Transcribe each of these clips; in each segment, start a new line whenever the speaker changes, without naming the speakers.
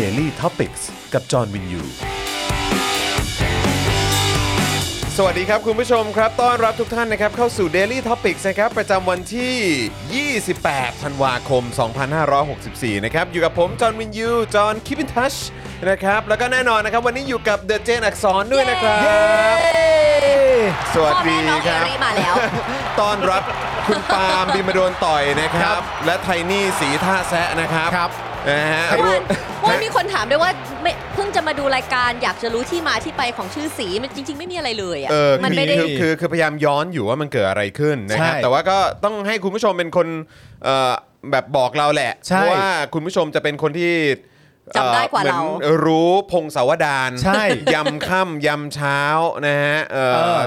Daily Topics กับจอห์นวินยู สวัสดีครับคุณผู้ชมครับ ต้อนรับทุกท่านนะครับเข้าสู่ Daily Topics นะครับ ประจำวันที่ 28 ธันวาคม 2564 นะครับ อยู่กับผม จอห์นวินยู จอห์นคิปินทัชนะครับ แล้วก็แน่นอนนะครับ วันนี้อยู่กับเดอะเจนอักษรด้วยนะครับ สวัส
พ่อแม่
ดี
น้อง
ค
เอ
รับ
รี่มาแล้ว
ต้อนรับคุณปาล์มบิมาโดนต่อย นะครับ และไทนี่สีท่าแซะนะครับ
ครับ
นะฮะร
เมื่อวาว ง
ม
วันมีคนถามด้วยว่าไม่เพิ่งจะมาดูรายการอยากจะรู้ที่มาที่ไปของชื่อสีมันจริง ๆ ไม่มีอะไรเลยอ่ะ
เออ
มัน
คือ
ไม่ได้
คือคือคือพยายามย้อนอยู่ว่ามันเกิดอะไรขึ้นนะครับ
ใช่
แต่ว่าก็ต้องให้คุณผู้ชมเป็นคนเอ่อแบบบอกเราแหละ
ใช่
เพราะว่าคุณผู้ชมจะเป็นคนที่
จำได้กว่า
อ่อ
เรา
หมือนรู้พงศาวดาร
ใช่
ยำค่ำยำเช้านะฮะเอ่อ
เออ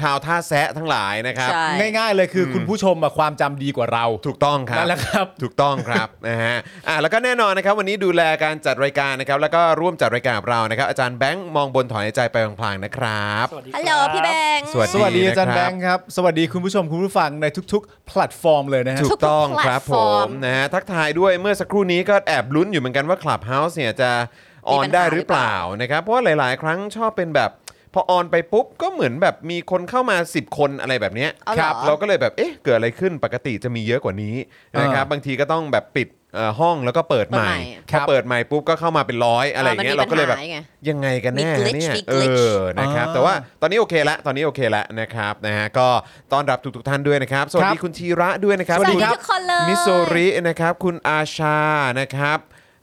ชาวท่าแซะทั้งหลายนะครับ
ใช่
ง่ายๆเลยคือคุณผู้ชมอะความจำดีกว่าเรา
ถูกต้องครับ
นั่นแหละครับ
ถูกต้องครับ นะฮะอ่ะแล้วก็แน่นอนนะครับวันนี้ดูแลการจัดรายการนะครับ แล้วก็ร่วมจัดรายการกับเรานะครับ อาจารย์แบงค์มองบนถอนหายใจไปพลางๆนะครับ
ฮัลโหลพี่แบงค์
สวัส
สวัส
ดี
ดี
นะ
อาจาร
ครับ
ย์แบงค์ครับ สวัสดีคุณผู้ชมคุณผู้ฟังในทุกๆแพลตฟอร์มเลยนะฮะ
ถูกต้องครับ
ทุก
ผ
แพลตฟอร์
ม
ม
นะฮะทักทายด้วยเมื่อสักครู่นี้ก็แอบลุ้นอยู่เหมือนกันว่า Clubhouse เนี่ยจะออนได้หรือเปล่านะครับ เพราะว่าหลาย ๆ ครั้งชอบเป็นแบบพอออนไปปุ๊บ ก็เหมือนแบบมีคนเข้ามา 10 คนอะไรแบบเนี้ย
เอาเหรอ
เราก็เลยแบบเอ๊ะเกิดอะไรขึ้นปกติจะมีเยอะกว่านี้นะครั
เออบ
บางทีก็ต้องแบบปิดเอ่อห้องแล้วก็เปิดใหม่พ
ครั
อบ เปิดใหม่ปุ๊บก็เข้ามาเป็นร้อยอะไรอย่างเงี้ย
มั
เรา
นมี
ก็เลยแบบ
ปัญหาไง
ยังไงกันแน่
มี glitch
เนี่ย
มี
เอ
glitch
อนะครับแต่ว่าตอนนี้โอเคละตอนนี้โอเคละนะครับนะฮะก็ต้อนรับทุกๆท่านด้วยนะครับสวัสดี
ครับ
คุณธีระด้วยนะครับ
สวัสดีทุกคนเลย
มิโซรินะครับ คุณอาชานะครับ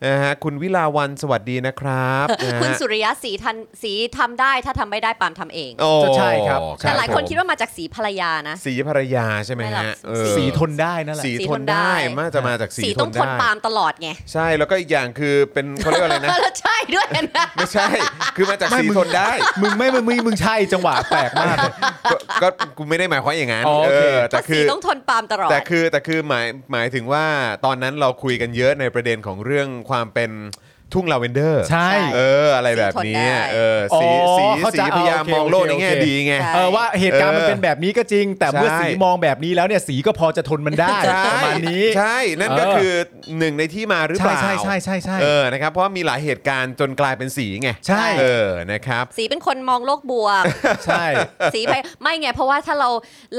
นะฮะคุณวิลาวันสวัสดี นะครับนะฮะ
คุณสุริยะสีทันสีทำได้ถ้าทำไม่ได้ปาล์มทำเอง
โอ้
ใช่ครับ
แต่หลายคน
ผม
คิดว่ามาจากสีภรรยานะ
สีภรรยาใช่ไหม
ไม่หรอก
ฮะเออ
สีทนได้นั่นแหละ
สี
สี
ท
ท
น
น
ได้
ได้
มาจะมาจากสี
สีต้องทน
ได้
ปาล์มตลอดไง
ใช่แล้วก็อีกอย่างคือเป็นเขาเรียกว่าอะไรนะ
แล้วใช่ด้วยนะ
ไม่ใช่ คือมาจาก
ไม่
สี
มึง
ทนได้
มึงไม่มึงมึงมึงใช่จังหวะแปลกมากเลย
ก็ก็กูไม่ได้หมายความอย่างนั้น
อ๋อ
เอ
โอเค
อแต่
เพราะ
คื
สี
อ
ต้องทนปาล์มตลอด
แต่คือแต่คือหมายหมายถึงว่าตอนนั้นเราคุยกันเยอะในประเด็นของเรื่องความเป็นทุ่งลาเวนเดอร์
ใช่
เออ อะไรแบบนี้
ซึ่งทนได้
เออสี
อ๋อ
สี
เข้าใจ
สีพยายาม
โอเค
มองโลกใน
โอเค
แง่ดีไง
ใช่
เออว่าเหตุการณ์มันเป็นแบบนี้ก็จริง แต่เมื่อ
ใช่
สีมองแบบนี้แล้วเนี่ยสีก็พอจะทนมันได้
ใช่
ประมาณนี้
ใช่ นั่นก็
เออ
คือหนึ่งในที่มาหรือเป
ใช่
ล่า
ใช่ใช่ใช่ใช่
เออนะครับเพราะมีหลายเหตุการณ์จนกลายเป็นสีไง
ใช่
เออนะครับ
สีเป็นคนมองโลกบวก
ใช่
สีไป ไม่ไงเพราะว่าถ้าเรา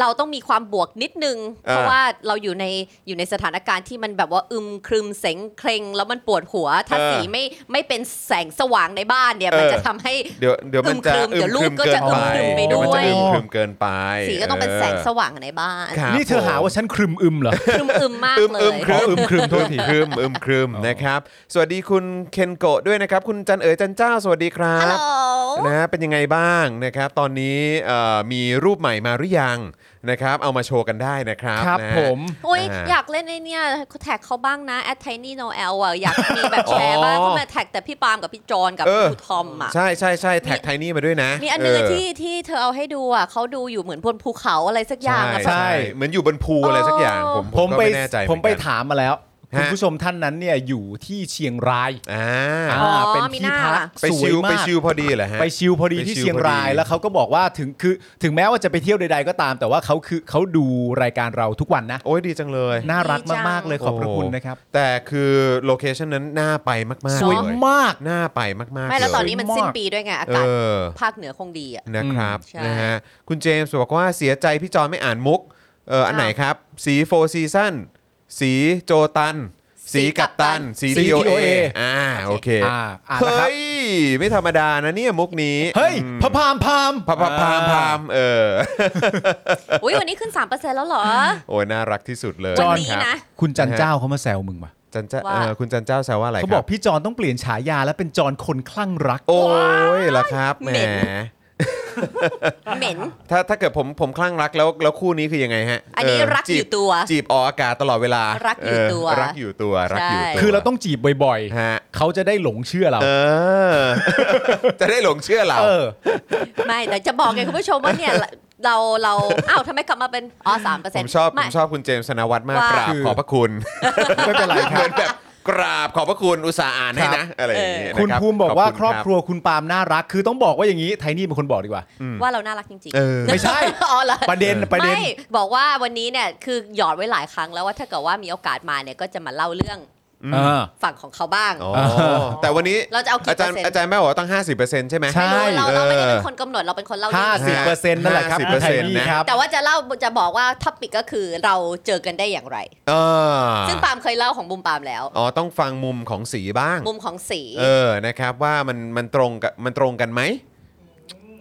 เราต้องมีความบวกนิดนึง
อ่า
เพราะว่าเราอยู่ในอยู่ในสถานการณ์ที่มันแบบว่าอึมครึมเสงเคร่งแล้วมันปวดหัว ถ้าสีไม่ไม่เป็นแสงสว่างในบ้านเนี่ยมันจะทำให้
เดี๋ยวเดี๋ยวมันจะ
อึมครึมเดี๋ยวลูกก็จะ
เ
อึมครึมไป
เดี๋ยวมันจะ
ด้
อึม
วย
ครึมเกินไป
สีก็ต้องเป็นแสงสว่างในบ้าน
ครับ
นี่เธอหา
ผม
ว่าฉันครึมอึมเหรอ
อึมอึมๆมาก
อึม
เล
อึม
ย
ครึม
อ๋ออึมครึมโทษที
ครึมอึมครึม
อ๋อ
นะครับ สวัสดีคุณเคนโกะด้วยนะครับ คุณจันเอ๋ยจันเจ้า สวัสดีครั
ฮัล
บ
โหล
นะฮะเป็นยังไงบ้างนะครับ ตอนนี้เอ่อมีรูปใหม่มาหรือยังนะครับ เอามาโชว์กันได้นะครับ
ครับ
นะฮะ
ผม
อุ้ย
อ่า
อยากเล่นไอเนี่ยแท็กเขาบ้างนะ at tiny noel อ่ะอยากมีแบบแชร์บ้าง
อ๋อ
เขามาแท็กแต่พี่ปาล์มกับพี่จอนกับ
เออ
พี่ทอมอ่ะ
ใช่ใช่ใช่แท็กไทนี่มาด้วยนะ
มีอันนึงอะ
เ
ที่ที่เธอเอาให้ดูอ่ะเขาดูอยู่เหมือนบนภูเขาอะไรสักอย่าง
ใช่
อะ
ใช่เหมือนอยู่บนภูอะไรสักอย่าง ผม
ผม
ก็
ไป
ไม่แน่ใจเห
ผ
มื
ม
อน
ไป
กัน
ถามมาแล้ว คุณ
ฮะ
ผู้ชมท่านนั้นเนี่ยอยู่ที่เชียงราย
อ่า
อ๋อ
เป็น
มีห
ที่
น้า
พัก
ไป
สว
ชิ
ยว
ไป
มาก
ชิวพอดีเหรอฮะ
ไปชิลพอดี
ไป
ที่
ชิล
เชียงราย
พอดี
แล้วเขาก็บอกว่าถึงคือถึงแม้ว่าจะไปเที่ยวใดๆก็ตาม แต่ว่าเขาคือเขาดูรายการเราทุกวันนะ
โอ้ยดีจังเลย
น่ารัก
ดีจัง
มากๆเลยขอบพระคุณนะครับ
แต่คือโลเคชันนั้นน่าไปมาก
ส
ๆ
วย
เลย
มาก
น่าไปมากๆ
ไม่แล้ว
เย
ตอนนี้มันสิ้นปีด้วยไง
เอก
อาาศ
อ
ภาคเหนือคงดีอ่ะ
นะครับ
ใช่
นะฮะคุณเจมส์บอกว่าเสียใจพี่จอนไม่อ่านมุกเอออันไหนครับ สีโฟซีซั่นสีโจตันสี
สีกั
กัป
ปตั
ตัน
น
สี
สี
ดีโอเอ
DOA
อ่าโอเค
อ่าอ่านแล้วครับ
เฮ้ย ไม่ธรรมดานะเนี่ยมุกนี้
เฮ้ย
อืม
พะพามพาม
พะพะพามพามเออ
อุ้ยวันนี้ขึ้น 3%แล้วเหรอ
โอ้ยน่ารักที่สุดเลย
จอน
ค
วันนี้
รับ
นะ
คุณจันเจ้าเขามาแซวมึงมา
จันเจ้า
ว่า
เอ่อคุณจันเจ้าแซวว่าอะไร
เขา
ค
บอ
รั
ก
บ
พี่จอนต้องเปลี่ยนฉายาและเป็นจอนคนคลั่งรัก
โอ้ยเหรอครับแหม
เหม็น เหม็น
ถ้าถ้าเกิดผมผมคลั่งรักแล้วแล้วคู่นี้คือยังไงฮะ
อันนี้
เ
รักอยู่
จีบ
ตัว
จีบออกอากาศตลอดเวลา
รักอยู่ตัว
เรักอยู่ตัวรักอยู่ตัว
คือเราต้องจีบบ่อย
ฮะ
ๆ เขาจะได้หลงเชื่อเรา
เออ จะได้หลงเชื่อเรา
เออ
ไม่แต่จะบอกไงคุณผู้ชมว่าเนี่ยเราเราอ้าวทำไมกลับมาเป็นอ๋อสามเปอร์
ผ
เซ็น
ม
ต์
ชอบผมชอบคุณเจมส์ธนวัฒน์มาก
ว่า
กราบ
คือ
ขอบพระคุณ
ไม่เป็นไรค
เห
รั
มื
บ
อนแบบกราบขอบพระคุณอุตส่าห์อ่านให้นะ อะไรอย่างนี้นะ
คุณ
รับ
ภูมิบอกว่า
ณ
ครอบครัวคุณปาล์มน่ารัก คือต้องบอกว่าอย่างนี้ไทนี่เป็นคนบอกดีกว่า
ว่าเราน่ารักจริง
เออ
ไม่ใช่
ๆอ๋อเหรอ
ประเด็นประเด็น
ไม่บอกว่าวันนี้เนี่ยคือหยอดไว้หลายครั้งแล้วว่าถ้าเกิดว่ามีโอกาสมาเนี่ยก็จะมาเล่าเรื่อง
เออ
ฝั่งของเขาบ้าง
อ๋อ แต่วันนี้
เราจะเอากี่
อาจารย์
เปอร์เซ็นต์
อาจารย์แม่บอกว่าต้อง 50%ใช่ไหม
ใช่
ไม่รู้เราเราไม่ได้เป็น
เออ
คนกำหนดเราเป็นคนเล่าเรื่
ห้า
อง
สิบเปอร์เซ็นต์นั่นแหละครับ
50%
ไทนี่
นะ
ครับ
แต่ว่าจะเล่าจะบอกว่าท็อปิกก็คือเราเจอกันได้อย่างไร
เออ
ซึ่งปาล์มเคยเล่าของบุมปาล์มแล้ว
อ๋อต้องฟังมุมของสีบ้าง
มุมของสี
เออนะครับว่ามันมันตรงกับมันตรงกันไหม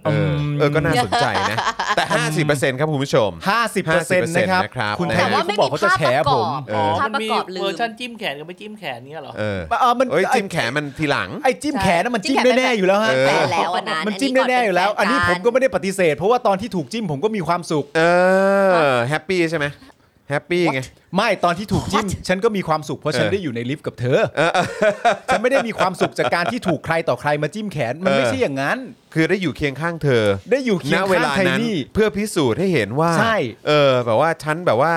เออ
อืม
เออก็น่าสนใจนะ แต่ 50%ครับคุณผู้ชม
ห้าสิบเปอร์เซ็นต์นะครับ
นะครับ
คุณไท
แต่
นี่
ว่า
เขา
ไม่
บอ
มี
กเขาจะ
ภาพ
แฉ
ประก
ผ
อ
ม
บ
เออ
อ๋อ
ภาพ
น
ประ
มี
กอบลืม
เวอร์ชันจิ้มแขนกับไม่จิ้มแขนเนี้ยเหรอ
เออ
เออมัน
เอ้ย
ไอ้
จิ้มแขนมันทีหลัง
ไอ้จิ้มแขนน่ะมันจิ้มแน่ๆอยู่แล้วฮะ
เออ
แฟนแล้วอันนั้น
มันจิ้มแน่ๆอยู่แล้ว อันนี้ผมก็ไม่ได้ปฏิเสธ เพราะว่าตอนที่ถูกจิ้มผมก็มีความสุข
เออแฮปปี้ใช่ไหมแฮปปี้ไง
ไม่ตอนที่ถูกจิ้ม ฉันก็มีความสุขเพราะฉัน
เออ
ได้อยู่ในลิฟต์กับเธอฉันไม่ได้มีความสุขจากการที่ถูกใครต่อใครมาจิ้มแขน มันไม่
เออ
ใช่อย่างนั้น
คือได้อยู่เคียงข้างเธอ
ได้อยู่เคี
ณ
ยง
เว
ข้าง
ลา
ไท
นั้น
นี่
เพื่อพิสูจน์ให้เห็นว่า
ใช่
เออ แบบว่าฉันแบบว่า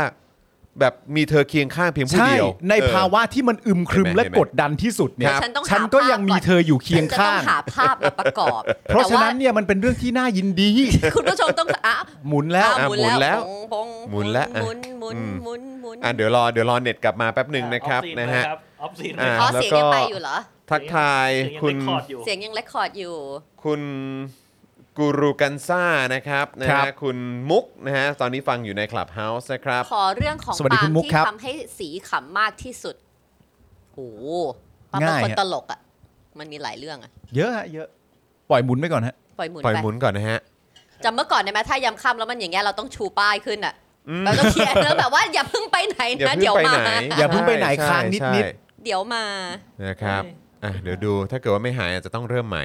แบบมีเธอเคียงข้างเพียงผู้
ใช่
เดียว
ใน
เออ
ภาวะที่มันอึมครึม
เห็นไหม
และ
เห็นไหม
กดดันที่สุดเนี่ย
ครับฉันต้องหา
ก็
ภาพ
ยังมี
ก่อน
เธออยู่เคียง
จะต้อ
ข้าง ง
หาภาพมาประกอบ
เพราะฉะนั้น
แต่ว่
เนี่ยมันเป็นเรื่องที่น่ายินดี
าคุณผู้ชมต้องอ่ะ
หมุนแล้ว
อ้าว
อ่ะหมุนแล้ว
ปง
หมุนแล้วอ่ะ
หมุนหมุน
อืม
หมุนหมุน
อ่ะเดี๋ยวรอเดี๋ยวรอเน็ตกลับมาแป๊บหนึ่งนะครับ
ออฟซี
นะฮะ
เลยครับออฟซีน
อ่า
เลยค
อ๋อ
รับ
แล้วก็
เสียงยังไปอยู่เหรอ
ทักทาย
ยัง
คุณ
เรคอร์ดอยู่
เสียงยังเรคคอร์ดอยู่
คุณกูรูกันซ่านะครับนะ
ครั
ฮะ
บ
คุณมุกนะฮะ ตอนนี้ฟังอยู่ในคลับเฮาส์นะครับ
ขอเรื่องของ
สวัสดี
ปาล์
คุ
ม
ณมุก
ที่
ครับ
ทำให้สีขำมากที่สุดโอ้โหปาล์มเป็น
ง่าย
คน
ฮะ
ตลกอ่ะ มันมีหลายเรื่องอ่ะ
เยอะฮะเยอะปล่อยหมุนไปก่อนฮะ
ปล่อยหมุน
ปล่อย
ไป
หมุนก่อนนะฮะ
จำเมื่อก่อนได้ไหมถ้ายำค่ำแล้วมันอย่างเงี้ยเราต้องชูป้ายขึ้นอ่ะเราต้องเขียนแล้วแบบว่าอย่าเพิ่งไปไหน
อย่า
นะ
เพิ่
เดี๋ยว
งไป
มา
ไหน
อย่าเพิ่งไปไหน
ใช่
ค้าง
ใช่
นิด
เดี๋ยวมา
นะครับ
ใช่
อ่ะเดี๋ยวดูถ้าเกิดว่าไม่หายอาจจะต้องเริ่มใหม่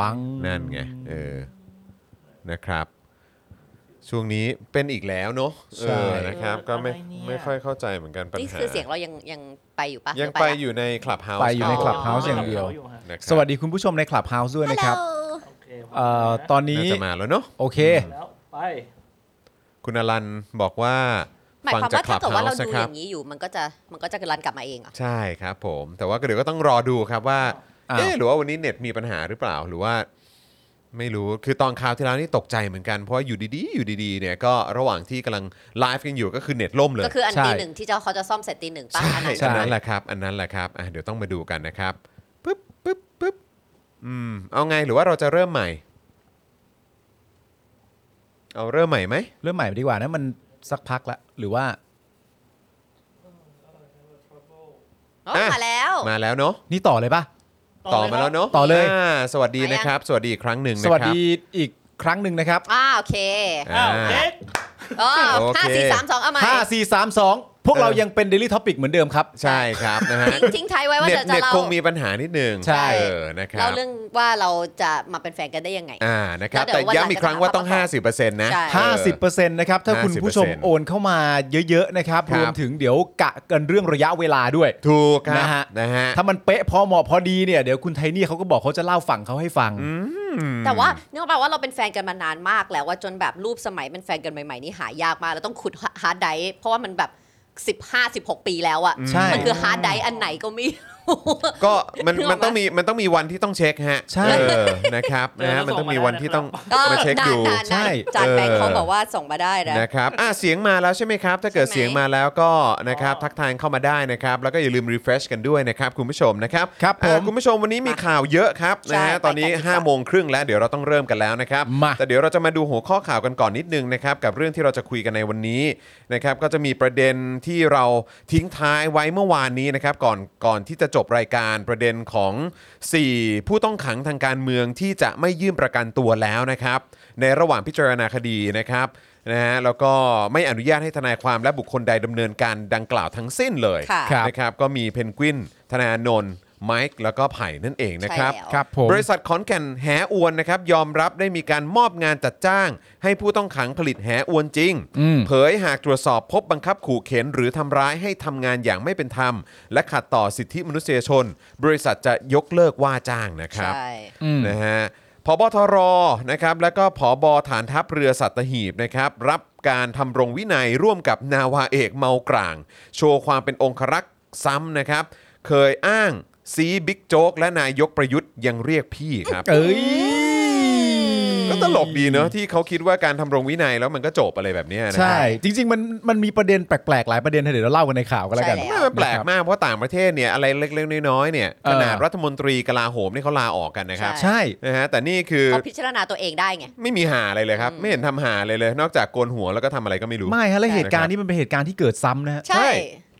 ปัง
นั่นไงเออนะครับ ช่วงนี้เป็นอีกแล้วเนอะ
ใช่
เออนะครับ ก็ไม่
อะไรเนี่ย
ไม่ค่อยเข้าใจเหมือนกันปัญ
นี่
หา
คือเสียงเรายังยังไปอยู่ปะ
ยัง
หรื
ไป
ละ
อยู่ในคลับเฮาส์
ไปอยู่ใน Clubhouse
อย่างเดียว
สวัสดีคุณผู้ชมในคลับเฮาส์ด้วยนะครับ
Hello
โอเค
เอ่อตอนนี้
น่าจะมาแล้วเนอะ
โอเค
แล้วไป
คุณอลันบอกว่า
หมาย
ฟัง
ความ
จาก
ว่า
คลั
ถ้า
บ
เกิด
เฮา
ว่าเรา
ส์นะ
ดู
ค
อ
รับ
ย่างนี้อยู่มันก็จะมันก็จะรันกลับมาเองเหรอ่ะ
ใช่ครับผมแต่ว่าก็เดี๋ยวก็ต้องรอดูครับว่า
อ้าว
เอ๊ะหรือว่าวันนี้เน็ตมีปัญหาหรือเปล่าหรือว่า ไม่รู้คือตอนข่าวที่แล้วนี่ตกใจเหมือนกันเพราะว่าอยู่ดีๆ อยู่ดีๆเนี่ยก็ระหว่างที่กำลังไลฟ์กันอยู่ก็คือเน็ตล่มเลย
ก็คืออัน
ใช่
ตีหนึ่งที่จะเขาจะซ่อมเสร็จตีหนึ่งป่ะ
ใช่
อันนั้น
ใช่
อันนั้นแหละครับ อันนั้นแหละครับอ่ะเดี๋ยวต้องมาดูกันนะครับปึ๊บปึ๊บปึ๊บอืมเอาไงหรือว่าเราจะเริ่มใหม่ เอาเริ่มใหม่ไหม
เริ่มใหม่ดีกว่านะมันสักพักละหรือว่า
อ๋ออะ มาแล้ว
มาแล้วเนาะ
นี่ต่อเลยปะ
ต่อมาแล้วเนาะ
ต่อเลย
าสวัสดี
มายัง
นะครับ สวัสดีอีกครั้งหนึ่ง
ส
นะครับ
วัสดีอีกครั้งหนึ่งนะครับ
อ่าโอเค
อ่า
อ้าวเด็ก
อ๋อ
โอเค
ห้าสี่สามสองเอาใหมา
ห้าสี่สามสองพวกเรายังเป็น Daily Topic เหมือนเดิมครับ
ใช่ครับนะฮะ
ทิ้งทิ้งท้ายไว้ว่า
เน็ต
จะจะ
เน็ต
เล่า
คงมีปัญหานิดนึง
ใช่
เออนะครับ
เล่าเรื่องว่าเราจะมาเป็นแฟนกันได้ยังไง
อ่านะครับ
แล้วเดี๋
แต่
ยววันหลัง
ย้ำอีกครั้งว่าต้อง
จะมา
50%นะ
ใช่
50%นะครับ ถ้าคุณผู้ชม
50%
โอนเข้ามาเยอะ ๆ นะครับ
ครับ
รวมถึงเดี๋ยวกะกันเรื่องระยะเวลาด้วย
ถูกครับ
นะฮะ
นะฮะ
ถ้ามันเป๊ะพอเหมาะพอดีเนี่ยเดี๋ยวคุณไทนี่เขาก็บอกเขาจะเล่าฝั่งเขาให้ฟัง
แต่ว่าเนื่องจากว่าเราเป็นแฟนกันมานานมากแล้วว่าจนแบบรูปสมัยเป็นแฟนกันใหม่ๆนี่หายากมาก แล้วต้องขุดฮาร์ดไดรฟ์เพราะว่ามันแบบ 15 16 ปีแล้วอะ
ใช่
มันคือฮาร์ดไดรฟ์อันไหนก็ไม่รู้
ก็มัน
นึกออกไหม
มันต้องมีมันต้องมีวันที่ต้องเช็คฮะ
ใช่
เออนะครับนะฮะมันต้องมีวันที่ต้อง
ก็
มาเช็คดู
นานๆ
ใช่
จานแบงค์
เออ
เขาบอกว่าส่งมาได้นะ
นะครับอ่ะเสียงมาแล้วใช่ไหมครับ ถ้าเกิด
ใช่ไหม
เสียงมาแล้วก็นะครับทักทายเข้ามาได้นะครับ แล้วก็อย่าลืม refresh กันด้วยนะครับคุณผู้ชมนะครับ
ครับ
อ่ะ
ผม
คุณผู้ชมวันนี้มีข่าวเยอะครับ
ใช่
นะฮะตอนนี้
ไปกันดีกว่า
5้าโมงครึ่งแล้วเดี๋ยวเราต้องเริ่มกันแล้วนะครับ
มา
แต่เดี๋ยวเราจะมาดูหัวข้อข่าวกันก่อนนิดนึงนะครับกับเรื่องที่เราจะคุยกันในวันนี้นะครับก็จะมีประเด็นที่เราทิ้งท้ายไว้เมื่อวานนี้นะครับก่อนก่อนที่จะจบรายการประเด็นของ 4 ผู้ต้องขังทางการเมืองที่จะไม่ยื่นประกันตัวแล้วนะครับ ในระหว่างพิจารณาคดีนะครับนะฮะแล้วก็ไม่อนุญาตให้ทนายความและบุคคลใดดำเนินการดังกล่าวทั้งสิ้นเลย
ค่ะ
ครับ
นะครับก็มีเพนกวินธนาโนนท์ไมค์แล้วก็ไผ่นั่นเองนะครับ
ใช่แล้ว
ครับผม
บริษัทขอนแก่นแหอวนนะครับยอมรับได้มีการมอบงานจัดจ้าง ให้ผู้ต้องขังผลิตแหอวนจริง
อืม
เผยหากตรวจสอบพบบังคับขู่เข็น หรือทำร้ายให้ทำงานอย่างไม่เป็นธรรม และขัดต่อสิทธิมนุษยชน บริษัทจะยกเลิกว่าจ้างนะครับ
ใช่
อืม
นะฮะพบทรนะครับ แล้วก็ผบฐานทัพเรือสัตหีบนะครับ รับการทำรงวินัยร่วมกับนาวาเอกเมากร่าง โชว์ความเป็นองครักษ์ซ้ำนะครับ เคยอ้างซีบิ๊กโจ๊กและนายกประยุทธ์ยังเรียกพี่ครับ
เอ้ย
ก็ตลกดีเนอะที่เขาคิดว่าการทำรงวินัยแล้วมันก็จบอะไรแบบเนี้ยนะ
ใช่ จริง ๆ มันมันมีประเด็นแปลกๆ หลายประเด็นให้เดี๋ยวเราเล่ากันในข่าวกันแล้วกัน
ใช่
มันแปลก
นะครับ
มากเพราะต่างประเทศเนี่ยอะไรเล็กๆน้อยๆเนี่ยขนาด
เออ
รัฐมนตรีกลาโหมนี่เขาลาออกกันนะครับ
ใช่
นะฮะแต่นี่คือ
เขาพิจารณาตัวเองได้ไง
ไม่มีหาอะไรเลยครับ ไม่เห็นทำหาอะไรเลย นอกจากโกนหัวแล้วก็ทำอะไรก็ไม่รู้
ไม่ฮะและเหตุการณ์
ใช่
นี้มันเป็นเหตุการณ์ที่เกิดซ้ำนะฮะ
ใช่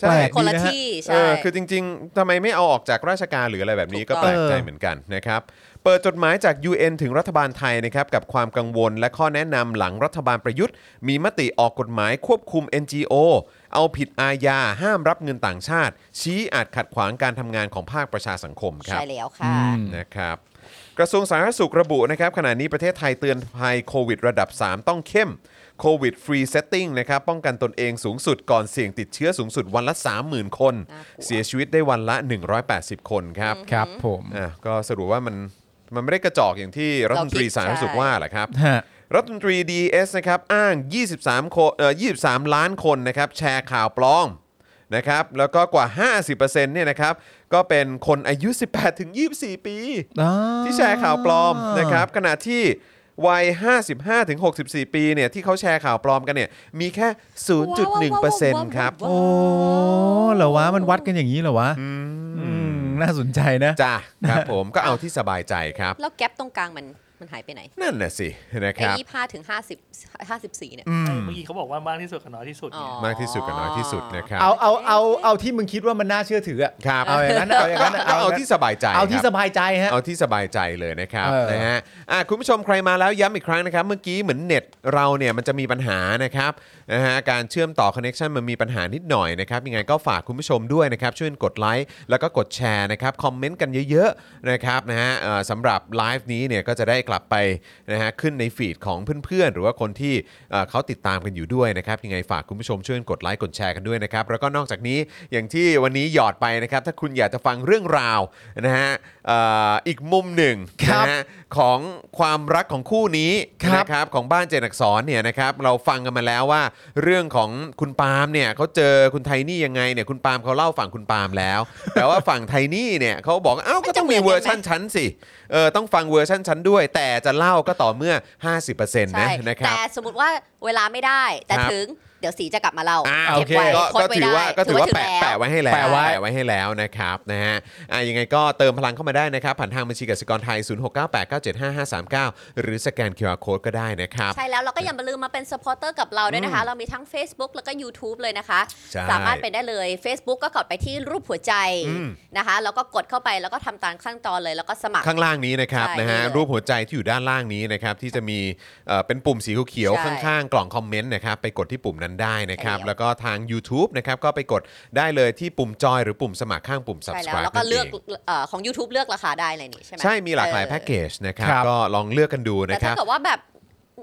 ใช่
แปลก
คนละ
ดีนะฮะ
ที่
เอ
ใช่
อคือจริง ๆทำไมไม่เอาออกจากราชการหรืออะไรแบบนี้
ถู
ก็
กต้อง
แปลกใจเหมือนกันนะครับ เปิดจดหมายจาก UN ถึงรัฐบาลไทยนะครับ กับความกังวลและข้อแนะนำหลังรัฐบาลประยุทธ์ มีมติออกกฎหมายควบคุม NGO เอาผิดอาญาห้ามรับเงินต่างชาติ ชี้อาจขัดขวางการทำงานของภาคประชาสังคมครับ
ใช่แล้วค่ะ
อืม
นะครับกระทรวงสาธารณสุขระบุนะครับขณะนี้ประเทศไทยเตือนภัยโควิดระดับ 3 ต้องเข้มโควิดฟรีเซตติ้งนะครับป้องกันตนเองสูงสุดก่อนเสี่ยงติดเชื้อสูงสุดวันละ 30,000 คน
น่ากลัว
เสียชีวิตได้วันละ 180 คนครับ
ครับผม
อ่ะก็สรุปว่ามันมันไม่ได้กระจอกอย่างที่รัฐมนตรีสาธารณสุขว่าแหละครับ
ฮะ
รัฐมนตรี DS นะครับอ้าง 23คนเอ่อ23 ล้านคนนะครับแชร์ข่าวปลอมนะครับแล้วก็กว่า 50%เนี่ยนะครับก็เป็นคนอายุ 18 ถึง 24 ปี
อ่า
ที่แชร์ข่าวปลอมนะครับขณะที่วัย 55ถึง64 ปีเนี่ยที่เขาแชร์ข่าวปลอมกันเนี่ยมีแค่ 0.1%ครับ
โอ้เหรอวะมันวัดกันอย่างนี้เหรอวะอืมน่าสนใจนะ
จ้าครับผมก็เอาที่สบายใจครับ
แล้วแก๊ปตรงกลางมันมันหายไปไหน
นั่นน่ะสินะค
ไอ้
รับ
ยี่ห้าถึงห้าสิบห้าสิบสี่เนี่ย
อืม
เมื่อกี้เขาบอกว่ามากที่สุดกับน้อยที่สุด
อ๋อ
เนี่ย
มากที่สุดกับน้อยที่สุดนะครับ
เอาเอาเอาเอาที่มึงคิดว่ามันน่าเชื่อถืออะ
ครับ
เอาอย่างนั้นเอาอย่างนั้น
ก็เอาที่สบายใจ
เอา
ค
ที่
รับ
สบายใจฮะ
เอาที่สบายใจเลยนะครับ
เออ
นะฮะอ่ะคุณผู้ชมใครมาแล้วย้ำอีกครั้งนะครับ เมื่อกี้เหมือนเน็ตเราเนี่ยมันจะมีปัญหานะครับนะฮะการเชื่อมต่อคอนเน c t ชันมันมีปัญหานิดหน่อยนะครับยังไงก็ฝากคุณผู้ชมด้วยนะครับ ช่วยกดไลค์แล้วก็กดแชร์นะครับ คอมเมนต์กันเยอะๆนะครับนะฮะเอ่อสำหรับไลฟ์นี้เนี่ยก็จะได้กลับไปนะฮะขึ้นในฟีดของเพื่อนๆ หรือว่าคนที่เอ่อเขาติดตามกันอยู่ด้วยนะครับยังไงฝากคุณผู้ชมช่วยกดไลค์กดแชร์กันด้วยนะครับแล้วก็นอกจากนี้อย่างที่วันนี้หยอดไปนะครับถ้าคุณอยากจะฟังเรื่องราวนะฮะเอ่ออีกมุมหนึ่ง
ครั
นะ
บ
ฮะของความรักของคู่นี้
ครับ
นะครับของบ้านเจนอักสอนเนี่ยนะครับเราฟังกันมาแล้วว่า เรื่องของคุณปาล์มเนี่ยเขาเจอคุณไทนี่ยังไงเนี่ยคุณปาล์มเขาเล่าฝั่งคุณปาล์มแล้ว แต่ว่าฝั่งไทนี่เนี่ยเขาบอกว่าเอ้าก็ต้องมีเวอร์ชันชั้นสิเออต้องฟังเวอร์ชันชั้นด้วย แต่จะเล่าก็ต่อเมื่อ 50%นะ
ใช่
นะครับ
แต่สมมติว่าเวลาไม่ได้ แต่
ครับ
ถึงเดี๋ยวสีจะกลับมาเล่า
อ่า
เก็
โอบ เค
ไว้
ก็
โพส
ก็
ต์ไว้
ถือ
ได้
ว่าก็ถือว่าแปะ
ล้
แปะไว้ให้แล้ว
แปะไว้
ไว้ให้แล้วนะครับนะฮะอ่ายังไงก็เติมพลังเข้ามาได้นะครับ ผ่านทางบัญชีกสิกรไทย 0698975539 หรือสแกน QR Code ก็ได้นะครับ
ใช่แล้วเราก็อย่าลืมมาเป็นสปอร์เตอร์กับเราด้วยนะคะ เรามีทั้ง Facebook แล้วก็ YouTube เลยนะคะ
ใช่
สามารถเป็นได้เลย Facebook ก็กดไปที่รูปหัวใจ
อืม
นะคะ แล้วก็กดเข้าไปแล้วก็ทำตามขั้นตอนเลยแล้วก็สมัคร
ข้างล่างนี้นะครับ
ใช่
นะฮะ
นี่เลย
รูปหัวใจที่อยู่ด้านล่างนี้นะครับที่จะมีเอ่อเป็นปุ่มสีเขียวๆ
ใช่
ข้างๆ กล่องคอมเมนต์นะครับไปกดที่ปุ่มนั้นได้นะครับ
ใช่แล้ว
แล้วก็ทาง YouTube นะครับก็ไปกดได้เลยที่ปุ่มจอยหรือปุ่มสมัครข้างปุ่ม
ใช่แล้ว
subscribe
แล้วก็เลือก
นั่นง
เอ่อของ YouTube เลือกราคาได้เลยนี่ใช่ไหม
ใช่มีหลากหลาย
เออ
แพ็กเกจนะครับ
ครับ
ก็ลองเลือกกันดู
แต่
นะค
ถ้า
รับ
เกิดว่าแบบ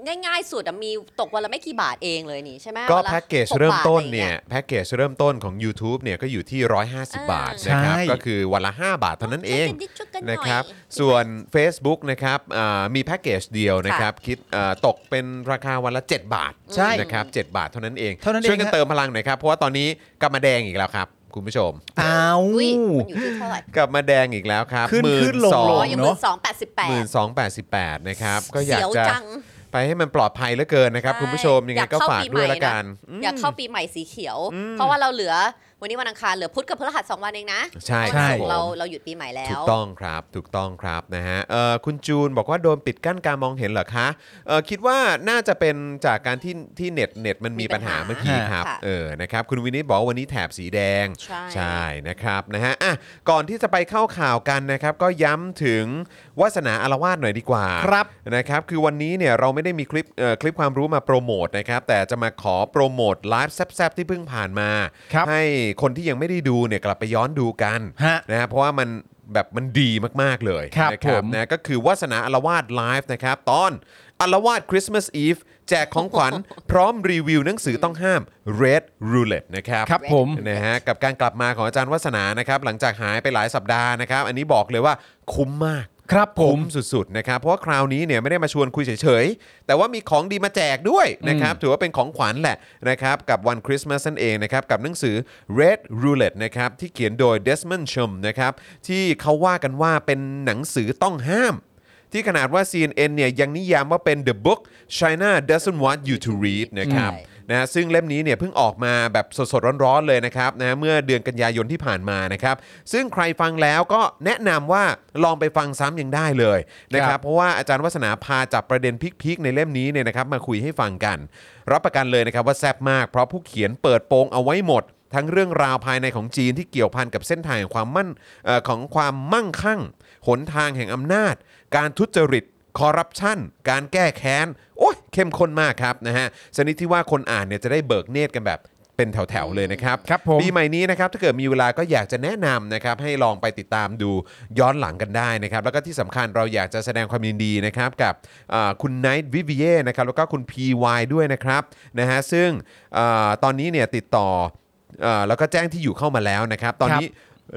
ง่าย ๆ สุดอะมีตกวันละไม่กี่บาทเองเลยนี่ใช่ไหม
ก็
วันละ
แพ็กเกจ
หบาท
เริ่มต้น
อะไร
เนี่
งี้
ยแพ็กเกจเริ่มต้นของ YouTube เนี่ยก็อยู่ที่ 150 บาท
ใช่
นะครับก็คือวันละ 5 บาทเท่านั้นเอง
ช่วยกันิดช่วยกัหอย
นะครับส่วน Facebook นะครับอ่ามีแพ็กเกจเดียวนะครับคิดอ่าตกเป็นราคาวันละ 7 บาท
ใช่
นะครับ7บาทเท่านั้นเอง
เท่านั้นเอง
ช่วยกัน
ฮะ
เติมพลังหน่อยครับเพราะว่าตอนนี้กลับมาแดงอีกแล้วครับคุณผู้ชม
อ้าว
อุ้ยมันอยู่ที่เท่าไหร่
กลับมาแดงอีกแล้วครับ
ขึ้นขึ้นลง
อ๋
ล
อง อยู่ห
เน
มื่
อะ
นสองแปดสิบแป
หมื่
ด
นสองแปดสิบแปดนะครับก็อยาก
เสียว
จะ
จัง
ไปให้มันปลอดภัยเหลือเกินนะครับ คุณผู้ชมยังไงก็ฝากด้วยละกัน
อยากเข้าปีใหม่สีเขียว เพราะว่าเราเหลือวันนี้วันอังคารเหลือพุธกับพฤหัสสองวันเองนะ
ใช่
เพราะวัน
ใช่
ศุกร์เราเราหยุดปีใหม่แล้
ถู
ว
กต้องครับ ถูกต้องครับนะฮะเอ่อคุณจูนบอกว่าโดนปิดกั้นการมองเห็นเหรอคะเอ่อคิดว่าน่าจะเป็นจากการที่ที่เน็ตเน็ตมันมีปัญหา
มีปัญหา
เมื่อกี้ครับ
ค่ะ
เออนะครับคุณวินิจบอกว่าวันนี้แถบสีแดง
ใช่
นะครับนะฮะอ่ะก่อนที่จะไปเข้าข่าวกันนะครับ ก็ย้ำถึงวาสนาอารวาสหน่อยดีกว่า
ครับ
นะครับคือวันนี้เนี่ยเราไม่ได้มีคลิปเอ่อคลิปความรู้มาโปรโมทนะครับแต่จะมาขอโปรโมทไลฟ์แซบๆที่เพิ่งผ่านมา
ครับ
ให้คนที่ยังไม่ได้ดูเนี่ยกลับไปย้อนดูกัน
ฮะ
นะฮะเพราะว่ามันแบบมันดีมากๆเลย
ครับ
นะ
ผม
นะก็คือวาสนาอารวาสไลฟ์นะครับตอนอารวาสคริสต์มาสอีฟแจกของ ขวัญ พร้อมรีวิวหนังสือต้องห้าม Red Roulette นะครับ
ครับผม
นะฮะกับการกลับมาของอาจารย์วัฒนานะครับหลังจากหายไปหลายสัปดาห์นะครับ อันนี้บอกเลยว่าคุ้มมาก
ครับผม
คุ้สุดๆนะครับเพราะว่าคราวนี้เนี่ยไม่ได้มาชวนคุยเฉยๆ แต่ว่ามีของดีมาแจกด้วยนะครับถือว่าเป็นของขวัญแหละนะครับกับวันคริสต์มาสนั่นเองนะครับกับหนังสือ Red Roulette นะครับที่เขียนโดย Desmond Chum นะครับที่เขาว่ากันว่าเป็นหนังสือต้องห้าม ที่ขนาดว่า CNN เนี่ยยังนิยามว่าเป็น the book China doesn't want you to read นะครับ
ใช่
นะฮะซึ่งเล่มนี้เนี่ยเพิ่งออกมาแบบสดๆร้อนๆเลยนะครับนะฮะเมื่อเดือนกันยายนที่ผ่านมานะครับซึ่งใครฟังแล้วก็แนะนำว่าลองไปฟังซ้ำยังได้เลยนะค
ครั
รับบ เพราะว่าอาจารย์วัฒนาพาจับประเด็นพิกๆในเล่มนี้เนี่ยนะครับมาคุยให้ฟังกัน รับประกันเลยนะครับว่าแซ่บมากเพราะผู้เขียนเปิดโปงเอาไว้หมด ทั้งเรื่องราวภายในของจีนที่เกี่ยวพันกับเส้นทางแห่งความมั่นเอ่อของความมั่งคั่ง หนทางแห่งอำนาจ การทุจริต คอร์รัปชันการแก้แค้น โอ้ยเข้มข้นมากครับนะฮะชนิดที่ว่าคนอ่านเนี่ยจะได้เบิกเนตรกันแบบเป็นแถว ๆ เลยนะครับ
ครับผม
ปีใหม่นี้นะครับถ้าเกิดมีเวลาก็อยากจะแนะนำนะครับให้ลองไปติดตามดูย้อนหลังกันได้นะครับ แล้วก็ที่สำคัญเราอยากจะแสดงความยินดีนะครับกับอ่าคุณไนท์วิเวียนะครับแล้วก็คุณ PY ด้วยนะครับนะฮะซึ่งอ่าตอนนี้เนี่ยติดต่ออ่าแล้วก็แจ้งที่อยู่เข้ามาแล้วนะครับ ตอนนี้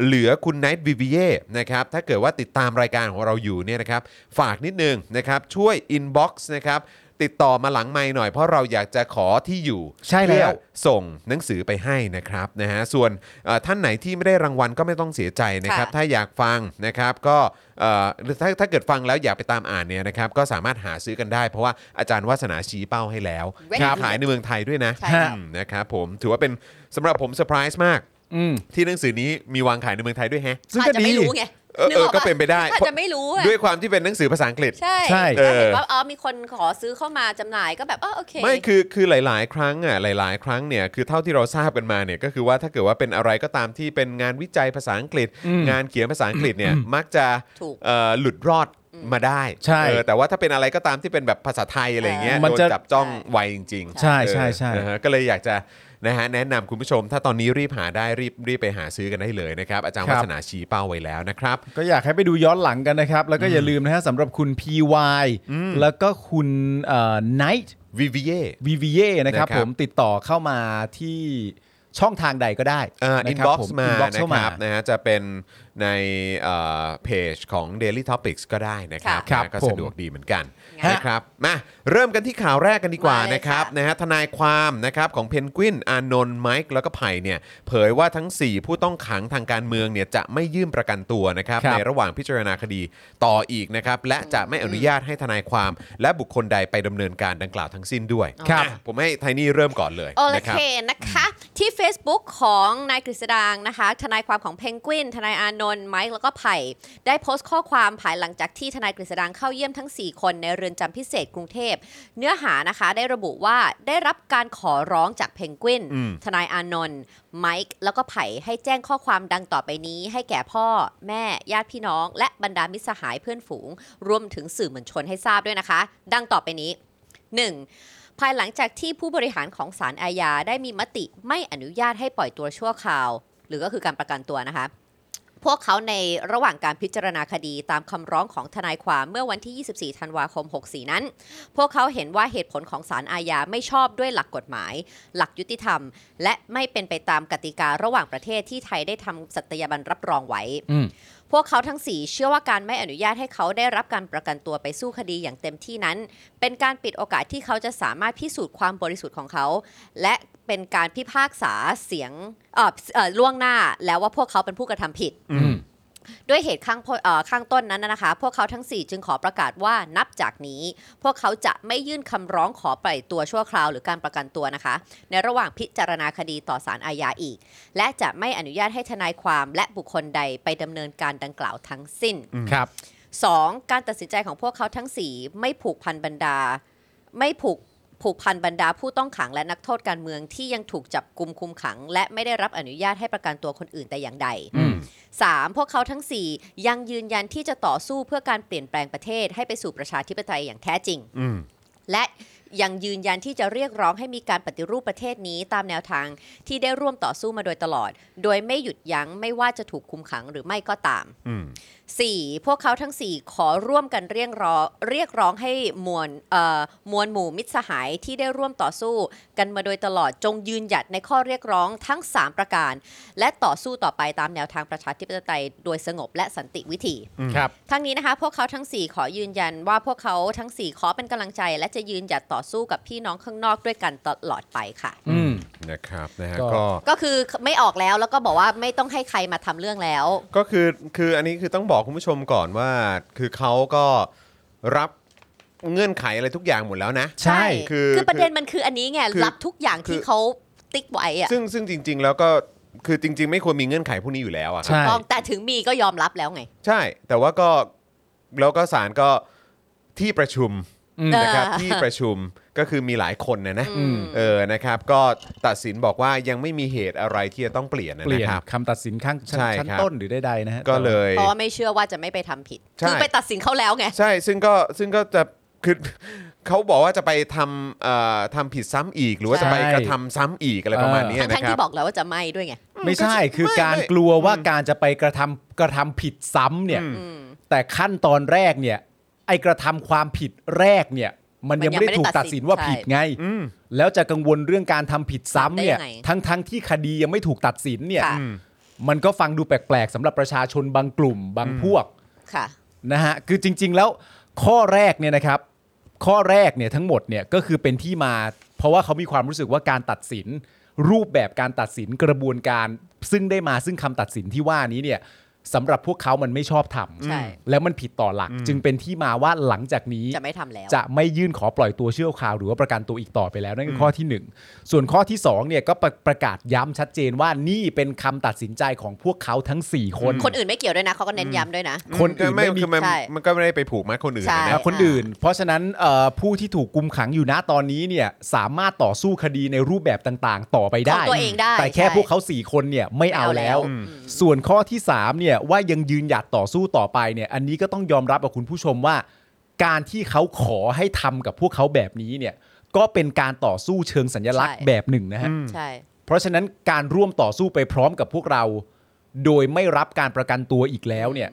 เหลือคุณไนท์วิวิเย่นะครับถ้าเกิดว่าติดตามรายการของเราอยู่เนี่ยนะครับฝากนิดนึงนะครับช่วยอินบ็อกซ์นะครับติดต่อมาหลังไมค์หน่อยเพราะเราอยากจะขอที่อยู่
ใช่แล้ว
เพื่อส่งหนังสือไปให้นะครับนะฮะส่วนเอ่อท่านไหนที่ไม่ได้รางวัลก็ไม่ต้องเสียใจนะครับ
ค่ะ
ถ้าอยากฟังนะครับก็เอ่อหรือถ้าถ้าเกิดฟังแล้วอยากไปตามอ่านเนี่ยนะครับก็สามารถหาซื้อกันได้เพราะว่าอาจารย์วาสนาชี้เป้าให้แล้ว
ครับ
ขายในเมืองไทยด้วยนะ
ใช่ครับ
อืมนะครับผมถือว่าเป็นสำหรับผมเซอร์ไพรส์มาก
อืม
ที่หนังสือนี้มีวางขายในเมืองไทยด้วยแฮะ
ซึ่ง
อา
ก็
จจะ
ดี
ไม่รู้ไง
เออเออก็เป็นไปได้
อาจจะไม่รู้อะ
ด้วยความที่เป็นหนังสือภาษาอังกฤษ
ใช่
ใช่
ก็เห็น
เออ
ว่าอ๋อมีคนขอซื้อเข้ามาจำหน่ายก็แบบเออโอเค
ไม่คือคือหลาย ๆ ครั้งอ่ะหลาย ๆ ครั้งเนี่ยคือเท่าที่เราทราบกันมาเนี่ยก็คือว่าถ้าเกิดว่าเป็นอะไรก็ตามที่เป็นงานวิจัยภาษาอังกฤษ งานเขียนภาษาอังกฤษเนี่ยมักจะ
ถูก
เอ่อหลุดรอดมาได้
ใช่
เออแต่ว่าถ้าเป็นอะไรก็ตามที่เป็นแบบภาษาไทยอะไรอย่างเงี้ย
มัน
โดน
จะ
จับจ้อง
ใช่
ไวจริงๆ
ใช่ใช่ใช่
เออนะฮะก็เลยอยากจะนะฮะแนะนำคุณผู้ชม ถ้าตอนนี้รีบหาได้รีบรีบไปหาซื้อกันได้เลยนะครับอาจารย์วัฒนาชี้เป้าไว้แล้วนะครับ
ก็อยากให้ไปดูย้อนหลังกันนะครับ แล้วก็อย่าลืมนะฮะสำหรับคุณ PY แล้วก็คุณไนท์
v i v i e
วีวีเย่นะครับ
นะครับ
ผมติดต่อเข้ามาที่ช่องทางใดก็ได้
อ่าอิ
นะ
น
ครับ
บ็อก
ผ
ซ์มา
inbox
นะ
เข้า
ครับนะฮะจะเป็นในเอ่อเพจของ Daily Topics ก็ได้นะครับ
ค่ะ
นะฮะก็
ครับผม
สะดวกดีเหมือนกัน
ฮะ
นะครับมาเริ่มกันที่ข่าวแรกกันดีกว่า
มาเลย
นะครับ
ค่ะ
นะฮะทนายความนะครับของเพนกวินอานนท์ไมค์แล้วก็ไผ่เนี่ยเผยว่าทั้ง 4 ผู้ต้องขังทางการเมืองเนี่ยจะไม่ยื่นประกันตัวนะครับ
ครับ
ในระหว่างพิจารณาคดีต่ออีกนะครับและจะไม่อนุญาตให้ทนายความและบุคคลใดไปดำเนินการดังกล่าวทั้งสิ้นด้วย
ครับ
อ่ะผมให้ไทนี่เริ่มก่อนเลย
โอ
นะครั
เค
บ
นะคะ ที่ Facebook ของนายกฤษดางนะคะ ทนายความของเพนกวิน ทนายอานนท์ไมค์แล้วก็ไผ่ได้โพสต์ข้อความภายหลังจากที่ทนายกฤษดางเข้าเยี่ยมทั้ง 4 คนในเรือนจำพิเศษกรุงเทพ เนื้อหานะคะได้ระบุว่าได้รับการขอร้องจากเพนกวิน
อืม
ทนายอานนท์ไมค์แล้วก็ไผ่ให้แจ้งข้อความดังต่อไปนี้ ให้แก่พ่อแม่ญาติพี่น้อง และบรรดามิตรสหายเพื่อนฝูง รวมถึงสื่อมวลชนให้ทราบด้วยนะคะ ดังต่อไปนี้ 1. ภายหลังจากที่ผู้บริหารของศาลอาญาได้มีมติไม่อนุญาตให้ปล่อยตัวชั่วคราว หรือก็คือการประกันตัวนะคะ พวกเขาในระหว่างการพิจารณาคดีตามคำร้องของทนายความเมื่อวันที่ 24 ธันวาคม 64 นั้น พวกเขาเห็นว่าเหตุผลของศาลอาญาไม่ชอบด้วยหลักกฎหมาย หลักยุติธรรม และไม่เป็นไปตามกติการะหว่างประเทศที่ไทยได้ทำสัตยาบันรับรองไว้
อืม
พวกเขาทั้งสี่เชื่อว่าการไม่อนุญาตให้เขาได้รับการประกันตัวไปสู้คดีอย่างเต็มที่นั้น เป็นการปิดโอกาสที่เขาจะสามารถพิสูจน์ความบริสุทธิ์ของเขา และเป็นการพิพากษาเสียงเอ่อเอ่อล่วงหน้าแล้วว่าพวกเขาเป็นผู้กระทำผิด
อืม
ด้วยเหตุข้างพเอ่อข้างต้นนั้นนะนะคะ พวกเขาทั้ง 4 จึงขอประกาศว่านับจากนี้ พวกเขาจะไม่ยื่นคำร้องขอปล่อยตัวชั่วคราวหรือการประกันตัวนะคะ ในระหว่างพิจารณาคดีต่อศาลอาญาอีก และจะไม่อนุญาตให้ทนายความและบุคคลใดไปดำเนินการดังกล่าวทั้งสิ้น
ครับ
2. การตัดสินใจของพวกเขาทั้ง 4 ไม่ผูกพันบรรดา ไม่ผูกผูกพันบรรดาผู้ต้องขังและนักโทษการเมืองที่ยังถูกจับกุมคุมขัง และไม่ได้รับอนุญาตให้ประกันตัวคนอื่นแต่อย่างใด
อืม
3. พวกเขาทั้ง 4 ยังยืนยันที่จะต่อสู้เพื่อการเปลี่ยนแปลงประเทศให้ไปสู่ประชาธิปไตยอย่างแท้จริง
อืม
และยังยืนยันที่จะเรียกร้องให้มีการปฏิรูปประเทศนี้ตามแนวทางที่ได้ร่วมต่อสู้มาโดยตลอด โดยไม่หยุดยั้งไม่ว่าจะถูกคุมขังหรือไม่ก็ตาม
อืม
4. พวกเขาทั้ง 4 ขอร่วมกันเรียกร้องเรียกร้องให้มวลเอ่อมวลหมู่มิตรสหายที่ได้ร่วมต่อสู้ กันมาโดยตลอดจงยืนหยัดในข้อเรียกร้องทั้ง 3 ประการ และต่อสู้ต่อไปตามแนวทางประชาธิปไตยโดยสงบและสันติวิธี
ครับ
ทั้งนี้นะคะพวกเขาทั้ง 4 ขอยืนยันว่าพวกเขาทั้ง 4 ขอเป็นกำลังใจ และจะยืนหยัดต่อสู้กับพี่น้องข้างนอกด้วยกันตลอดไปค่ะ
อืม
นะครับนะฮะ
ก็
ก็
ก็คือไม่ออกแล้วแล้วก็บอกว่าไม่ต้องให้ใครมาทำเรื่องแล้ว
ก็คือคืออันนี้คือต้องบอกคุณผู้ชมก่อนว่า คือเขาก็รับเงื่อนไขอะไรทุกอย่างหมดแล้วนะ
ใช่
คือ
คือประเด็นมันคืออันนี้ไง
คือ
รับทุกอย่าง
คื
ที่
อ
เขาติ๊กไว้อะ
ซึ่งซึ่งจริง ๆ แล้วก็คือจริง ๆ ไม่ควรมีเงื่อนไขพวกนี้อยู่แล้วอะครับ
ใช่
ต้องแต่ถึงมีก็ยอมรับแล้วไง
ใช่ แต่ว่าก็แล้วก็ศาลก็ที่ประชุม
อืม
นะครับ
เออ
ที่ประชุมก็คือมีหลายคนนะนะ
อืม
เออนะครับ ก็ตัดสินบอกว่ายังไม่มีเหตุอะไรที่จะต้องเปลี่ยนนะ
เปลี่ยน
ครับ
คำตัดสินข้างชั้น
ใช่
ชั้น
ครับ
ต้นหรือใดๆนะฮะ
ก็เลย
เพราะว่าไม่เชื่อว่าจะไม่ไปทำผิด
ใช่
คือไปตัดสินเขาแล้วไง
ใช่ซึ่งก็ซึ่งก็จะคือ เขาบอกว่าจะไปทำเอ่อทำผิดซ้ำอีก หรือว่าจะไปกระทำซ้ำอีกอะไรประมาณนี้นะ
ทั้ง
ค
ๆ
รับ
ที่บอกแล้วว่าจะไม่ด้วยไง
ไม่ใช่
ไม่
คือการ
ไม่
กลัวว่า
อืม
การจะไปกระทำกระทำผิดซ้ำเนี่ย
อืม
แต่ขั้นตอนแรกเนี่ย ไอกระทำความผิดแรกเนี่ย มันยัง
มันยัง
ไม่ได้ถู
ไม่
ก
ได้ตั
ตั
ด
ด
สิ
สิ
น
นว่าผิด
ใช่
ไง
อืม
แล้วจะกังวลเรื่องการทำผิดซ้ำเนี่ย
ได้ยังไง
ทั้งๆที่คดียังไม่ถูกตัดสินเนี่ย
ค่ะ
มันก็ฟังดูแปลกๆสำหรับประชาชนบางกลุ่มบางพวก
ค่ะ
นะฮะคือจริง ๆ แล้วข้อแรกเนี่ยนะครับ ข้อแรกเนี่ยทั้งหมดเนี่ยก็คือเป็นที่มา เพราะว่าเขามีความรู้สึกว่าการตัดสิน รูปแบบการตัดสินกระบวนการ ซึ่งได้มาซึ่งคำตัดสินที่ว่านี้เนี่ยสำหรับพวกเขามันไม่ชอบท
ใช่
ำแล้วมันผิดต่อหลัก จึงเป็นที่มาว่าหลังจากนี้
จะไม่ทำแล้ว
จะไม่ยื่นขอปล่อยตัวเชื่อข่าวหรือว่าประกันตัวอีกต่อไปแล้วนั่นคือข้อที่หนึ่งส่วนข้อที่สองเนี่ยก็ประประกาศย้ำชัดเจนว่านี่เป็นคำตัดสินใจของพวกเขาทั้งสี่คน
คนอื่นไม่เกี่ยวด้วยนะเขาก็เน้นย้ำด้วยนะ
คนอื่นไม่มี
คือมัน
ใช่
มันก็ไม่ได้ไปผูกมัดคนอื่น
ใช่
นะ
นะคนอื่น เพราะฉะนั้นเอ่อผู้ที่ถูกกุมขังอยู่นะตอนนี้เนี่ยสามารถต่อสู้คดีในรูปแบบต่างๆ ต่อไปได้
ของตัวเองได้
แต่แค่
ใช่
พวกเขา 4 คนเนี่ยไม่เอา
ไม่เอาแล้
แล้ว ว ส่วนข้อที่3เนี่ยว่ายังยืนหยัดต่อสู้ต่อไปเนี่ยอันนี้ก็ต้องยอมรับกับคุณผู้ชมว่า การที่เขาขอให้ทำกับพวกเขาแบบนี้เนี่ยก็เป็นการต่อสู้เชิงสัญลักษณ์แบบหนึ่งนะฮะ
ใช่
เพราะฉะนั้นการร่วมต่อสู้ไปพร้อมกับพวกเรา โดยไม่รับการประกันตัวอีกแล้วเนี่ย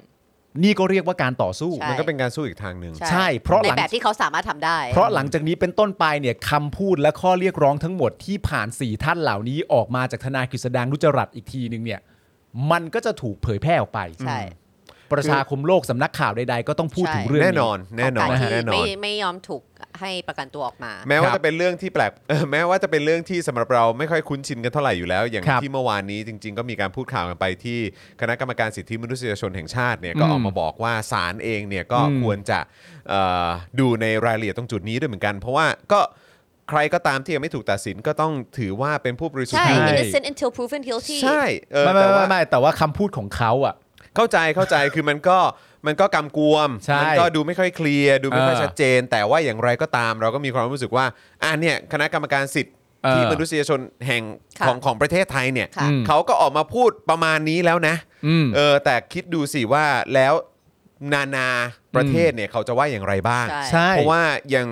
นี่ก็เรียกว่าการต่อสู้
ใช่
มันก็เป็นการสู้อีกทางหนึ่ง
ใช่เพราะ
ใน
หลัง
แบบที่เขาสามารถทำได้
เพราะหลังจากนี้เป็นต้นไปเนี่ยคำพูดและข้อเรียกร้องทั้งหมดที่ผ่าน 4 ท่านเหล่านี้ออกมาจากทนายกฤษดางรุจรัตน์อีกทีหนึ่งเนี่ยมันก็จะถูกเผยแพร่ออกไป
ใช่
ประชาคมโลกสำนักข่าวใดๆ ก็ต้องพูดถึงเรื่อง
แน่นอนแน่นอน
ของการ
แน่
ที่
นอ
ไม่
น
ไม่ยอมถูกให้ประกันตัวออกมา
แม้ว่า
ครับ
จะเป็นเรื่องที่แปลก เออแม้ว่าจะเป็นเรื่องที่สำหรับเราไม่ค่อยคุ้นชินกันเท่าไหร่อยู่แล้ว อย่าง
ครับ
ที่เมื่อวานนี้จริง ๆ ก็มีการพูดข่าวกันไปที่คณะกรรมการสิทธิมนุษยชนแห่งชาติเนี่ยก็
อืม
ออกมาบอกว่าศาลเองเนี่ยก็
อืม
ควรจะเอ่อดูในรายละเอียดตรงจุดนี้ด้วยเหมือนกัน เพราะว่าก็ใครก็ตามที่ยังไม่ถูกตัดสินก็ต้องถือว่าเป็นผู้บริสุทธิ์
ใช่
ใช่
innocent until proven guilty
ใช่เออ
ไม่ไม่
แต่
ไม่
ว่า
ไม่แต่ว่าคำพูดของเขาอ่ะ
เข้าใจเข้าใจ คือมันก็มันก็กำกวม
ใช่
มัก็ดูไม่ค่อยเคลียร์ดูไม่ค่อย
เออ
ชัดเจน แต่ว่าอย่างไรก็ตามเราก็มีความรู้สึกว่าอ่ะเนี่ยคณะกรรมการสิทธิ
เออ
ที่มนุษยชนแห่ง
ค่ะ
ของของประเทศไทยเนี่ย
ค่ะ
อืม
เขาก็ออกมาพูดประมาณนี้แล้วนะ
อืม
เออแต่คิดดูสิว่าแล้ว นานาประเทศเนี่ยเขาจะว่าอย่างไรบ้าง
ใช่
ใช่
เพราะว่าอย่าง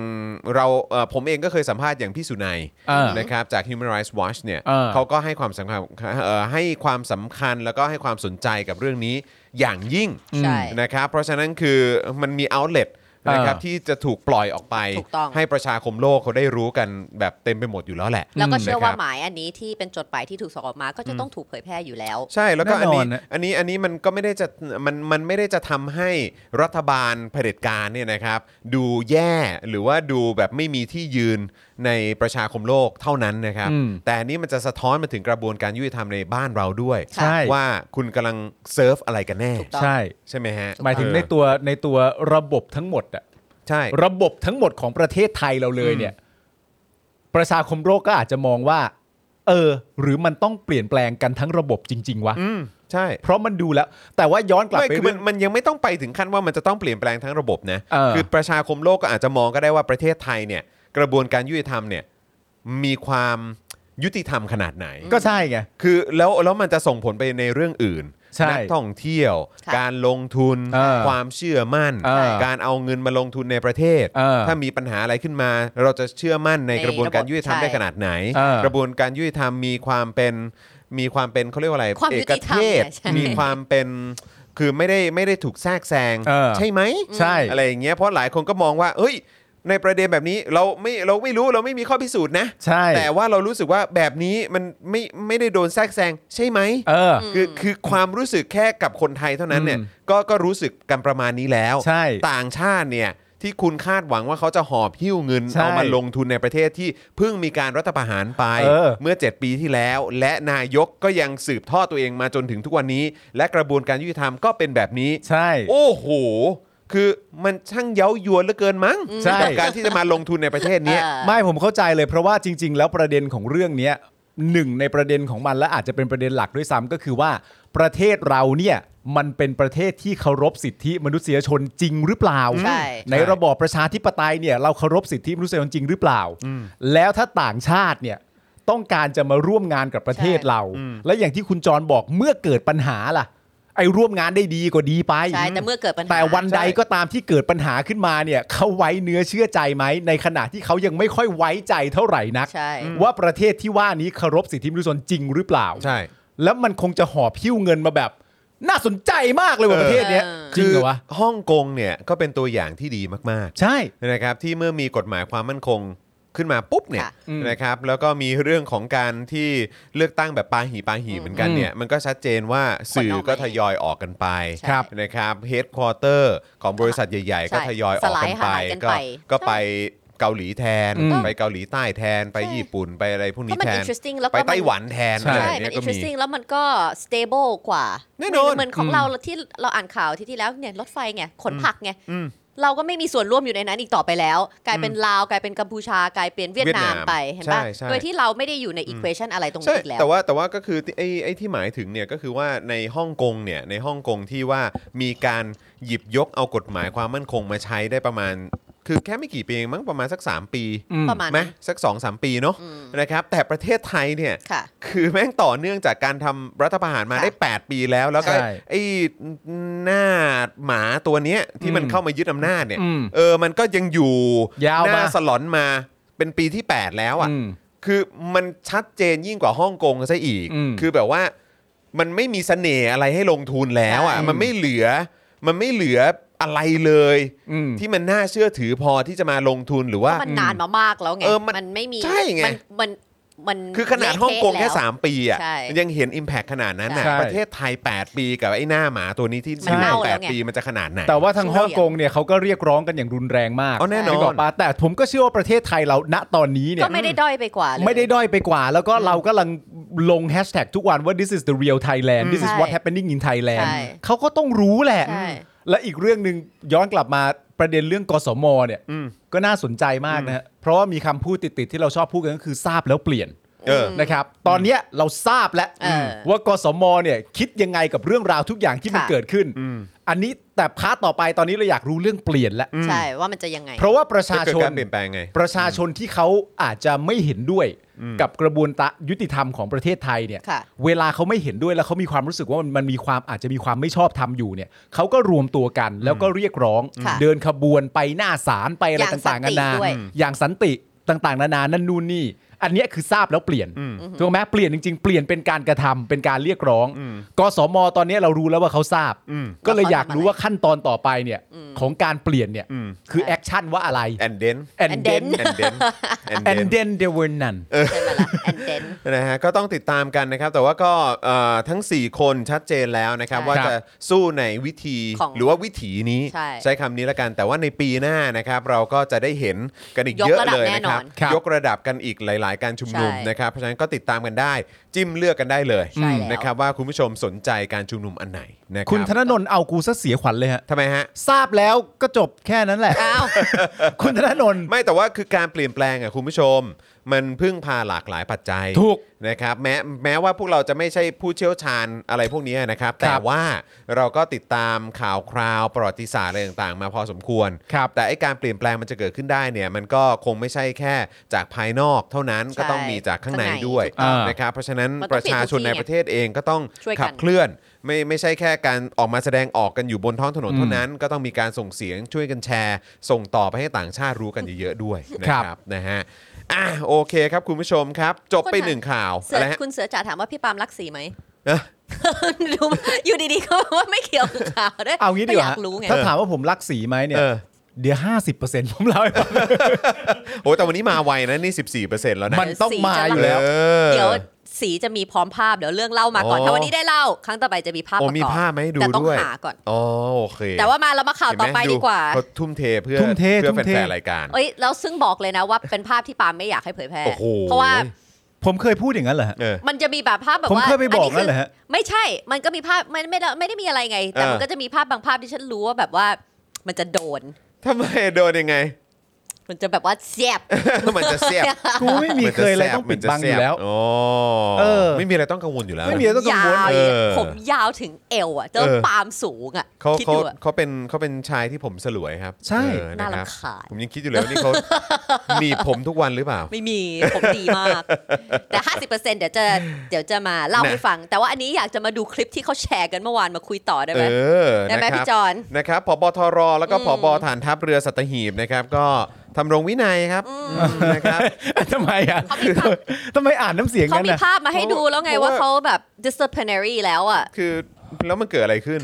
เราเอ่อผมเองก็เคยสัมภาษณ์อย่างพี่สุนัย
เออ
นะครับจาก Human Rights Watch เนี่ย
เออ
เขาก็ให้ความสำคัญเอ่อให้ความสำคัญแล้วก็ให้ความสนใจกับเรื่องนี้อย่างยิ่ง
ใช่
นะครับเพราะฉะนั้นคือมันมี outlet นะครับ
เออ
ที่จะถูกปล่อยออกไป
ถูกต้อง
ให้ประชาคมโลกเขาได้รู้กันแบบเต็มไปหมดอยู่แล้วแหละ
แล้วก็เชื่อว่า
นะครับ
หมายอันนี้ที่เป็นจดหมายที่ถูกส่งออกมาก็จะต้องถูกเผยแพร่อยู่แล้ว
ใช่แล้วก็อันนี้
แน่นอนนะ
อันนี้อันนี้มันก็ไม่ได้จะมันมันไม่ได้จะทำให้รัฐบาลเผด็จการเนี่ยนะครับ ดูแย่หรือว่าดูแบบไม่มีที่ยืนในประชาคมโลกเท่านั้นนะครับ
อืม
แต่อันนี้มันจะสะท้อนมาถึงกระบวนการยุติธรรมในบ้านเราด้วย
ใช่
ใช่
ว่าคุณกำลังเซิร์ฟอะไรกันแน่
ถูกต้อง
ใช่
ใช่ไหมฮะ
หมายถึงในตัวในตัวระบบทั้งหมดอะ
ใช่
ระบบทั้งหมดของประเทศไทยเราเลยเนี่ย ประชาคมโลกก็อาจจะมองว่า เออ หรือมันต้องเปลี่ยนแปลงกันทั้งระบบจริง ๆวะ
อืมใช่
เพราะมันดูแล้ว แต่ว่าย้อนกลับ
ไม่
ไป
คือ
เรื่
มั
อน ง
มันยังไม่ต้องไปถึงขั้นว่ามันจะต้องเปลี่ยนแปลงทั้งระบบนะ
เออ
คือประชาคมโลกก็อาจจะมองก็ได้ว่าประเทศไทยเนี่ย กระบวนการยุติธรรมเนี่ยมีความยุติธรรมขนาดไหน
ก็ใช่ไง
คือแล้วแล้วมันจะส่งผลไปในเรื่องอื่น
ใช่
นัท่องเที่ยว
ค่ะ
การลงทุน
เออ
ความเชื่อมั่น
เออ
การเอาเงินมาลงทุนในประเทศ
เออ
ถ้ามีปัญหาอะไรขึ้นมา เราจะเชื่อมั่นใน
ใน
กระบวนการ
ระบบ
ยุติธรรม
ใช่
ได้ขนาดไหน
เออก
ระบวนการยุติธรรมมีความเป็นมีความเป็นเขาเรียกว่าอะไร
ความ
เอ
ยุ
ก
ติธรรม
เทศ
ใช่
มีความเป็นคือไม่ได้ไม่ได้ถูกแทรกแซง
เออ
ใช่ไหม
ใช่
อะไรอย่างเงี้ยเพราะหลายคนก็มองว่า เฮ้ย ในประเด็นแบบนี้เราไม่เราไม่รู้เราไม่มีข้อพิสูจน์นะ
ใช่
แต่ว่าเรารู้สึกว่าแบบนี้มันไม่ไม่ได้โดนแทรกแซงใช่ไหม
เออ
คือคือความรู้สึกแค่กับคนไทยเท่านั้นเนี่ย
อืม
ก็ก็รู้สึกกันประมาณนี้แล้ว
ใช่
ต่างชาติเนี่ยที่คุณคาดหวังว่าเขาจะหอบหิ้วเงิน
ใช่
เอามาลงทุนในประเทศที่เพิ่งมีการรัฐประหารไป
เออ
อ7ปีที่แล้ว และนายกก็ยังสืบทอดตัวเองมาจนถึงทุกวันนี้ และกระบวนการยุติธรรมก็เป็นแบบนี้
ใช่
โอ้โห คือมันช่างเย้ายวนเหลือเกินมั้ง
ใช่
กับการที่จะมาลงทุนในประเทศเนี้ย
เออ
ไม่ผมเข้าใจเลยเพราะว่าจริง ๆ แล้วประเด็นของเรื่องเนี้ยหนึ่งในประเด็นของมันและอาจจะเป็นประเด็นหลักด้วยซ้ำก็คือว่าประเทศเราเนี่ยมันเป็นประเทศที่เคารพสิทธิมนุษยชนจริงหรือเปล่า
ใช่
ระบอบประชาธิปไตยเนี่ยเราเคารพสิทธิมนุษยชนจริงหรือเปล่า แล้วถ้าต่างชาติเนี่ยต้องการจะมาร่วมงานกับประเทศเรา และอย่างที่คุณจรบอกเมื่อเกิดปัญหาล่ะ ไอ้ร่วมงานได้ดีก็ดีไป
ใช่แต่เมื่อเกิดปัญหา
แต่วันใดก็ตามที่เกิดปัญหาขึ้นมาเนี่ยเขาไว้เนื้อเชื่อใจไหม ในขณะที่เขายังไม่ค่อยไว้ใจเท่าไหร่นัก
ใช่
ว่าประเทศที่ว่านี้เคารพสิทธิมนุษยชนจริงหรือเปล่า
ใช่
แล้วมันคงจะหอบพิ้วเงินมาแบบ น่าสนใจมากเลยว่าประเทศเนี้ย
เออ
จริงเหรอวะ
ฮ่องกงเนี่ยก็เป็นตัวอย่างที่ดีมาก
ใช่
ๆนะครับที่เมื่อมีกฎหมายความมั่นคงขึ้นมาปุ๊บเนี่ย
ค่ะ
อืม
นะครับแล้วก็มีเรื่องของการที่เลือกตั้งแบบปาหีปาหีเหมือนกันเนี่ยมันก็ชัดเจนว่าสื่อก็ทยอยออกกันไป
ใช่
ครับนะครับเฮดคอเตอร์ของบริษัทใหญ่ ๆ ก็
ใช่
ทยอยออกกัน
สลา
ไป
ยหายกัน
ก็
ไป
ก็
ใช่
ไปเกาหลีแทน
อืม
ไปเกาหลีใต้แทนไป
ใช่
ญี่ปุ่นไปอะไรพวก
ก็
นี้
มัน
แทน
interesting แล้ว
ไป
ก็มัน
ไต้หวันแทน
ใช่
อะไร
ใช่ มั
เนี่
น
ยก็มี
interesting แล้วมันก็ stable กว่า
แน่นอน
เหมือนของเราที่เราอ่านข่าวที่ที่แล้วเนี่ยรถไฟไงขนผักไงเราก็ไม่มีส่วนร่วมอยู่ในนั้นอีกต่อไปแล้ว กลายเป็นลาวกลายเป็นกัมพูชากลายเป็นเวียดนาม
เวียดนาม
ไปเห็นป่ะ
ใช่ใช่
โดยที่เราไม่ได้อยู่ใน equation อะไรตรง
ใช่
นี้อีกแล้ว
แต่ว่าแต่ว่าก็คือที่ไอ้ไอ้ที่หมายถึงเนี่ยก็คือว่าในฮ่องกงเนี่ยในฮ่องกงที่ว่ามีการหยิบยกเอากฎหมายความมั่นคงมาใช้ได้ประมาณ คือแค่ไม่กี่ปีเองมั้งประมาณสัก 3 ปี
อืม
ประมาณ
ไหม
นั้น
สัก2อสปีเนาะ
อืม
นะครับแต่ประเทศไทยเนี่ย
ค่ะ
คือแม่งต่อเนื่องจากการทำรัฐประหารมา
ค่ะ
ได้ 8 ปีแล้ว แล้วก็
ใช่
ไอ้หน้าหมาตัวเนี้ยที่มัน
อืม
เข้ามายึดอำนาจเนี่ย
อืม
เออมันก็ยังอยู่
ยาว
หน้า
มา
สลอนมาเป็นปีที่ 8 แล้วอ่ะ
อืม
คือมันชัดเจนยิ่งกว่าฮ่องกงซะอีก
อืม
คือแบบว่ามันไม่มีเสน่ห์อะไรให้ลงทุนแล้วอ่ะ
ใช่
มันไม่เหลือ มันไม่เหลืออะไรเลย
อืม
ที่มันน่าเชื่อถือพอที่จะมาลงทุนหรือว่า
ก็มันนานมามากแล้วไง
เออมัน
มันไม่มี
ใช่ไง
มันมันมัน
คือขนาดฮ่องกงแค่
เละเทะล้ว
3 ปีอ่ะ
ใช่
มันยังเห็น Impact ขนาดนั้นน่ะ
ใช่
ประเทศไทย 8 ปีกับไอ้หน้าหมาตัวนี้ที่
มันเน่า
แป
แล้
ด
วไง
ปีมันจะขนาดไหน
แต่ว่าทางฮ่องกงเนี่ยเขาก็เรียกร้องกันอย่างรุนแรงมาก
อ๋อแน่นอน
กกปะแต่ผมก็เชื่อว่าประเทศไทยเราณตอนนี้เนี่ย
ก็ไม่ได้ด้อยไปกว่าเลย
ไม่ได้ด้อยไปกว่า แล้วก็เรากำลังลงแฮชแท็กทุกวันว่า this is the real Thailand this is
ใช่
what happening in Thailand
ใช่
เขาก็ต้องรู้แหละ
ใช่
และอีกเรื่องหนึ่งย้อนกลับมาประเด็นเรื่องกสมเนี่ยก็น่าสนใจมากนะฮะเพราะว่ามีคำพูดติดๆ ที่เราชอบพูดกันก็คือทราบแล้วเปลี่ยน
เออ
นะครับ ตอนเนี้ยเราทราบแล้ว
เออ
ว่ากสมเนี่ยคิดยังไงกับเรื่องราวทุกอย่างที่มัน
ค่ะ
เกิดขึ้น อันนี้ แต่พาร์ทต่อไปตอนนี้เราอยากรู้เรื่องเปลี่ยนแล้ว
ใช่ว่ามันจะยังไง
เพราะว่าประ
จะ
ชา
เกิด
ชน
การเปลี่ยนแปลงไง
ประชาชนที่เขาอาจจะไม่เห็นด้วยกับกระบวนตะยุติธรรมของประเทศไทยเนี่ย
ค่ะ
เวลาเขาไม่เห็นด้วยแล้วเขามีความรู้สึกว่ามันมันมีความอาจจะมีความไม่ชอบทำอยู่เนี่ยเขาก็รวมตัวกันแล้วก็เรียกร้อง
ค่ะ
เดินขบวนไปหน้าศาลไปอะไรต่างๆนานาอย่างสันติต่างๆ นานานั่นนู่นนี่ อันเนี้ยคือทราบแล้วเปลี่ยนถูกไหมเปลี่ยนจริง ๆ เปลี่ยนเป็นการกระทำเป็นการเรียกร้องกสมตอนเนี้ยเรารู้แล้วว่าเขาทราบ ก็เลยอยากรู้ว่าขั้นตอนต่อไปเนี่ยของการเปลี่ยนเนี่ยคือแอคชั่นว่าอะไร
and then
and then
and then and
and
then
then there were none
ใช่ไหมล่ะแอนเดน
นะฮะก็ต้องติดตามกันนะครับ แต่ว่าก็เอ่อทั้ง 4 คนชัดเจนแล้วนะครับ
ใช่
ว่าจะสู้ในวิธี
ของ
หรือว่าวิถีนี้
ใช่
คำนี้ละกัน แต่ว่าในปีหน้านะครับ เราก็จะได้เห็นกันอีกเยอะ
ยกระดับ
เลยนะครับ
แน่นอน
ครับ
ยกระดับกันอีกหลาย ๆ การชุมนุม
ใช่
นะครับ เพราะฉะนั้นก็ติดตามกันได้ จิ้มเลือกกันได้เลย
ใช่แล้ว
นะครับว่าคุณผู้ชมสนใจการชุมนุมอันไหนนะครั
คุณธนนนท์เอากูซะเสียขวัญเลยฮะ
ทำไมฮะ
ทราบแล้วก็จบแค่นั้นแหละ
อ้าว
คุณธนนนท์
ไม่แต่ว่าคือการเปลี่ยนแปลงอ่ะคุณผู้ชม มันพึ่งพาหลากหลายปัจจัย
ถูก
นะครับแม้แม้ว่าพวกเราจะไม่ใช่ผู้เชี่ยวชาญอะไรพวกนี้นะครับ
ค
แต่
รับ
ว่าเราก็ติดตามข่าวคราวประวัติศาสตร์อะไรต่างๆ มาพอสมควร
ครับ
แต่ไอการเปลี่ยนแปลงมันจะเกิดขึ้นได้เนี่ยมันก็คงไม่ใช่แค่จากภายนอกเท่านั้นก็ต้องมีจากข้างใน
ข้างใน
ด้วย
อ่าน
นะครับเพราะฉะนั้น
มัน
ป
ต้
ระ
องเปลี่ยน
ชาชน
ทุกที่
ในประเทศเองก็ต้อง
ช่วยกัน
ขัเคลื่อน ไม่ไม่ใช่แค่การออกมาแสดงออกกันอยู่บนท้องถนนเท่านั้น ก็ต้องมีการส่งเสียงช่วยกันแชร์ ส่งต่อไปให้ต่างชาติรู้กันเยอะๆด้วยนะค
ครั
รับบ นะฮะอ่ะโอเคครับคุณผู้ชมครับ จบไปหนึ่งข่าว
เสื
อะ
อ
ไรฮะ
คุณเสือจ๋าถามว่าพี่ปาล์มรักสีไหม
เอ้อ
ดูอยู่ดีๆเขาบอกว่าไม่เกี่ยวกับข่าวด้วย
เอางี้ดีก
ก็
ว่า
อยากรู้ไง
ถ้าถามว่าผมรักสีไหมเนี่ย
เออ
เดี๋ยว 50%ผมเล่าให้ฟัง
โอ้แต่วันนี้มาไวนะนี่ 14%แล้วนะ
มันต้องมาอยู่แล้ว
เออ
เดี๋ยวสีจะมีพร้อมภาพเดี๋ยวเรื่องเล่ามาก่อน
อ๋อ
ถ้าวันนี้ได้เล่า ครั้งต่อไปจะมีภาพ
โอ้
ประกอบ
มีภาพไหมดู
แต่ต้อง
ด้วย
หาก่อน
อ๋อโอเค
แต่ว่ามาเรามาข่าวต่อไปดีกว่า
เขทุ่มเทเพื่อ
ทุ่มเท
เพื่อ
ทุ่มเท
แฟนๆรายการ
เอ้ยแล้วซึ่งบอกเลยนะว่าเป็นภาพที่ปาล์มไม่อยากให้เผยแพร่
โอ้โห
เพราะว่า
ผมเคยพูดอย่างนั้นเหรอฮะ
เออ
มันจะมีแบบภาพแบบ
ผม
ว่า
เคยไปบอกนั่นเหรอฮะ
อัคือไม่ใช่ มันก็มีภาพมันไม่ได้ไม่ได้มีอะไรไง แต่
เออ
มันก็จะมีภาพบางภาพที่ฉันรู้ว่าแบบว่า มันจะโดน
ทำไมโดน ยังไง
มันจะแบบว่าเสียบ
มันจะเสียบ
กูไม่มีเคยอะไรต้องปิดบังอยู่แล้ว
โอ้
เออ
ไม่มีอะไรต้องกังวลอยู่แล้วนะ
ไม่มีอะไรต้องกัง
ยาวว
ล
เออ
ผมยาวถึงเอวอ่ะแล้ว
เออ
ปาล์มสูงอ่ะ
เขา
คิด
เขา
ดูอะ
เขาเป็นเขาเป็นชายที่ผมสลวยครับ
ใช่
เออะ
น่า
คบ
รำคาญ
ผมยังคิดอยู่เลยว่านี่ เขา หนีบผมทุกวันหรือเปล่า
ไม่มี ผมดีมาก แต่ 50%เดี๋ยวจะเดี๋ยวจะมาเล่า
นะ
ให้ฟัง แต่ว่าอันนี้อยากจะมาดูคลิปที่เขาแชร์กันเมื่อวานมาคุยต่อได้ไหม
เออ
ได้ไหม
นะค
พี่
รับ
จอน
นะครับผบทรแล้วก็ผบฐานทัพเรือสัตหีบนะครับ ก็ทำรงวินัยครับอืมนะครับ
ทำไมอ่ะ
เขามีภาพ
ทำไมอ่านน้ำเสียง
เขา
นั้น
มี
นะ
ภาพมาให้ดูแล้วไง
เพราะว่า
ว่าเขาแบบ disciplinary แล้วอ่ะ
คือแล้วมันเกิดอะไรขึ้น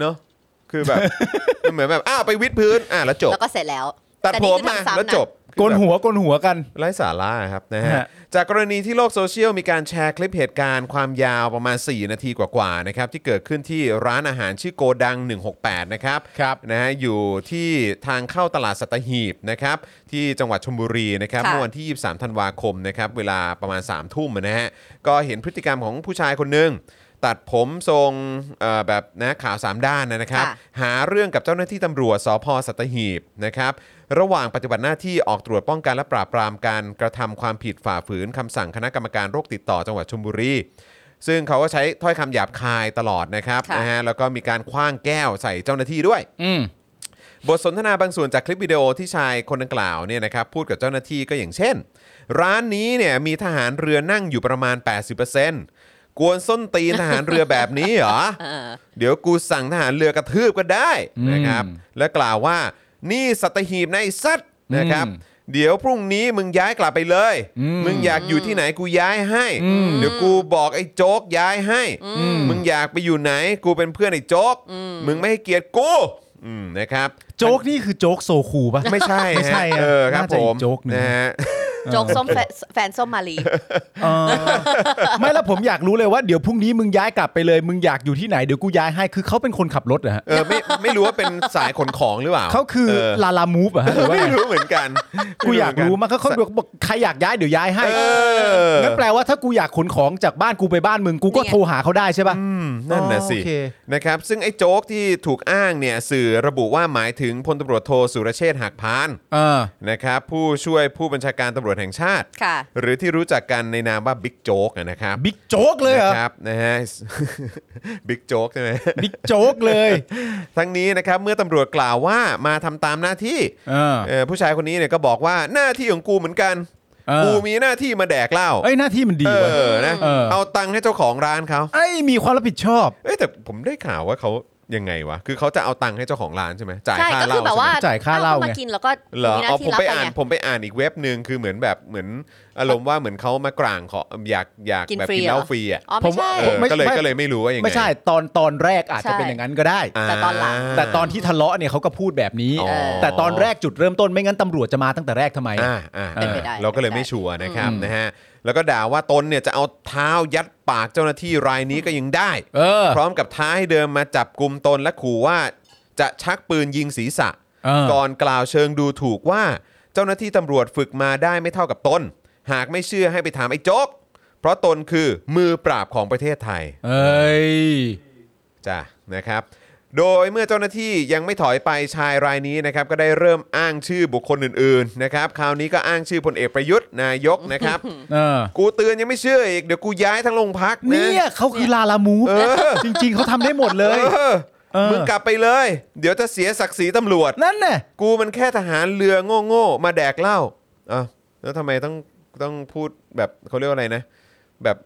เนาะคือแบบ มันเหมือนแบบอ้าวไปวิดพื้นอ่ะแล้วจบ
แล้วก็เสร็จแล้ว
ตัด
แต่
ผ
นี่
ม
คือ
มา
ทำซ้ำ
แล้ว
นะ
จบ
โกนหัวโกนหัวกัน
ไร้สาระครับนะฮะ
ฮะ
จากกรณีที่โลกโซเชียลมีการแชร์คลิปเหตุการณ์ความยาวประมาณ 4 นาทีกว่าๆนะครับที่เกิดขึ้นที่ร้านอาหารชื่อโกดัง 168 นะครับ
ครับ
นะฮะอยู่ที่ทางเข้าตลาดสัตหีบนะครับที่จังหวัดชลบุรีนะครับ
ค่ะ
เมื่อวันที่ 23 ธันวาคมนะครับเวลาประมาณ 3 ทุ่มนะฮะก็เห็นพฤติกรรมของผู้ชายคนหนึ่งตัดผมทรงเอ่อแบบนะขาวสามด้านนะนะครับ หาเรื่องกับเจ้าหน้าที่ตำรวจสพสัตหีบนะครับ ระหว่างปฏิบัติหน้าที่ออกตรวจป้องกันและปราบปรามการกระทำความผิดฝ่าฝืนคำสั่งคณะกรรมการโรคติดต่อจังหวัดชลบุรี ซึ่งเขาก็ใช้ถ้อยคำหยาบคายตลอดนะครับ
ค่ะ
นะฮะแล้วก็มีการคว้างแก้วใส่เจ้าหน้าที่ด้วย
อืม
บทสนทนาบางส่วนจากคลิปวิดีโอที่ชายคนดังกล่าวเนี่ยนะครับพูดกับเจ้าหน้าที่ก็อย่างเช่น ร้านนี้เนี่ยมีทหารเรือนั่งอยู่ประมาณ 80%กวนส้นตีนทหารเรือแบบนี้เหร อ
เออ
เดี๋ยวกูสั่งทหารเรือกระทืบก็ได้
อืม
นะครับ และกล่าวว่านี่สัตหีบในะไอ้สัตว์นะครับ
อืม
เดี๋ยวพรุ่งนี้มึงย้ายกลับไปเลย
อืม
มึงอยากอยู่ที่ไหนกูย้ายให้
อืม
เดี๋ยวกูบอกไอ้โจ๊กย้ายให้
อืม
มึงอยากไปอยู่ไหนกูเป็นเพื่อนไอ้โจ๊กมึงไม่ให้เกียรติกูอืมนะครับ
โจ๊กนี่คือโจ๊กโซคูปะ
ไม่ใช่
ไม่ใช่
ฮะ
อะ
เออครับ
น่าจะ
ผ
อีก
ม
โจ๊กหนึ่ง
ฮะ
โจ๊กส้มแฟนแฟนส้มมาลี
เออไม่แล้วผมอยากรู้เลยว่าเดี๋ยวพรุ่งนี้มึงย้ายกลับไปเลยมึงอยากอยู่ที่ไหนเดี๋ยวกูย้ายให้คือเขาเป็นคนขับรถเหรอฮะ
เออไม่ไม่รู้ว่าเป็นสายขนของหรือเปล่า
เขาคือ
เ
ลาลามูฟเหรอฮะหรือว่า
ไม่
ไง
รู้เหมือนกัน
กูอยากรู้มากเขาเขาบอกใครอยากย้ายเดี๋ยวย้ายให้
เออ
งั้นแปลว่าถ้ากูอยากขนของจากบ้านกูไปบ้านมึงกูก็
นี่ไง
โทรหาเขาได้ใช่ป่ะ
นั่นน่ะสิ
อ๋อโอเค
นะครับซึ่งไอ้โจ๊กที่ถูกอ้างเนี่ยสื่อระบุว่าหมายถึงพลตำรวจโทสุรเชษฐ์หักพาน
เออ
นะครับผู้ช่วยผู้บัญชาการตำรวจ วจแห่งชาติ
ค่ะ
หรือที่รู้จักกันในนามว่าบิ๊กโจ๊กนะครับ
บิ๊กโจ๊กเลยเหรอ
นะครับนะฮ ะ บิ๊กโจ๊กใช่ไหม
บิ๊กโจ๊กเลย
ทั้งนี้นะครับเมื่อตำรวจกล่าวว่ามาทำตามหน้าที่
เออ
เอ่อผู้ชายคนนี้เนี่ยก็บอกว่าหน้าที่ของกูเหมือนกัน
เออ
กูมีหน้าที่มาแดกเหล้า
เอ้ยหน้าที่มันดี
เอ
เว้ย
อนะ
เออ
เอาตังค์ให้เจ้าของร้านเขา
ไอ้ยมีความรับผิดชอบ
เอ้ยแต่ผมได้ข่าวว่าเขายังไงวะคือเขาจะเอาตังค์ให้เจ้าของร้านใช่ไหมจ่าย
ใช่
ค่า
ก็
เหล้า
คือแบบว่า
ใช่ไหม
จ่ายค่าเหล้าไง
ก็มากินแล้วก็
เหรออ๋อ
มีหน้า
ผ
ที่
ม
รับ
ไป
ไป
อ่าน
ไง
ผมไปอ่านอีกเว็บหนึ่งคือเหมือนแบบเหมือนอารมณ์ว่าเหมือนเขามากร่างขออยากอยาก
กิน
แบบ
ฟรี
กินเหล้า
เหรอ
ฟรีอ่ะ
อ๋อไม่ใช่
เออ
ไม่
ก็เลย
ไม่
ก็เลยไม่รู้ว่ายังไง
ไม่ใช่ตอนตอนแรกอาจจะ
ใช่
เป็นอย่างนั้นก็ได้
า
แต่ตอนหลัง
แต่ตอนที่ทะเลาะเนี่ยเขาก็พูดแบบนี้
อ๋อ
แต่ตอนแรกจุดเริ่มต้นไม่งั้นตำรวจจะมาตั้งแต่แรกทำไม
อ่าอ่า
เป็นไป
ได้
เราก็เลย
เป็นไป
ไม่ชัวร์นะครับ
อืม
นะฮะแล้วก็ด่าว่าตนเนี่ยจะเอาเท้ายัดปากเจ้าหน้าที่รายนี้ก็ยังได้
เออ
พร้อมกับท้าให้เดินมาจับกลุ่มตนและขู่ว่าจะชักปืนยิงศีรษะ
เออ
ก่อนกล่าวเชิงดูถูกว่า เจ้าหน้าที่ตำรวจฝึกมาได้ไม่เท่ากับตน หากไม่เชื่อให้ไปถามไอ้โจ๊ก เพราะตนคือมือปราบของประเทศไทย
เอ้ย
จ้ะนะครับ โดยเมื่อเจ้าหน้าที่ยังไม่ถอยไปชายรายนี้นะครับก็ได้เริ่มอ้างชื่อบุคคลอื่นๆนะครับคราวนี้ก็อ้างชื่อพลเอกประยุทธ์นายกนะครับ
เออ
กูเตือนยังไม่เชื่ออีกเดี๋ยวกูย้ายทั้งโรงพักะ
เนี่ยเขาคือลาลามูฟ
เออ
จริง ๆเขาทำได้หมดเลย
เออ
เออ
มึงกลับไปเลย เดี๋ยวจะเสียศักดิ์ศรีตำรวจ
นั่นน่ะ
กูมันแค่ทหารเรือโง่ๆมาแดกเหล้าอ่ะแล้วทำไมต้องต้องพูดแบบเขาเรียกว่าอะไรนะ แบบ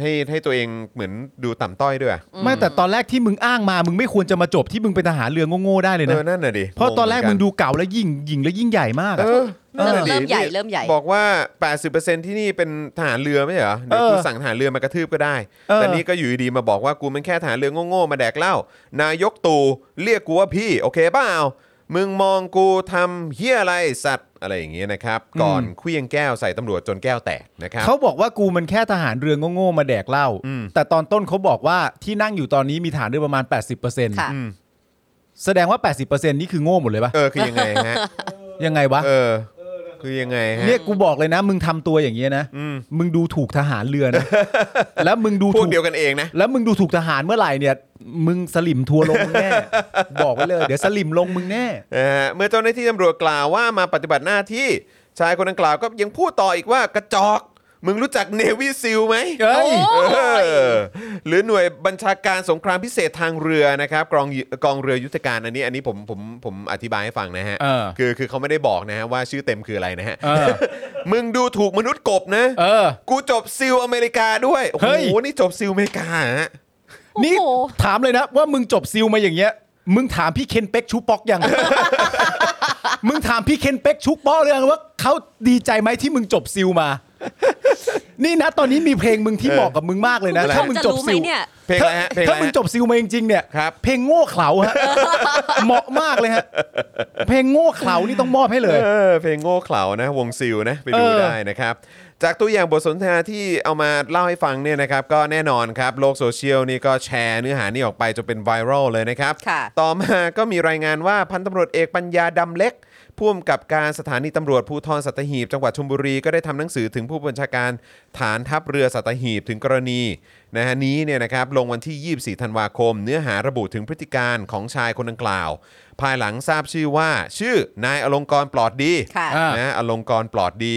ให้ให้ตัวเองเหมือนดูต่ำต้อยด้วยอะ
ไม่แต่ตอนแรกที่มึงอ้างมามึงไม่ควรจะมาจบที่มึงเป็นทหารเรือโง่ๆได้เลย
เอ
นะ
อนั่นน่ะดิ
เพราะตอนแรก
เห
มึง
กั
ดูเก่าแล้วยิ่งยิงแล้วยิ่งใหญ่มากอะ
เออนั่นแหละ
เริ่ม
ดิ
ใหญ่
นี่
เริ่มใหญ่
บอกว่า 80%ที่นี่เป็นทหารเรือไม่ใช่เหรอ เดี๋ยว
เออ
กูสั่งทหารเรือมากระทืบก็ได้
เออ
แต่นี่ก็อยู่ดีๆมาบอกว่ากูมันแค่ทหารเรือโง่ๆมาแดกเหล้า นายกตู่เรียกกูว่าพี่ โอเคเปล่า มึงมองกูทำเฮี้ยอะไรสัตว์อะไรอย่างเงี้ยนะครับ ก่อนเคลี้ยงแก้วใส่ตำรวจจนแก้วแตกนะครับ
เขาบอกว่ากูมันแค่ทหารเรือโง่ๆมาแดกเหล้า
อืม
แต่ตอนต้นเขาบอกว่าที่นั่งอยู่ตอนนี้มีฐานเรือประมาณ 80%
ค่ะ
แสดงว่า 80%นี่คือโง่หมดเลยปะ
เออคือยังไงฮะ
ยังไงวะ
เออ คือยังไงฮะ
เนี่ยกูบอกเลยนะ มึงทำตัวอย่างเงี้ยนะ
อืม
มึงดูถูกทหารเรือนะ แล้วมึงดู
พว
ถู
ก
ก
เดียวกันเองนะ
แล้วมึงดูถูกทหารเมื่อไหร่เนี่ย มึงสลิมทัวร์ลงมึ งแน่ บอกไว้เลยเดี๋ยวสลิมลงมึงแน่
นะฮะเมื่อเจ้าหน้าที่ตำรวจกล่าวว่ามาปฏิบัติหน้าที่ชายคนดังกล่าวก็ยังพูดต่ออีกว่ากระจอก มึงรู้จักเนวิซิลไหม
เอ้ย
เออหรือหน่วยบัญชาการสงครามพิเศษทางเรือนะครับกองกองเรือยุทธการอันนี้อันนี้ผมผมผมอธิบายให้ฟังนะฮะ
เออ
คือคือเขาไม่ได้บอกนะฮะว่าชื่อเต็มคืออะไรนะฮะ
เออ
มึงดูถูกมนุษย์กบนะ
เออ
กูจบซิลอเมริกาด้วยโอ้
เฮ้
โห
ย
นี่จบซิลอเมริกาเหรอฮะ
นี่
โอ้โห
ถามเลยนะ ว่ามึงจบซิลมาอย่างเงี้ย มึงถามพี่เคนเป็กชูป๊อก ยัง มึงถามพี่เคนเป็กชูป๊อกเรื่องว่าเขาดีใจไหมที่มึงจบซิลมา นี่นะ ตอนนี้มีเพลงมึงที่
เออ
เหมาะกับมึงมากเลยนะ
คุณ
อะไร
ถ้ามึงจบ
รู้ไหม
ซิล
เนี่ย
เพลงอะไรฮะเพลง
ถ้า
อะไร
มึง
ฮะ
จบซิลมาจริงๆเนี่ย
ครับ
เพลงโง่เขลา ฮะ เหมาะมากเลยฮะ เพลงโง่เขลานี่ต้องมอบให้เลย
เออเพลงโง่เขลานะ วงซิลนะ ไปดู
เออ
ได้นะครับ จากตัวอย่างบทสนทนาที่เอามาเล่าให้ฟังเนี่ยนะครับ ก็แน่นอนครับ โลกโซเชียลนี่ก็แชร์เนื้อหานี้ออกไปจนเป็นไวรัลเลยนะครับ
ค่ะ
ต่อมาก็มีรายงานว่าพันตำรวจเอกปัญญาดำเล็กผู้กำกับการสถานีตำรวจภูธรสัตหีบ จังหวัดชลบุรีก็ได้ทำหนังสือถึงผู้บัญชาการฐานทัพเรือสัตหีบถึงกรณีนะฮะนี้เนี่ยนะครับลงวันที่ 24 ธันวาคม เนื้อหาระบุถึงพฤติการของชายคนดังกล่าว ภายหลังทราบชื่อว่า ชื่อนายอลงกรณ์ปลอดดี
ค่ะ
อ่า
นะอลงกรณ์ปลอดดี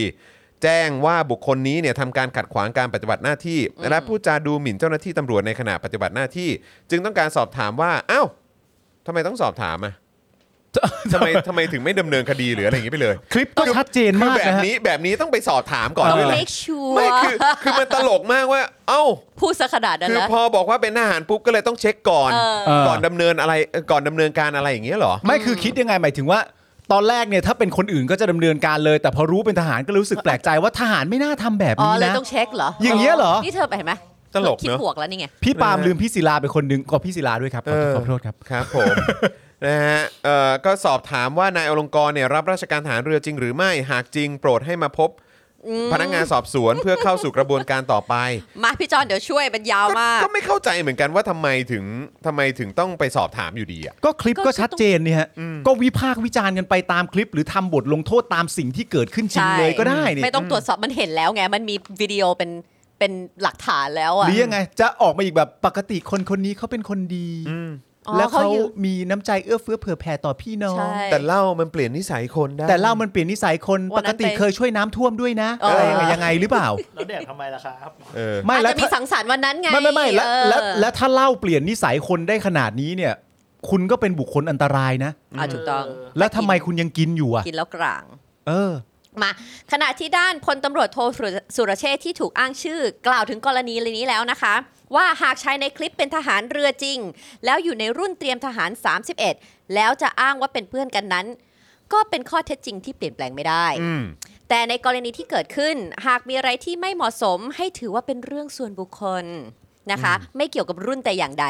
แจ้งว่าบุคคลนี้เนี่ยทำการขัดขวางการปฏิบัติหน้าที่ และผู้จาดูหมิ่นเจ้าหน้าที่ตำรวจในขณะปฏิบัติหน้าที่ จึงต้องการสอบถามว่าอ้าว ทำไมต้องสอบถามอ่ะ ทำไมทำไมถึงไม่ดำเนินคดีหรืออะไรอย่างงี้ไปเลย
คลิปก็ชัดเจน
คือ
มาก
แบบ
นะฮะ
นี้แบบนี้ต้องไปสอบถามก่อน
เออ
ด้วยแหละ
make sure
ไม่คือคือมันตลกมากว่า เอ้า
พูดซะขนาดนั้น
คือ
แล้ว
พอบอกว่าเป็นทหารปุ๊บก็เลยต้องเช็คก่อน
เออ
เออ
ก่อนดำเนินอะไรเอ่อก่อนดำเนินการอะไรอย่างเงี้ยเหรอ
ไม่คือคิดยังไงหมายถึงว่า ตอนแรกเนี่ยถ้าเป็นคนอื่นก็จะดำเนินการเลย แต่พอรู้เป็นทหารก็รู้สึกแปลกใจว่าทหารไม่น่าทำแบบ
อ๋อ
นี้
เลย
นะ
ต้องเช็คเหรออย่าง
เงี้ยเหรอ
นี่เธอไปเห็นไหม
ตลกเนอะ
คิดบวกแล้วนี่ไง
พี่ปาล์มลืมพี่ศิลาไปคนหนึ่งก็พี่ศิลาด้วยครับขอโทษ
เออ
ขอโทษครับ
ครับผม นะฮะเอ่อก็สอบถามว่านายอลงกรณ์เนี่ยรับราชการทหารเรือจริงหรือไม่หากจริงโปรดให้มาพบ พนักงานสอบสวนเพื่อเข้าสู่กระบวนการต่อไป
มาพี่จอนเดี๋ยวช่วยมันยาวมาก
ก็ไม่เข้าใจเหมือนกันว่าทำไมถึงทำไมถึงต้องไปสอบถามอยู่ดีอ่ะ
ก็คลิป
ก็คื
ก็
อ
ชัดเจนเนี่ยฮะก็วิพากษ์วิจารณ์กันไปตามคลิป หรือทำบทลงโทษตามสิ่งที่เกิดขึ้นจริง
ใช่
เลยก็ได้นี่
ไม่ต้องตรวจสอบมันเห็นแล้วไง มันมีวิดีโอเป็นเป็นหลักฐานแล้วอ่ะ
หรือยังไง จะออกมาอีกแบบปกติคนคนนี้เขาเป็นคนดี
อ๋อ
แล้วเขา
เขาอยู่
มีน้ำใจเอื้อเฟื้อเผื่อแผ่ต่อพี่น้อง
ใช่
แต่เหล่ามันเปลี่ยนนิสัยคนได้
แต่เล่ามันเปลี่ยนนิสัยคน
วั
ป
น
ก
นั้น
ติ
ไป
เคยช่วยน้ำท่วมด้วยนะ
อ๋ออ
อะไรยังไงหรือเปล่า
แล้วแดกทำไมล่ะครับ
เออ
ไม่
อาจ
แล้ว
จะมีสังสรรค์วันนั้นไง
ไม่ไม่ไม่แล้ว
เออ
แล้วแล้วถ้าเล่าเปลี่ยนนิสัยคนได้ขนาดนี้เนี่ย คุณก็เป็นบุคคลอันตรายนะ
อ่ะถูกต้อง
เออ
แล้วทำไมคุณยังกินอยู่อ่ะ
กินแล้วกลาง
เออ
มาขณะที่ด้านพลตำรวจโทสุรสุรเชษฐ์ที่ถูกอ้างชื่อกล่าวถึงกรณีนี้แล้วนะคะ ว่าหากชายในคลิปเป็นทหารเรือจริง แล้วอยู่ในรุ่นเตรียมทหาร 31 แล้วจะอ้างว่าเป็นเพื่อนกันนั้น ก็เป็นข้อเท็จจริงที่เปลี่ยนแปลงไม่ได้
อืม
แต่ในกรณีที่เกิดขึ้น หากมีอะไรที่ไม่เหมาะสมให้ถือว่าเป็นเรื่องส่วนบุคคลนะคะ ไม่เกี่ยวกับรุ่นแต่อย่างใด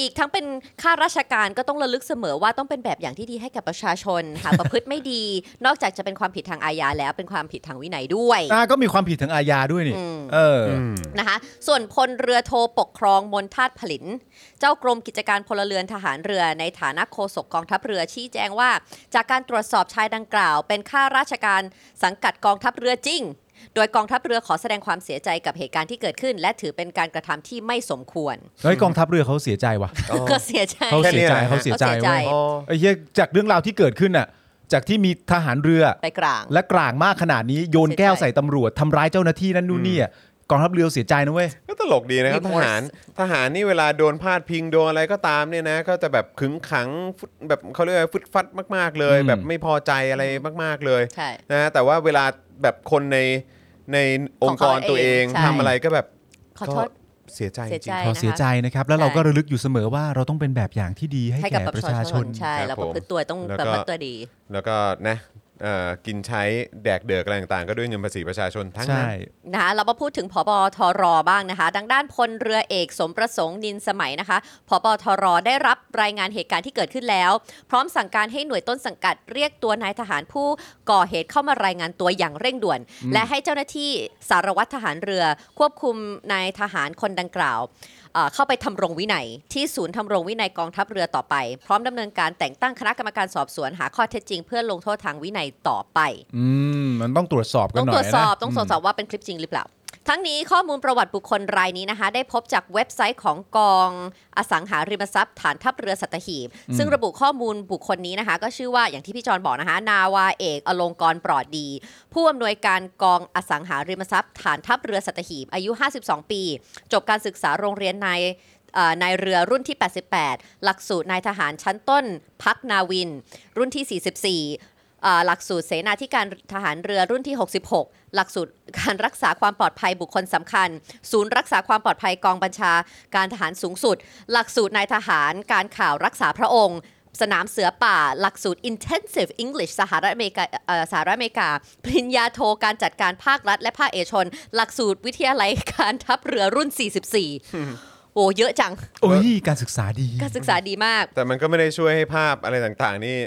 อีกทั้งเป็นข้าราชการก็ต้องระลึกเสมอว่าต้องเป็นแบบอย่างที่ดีให้กับประชาชน หากประพฤติไม่ดี นอกจากจะเป็นความผิดทางอาญาแล้วเป็นความผิดทางวินัยด้วย
อ่าก็มีความผิดทางอาญาด้วยนี่
อืม
เอออ
นะคะส่วนพลเรือโทปกครองมนทาตผลิน เจ้ากรมกิจการพลเรือนทหารเรือในฐานะโฆษกกองทัพเรือชี้แจงว่า จากการตรวจสอบชายดังกล่าว เป็นข้าราชการสังกัดกองทัพเรือจริง โดยกองทัพเรือขอแสดงความเสียใจกับเหตุการณ์ที่เกิดขึ้น และถือเป็นการกระทำที่ไม่สมควร
เฮ้ยกองทัพเรือเขาเสียใจว่ะ
ก็เสียใจ
เขาเสี
แค่
ย
นี้
ใจ
แหละ
เขาเสียใจ
เขาเสียใจ
เว้ยไอ้เหี้ยจากเรื่องราวที่เกิดขึ้นน่ะ จากที่มีทหารเรือ
ไปกลาง
และกลางมากขนาดนี้โยนแก้วใส่ตำรวจทำร้ายเจ้าหน้าที่นั่นนู่นนี่อ่ะกองทัพเรือเสียใจนะเว้ย
ก็ตลกดีนะครับ ท
Remorse
หารทหารนี่เวลาโดนพาดพิงโดนอะไรก็ตามเนี่ยนะ ก็จะแบบขึงขังฟุดแบบเขาเรียกว่าฟึดฟัดมาก ๆ เลย
อืม
แบบไม่พอใจอะไรมาก ๆ เลย
ใช่
นะแต่ว่าเวลาแบบคนในในองค์กร
ของเขา
ตัวเอง
เองใช่
ทำอะไรก็แบบ
ขอโทษ
ก็เสียใจจ
เสีย
ริ
ใจ
ง
เขาเสียใจนะครับ แล้วเราก็ระลึกอยู่เสมอว่าเราต้องเป็นแบบอย่างที่ดีให้
ให้กับ
แก่
ประ
ประ
ชา
ชา
ช
ช
น
น
ใช่
ครับ
เราประพฤติตัวต้อง
แล้ว
ป
ก็
ระพฤติตัวดี
ๆแล้วก็นะเอ่อกินใช้แดกเดือกอะไรต่างๆ ก็ด้วยเงินภาษีประชาชนทั้งนั้
ใช่
น
นะคะเรามาพูดถึงพบทรบ้างนะคะดังด้านพลเรือเอกสมประสงค์นินสมัยนะคะพบทรได้รับรายงานเหตุการณ์ที่เกิดขึ้นแล้ว พร้อมสั่งการให้หน่วยต้นสังกัดเรียกตัวนายทหารผู้ก่อเหตุเข้ามารายงานตัวอย่างเร่งด่วน และให้เจ้าหน้าที่สารวัตรทหารเรือ ควบคุมนายทหารคนดังกล่าวเอ่อเข้าไปทำรงวินัย ที่ศูนย์ทำรงวินัยกองทัพเรือต่อไป พร้อมดำเนินการแต่งตั้งคณะกรรมการสอบสวนหาข้อเท็จจริง เพื่อลงโทษทางวินัยต่อไป
อืมมันต้องตรวจสอบกัน
ต้อง
หน่อยนะ
ตรวจสอบต้องตรวจสอบว่าเป็นคลิปจริงหรือเปล่า ทั้งนี้ข้อมูลประวัติบุคคลรายนี้นะคะ ได้พบจากเว็บไซต์ของกองอสังหาริมทรัพย์ ฐานทัพเรือสัตหีบ ซึ่งระบุข้อมูลบุคคลนี้นะคะ ก็ชื่อว่าอย่างที่พี่จอนบอกนะคะ นาวาเอกอลงกรณ์ปลอดดี ผู้อำนวยการกองอสังหาริมทรัพย์ ฐานทัพเรือสัตหีบ อายุ 52 ปี จบการศึกษาโรงเรียนนายเอ่อนายเรือรุ่นที่ 88 หลักสูตรนายทหารชั้นต้น พักนาวิน รุ่นที่ 44 อ่าหลักสูตรเสนาธิการทหารเรือรุ่นที่ 66 หลักสูตรการรักษาความปลอดภัยบุคคลสำคัญ ศูนย์รักษาความปลอดภัยกองบัญชา การทหารสูงสุด หลักสูตรนายทหารการข่าวรักษาพระองค์ สนามเสือป่า หลักสูตร Intensive English สหรัฐอเมริกาเอ่อสหรัฐอเมริกา ปริญญาโทการจัดการภาครัฐ และภาคเอกชน หลักสูตรวิทยาลัยการทัพเรือรุ่น 44 โอ้เยอะจัง
โอ้ยการศึกษาดี
การศึกษาดีมาก
แต่มันก็ไม่ได้ช่วยให้ภาพอะไรต่างๆ นี่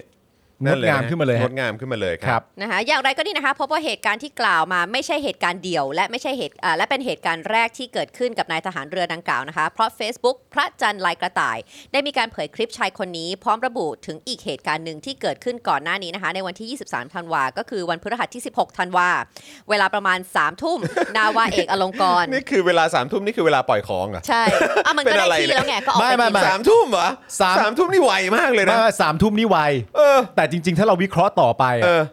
งดงามขึ้นมาเลยฮะ
งดงามขึ้นมาเลยค
ค
รั
รับ บ
นะคะอย่างไรก็ดีนะคะพบว่าเหตุการณ์ที่กล่าวมาไม่ใช่เหตุการณ์เดียว และไม่ใช่เหตุอ่าและเป็นเหตุการณ์แรกที่เกิดขึ้นกับนายทหารเรือดังกล่าวนะคะ เพราะ Facebook พระจันทร์ลายกระต่าย ได้มีการเผยคลิปชายคนนี้ พร้อมระบุถึงอีกเหตุการณ์หนึ่งที่เกิดขึ้นก่อนหน้านี้นะคะ ในวันที่ 23 ธันวา ก็คือวันพฤหัสที่ 16 ธันวา เวลาประมาณ 3 ทุ่ม นาวาเอกอลงกรณ์
นี่คือเวลาสามทุ่มนี่คือเวลาปล่อยของเหรอ
ใช่อ่ะมันก็
เป็น
ได้
อะไร
ที่
เนี่ย
แล้วไงก็ออกไป
ไม่ไม่
กิน
สามทุ่มเหรอ
สาม
สามทุ่มนี่ไวมากเลย
ไม่
นะ
ว่าสามทุ่มนี่ไว
เออ
แต่จริง ๆ ถ้าเราวิเคราะห์ต่อไปอะ
เออ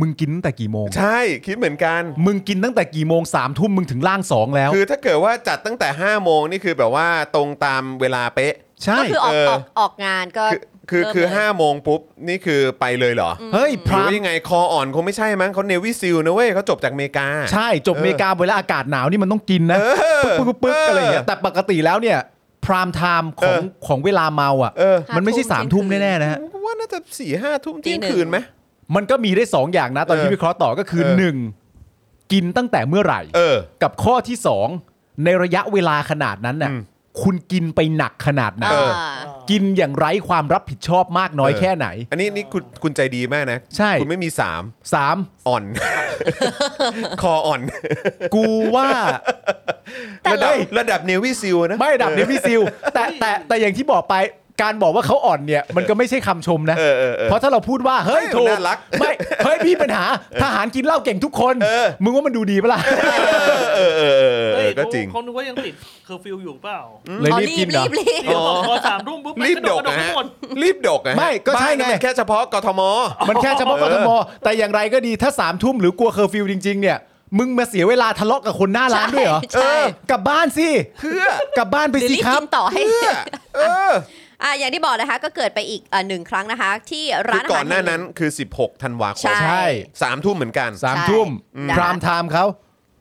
มึงกินตั้งแต่กี่โมง
ใช่คิดเหมือนกัน
มึงกินตั้งแต่กี่โมงสามทุ่มมึงถึงล่างสองแล้ว
คือถ้าเกิดว่าจัดตั้งแต่5้าโมงนี่คือแบบว่าตรงตามเวลาเป๊ะ
ใช่
ก็คือออก
เออ
ออกออกงานก็
คือคือคือห้าโมงปุ๊บ นี่คือไปเลยเหรอ
เฮ้ยพ
หรื
รา
อ
หม
ว่า
ณ์
ยังไงคออ่อนคงไม่ใช่มั้งเขาเนวิซิลนะเว้ยเขาจบจากอเมริกา
ใช่จบ
เออ
อเมริกาเวลาอากาศหนาวนี่มันต้องกินนะ
อ
ปึ๊กปึ๊กปึ๊ก
เอออ
อะไรอย่างเงี้ยแต่ปกติแล้วเนี่ย พรามไทม์ของ
เออ
ของเวลาเมาอ่ะ
เออ
มันไม่ใช่สามทุ่มแน่ๆนะฮะ
ผมว่าน่าจะสี่ห้าทุ่มเที่ยงคืนไหม
มันก็มีได้สองอย่างนะ ตอน
เอ
ที่
อ
วิเคราะห์ต่อก็คือ
เออ
หนึ่งกินตั้งแต่เมื่อไหร่
เออ
กับข้อที่สองในระยะเวลาขนาดนั้นน่ะ
อืม
คุณกินไปหนักขนาดไหน
อ่า
เออ
กินอย่างไร้ความรับผิดชอบมากน้อย
เออ
แค่ไหน
อันนี้นี่คุณคุณใจดีมากนะ
ใช่
คุณไม่มีสาม
สาม
อ่อน คออ่อน
กูว่า
แต่
ระดั
เรา
บระดับเนวิซิลนะ
ไม่ดับเนี่ยพี่ซิลแต่แต่แต่อย่างที่บอกไปการบอกว่าเขาอ่อนเนี่ย มันก็ไม่ใช่คำชมนะ
เออเออเออ
เพราะถ้าเราพูดว่า เฮ้ย
เออ
โถู
น่ารัก
ไม่ เฮ้ยพี่ปัญหาทหารกินเหล้าเก่งทุกคน
เออ
มึงว่ามันดูดีปะล่ะ
เออเออ เออเออเออเออเอ
ฮ้ย
อก็จริง
เขานึกว่ายังติดเคอร์ฟิวอยู่เปล่า
เลย
อ๋อ
รีบ
รี
กิ
บ
นเหรอ
รีบรีบ
เดี๋ยวพอสามรุ่มปุ๊บมัน
รีบ
กระโด
ด
ด
ก
กระโดด
นะ
ทั้
ฮะ
งหมด
รีบดกนะฮะ
ไม่ก็ใช่ไง
บ้านมันแค่เฉพาะกทม
มันแค่เฉพาะกทมแต่อย่างไรก็ดีถ้าสามทุ่มหรือกลัวเคอร์ฟิวจริง ๆ เนี่ย มึงมาเสียเวลาทะเลาะกับคนหน้าร้านด้วยเหรอ
ใช่ใช่
เออกลับบ้านสิ
เพื่อก
ลับบ้านไป
หรือ
สิ
รีบ
ครับ
กินต่อให้
เพื่อเออ
อ่ะอย่างที่บอกนะคะก็เกิดไปอีกอ่ะหนึ่งครั้งนะคะ ที่
คื
ร้า
อน
อาหาร
ก่อนหน้า
แง
นั้นคือ 16ธันวาค
ใช่
ม
ใช่
สามทุ่มเหมือนกัน
สามทุ่ม
อืม
พรามไทม์เขา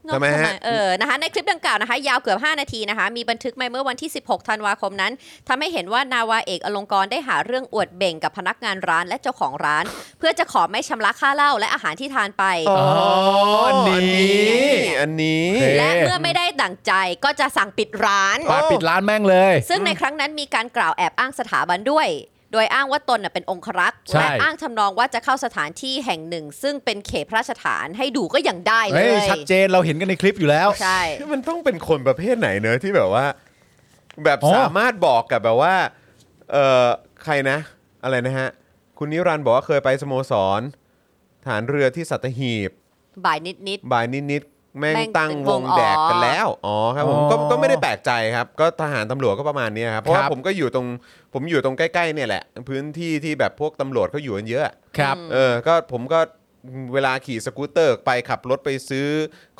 เนอะ
ทำไมฮะ
เออนะคะในคลิปดังกล่าวนะคะ ยาวเกือบ 5 นาทีนะคะ มีบันทึกมาเมื่อวันที่ 16 ธันวาคมนั้นทำให้เห็นว่านาวาเอกอลงกรได้หาเรื่องอวดเบ่งกับพนักงานร้านและเจ้าของร้าน เพื่อจะขอไม่ชำระค่าเหล้าและอาหารที่ทานไป
อ๋ออันนี้
นี่
อันนี้
และเมื่อไม่ได้ดั่งใจก็จะสั่งปิดร้าน
อ๋อ
ปาปิดร้านแม่งเลย
ซึ่งในครั้งนั้นมีการกล่าวแอบอ้างสถาบันด้วย โดยอ้างว่าตนน่ะเป็นองครักษ์
ใช่
และอ้างทำนองว่าจะเข้าสถานที่แห่งหนึ่ง ซึ่งเป็นเขตพระราชฐานให้ดูก็ยังได้เล
เฮ้ย
ย
ชัดเจนเราเห็นกันในคลิปอยู่แล้ว
ใช่
คือมันต้องเป็นคนประเภทไหนเนอะที่แบบว่า แบบ
อ๋อ
สามารถบอกกับแบบว่าเออใครนะ อะไรนะฮะ คุณนิรันดร์บอกว่าเคยไปสโมสร ฐานเรือที่สัตหีบ
บ่ายนิด
บ่ายนิดๆแม่ง
แม่ง
ตั้ง
เป็น
ว
ว
ง
ง
แดกกันแล้ว อ๋อครับผมก็
อ๋อ
ก็ไม่ได้แปลกใจครับ ก็ทหารตำรวจก็ประมาณเนี้ยครับ เพราะว่า
ครับ
ผมก็อยู่ตรงผมอยู่ตรงใกล้ๆเนี่ยแหละ พื้นที่ที่แบบพวกตำรวจเขาอยู่กันเยอะ
ครับ
เออ ก็ผมก็เวลาขี่สกูตเตอร์ไปขับรถไปซื้อ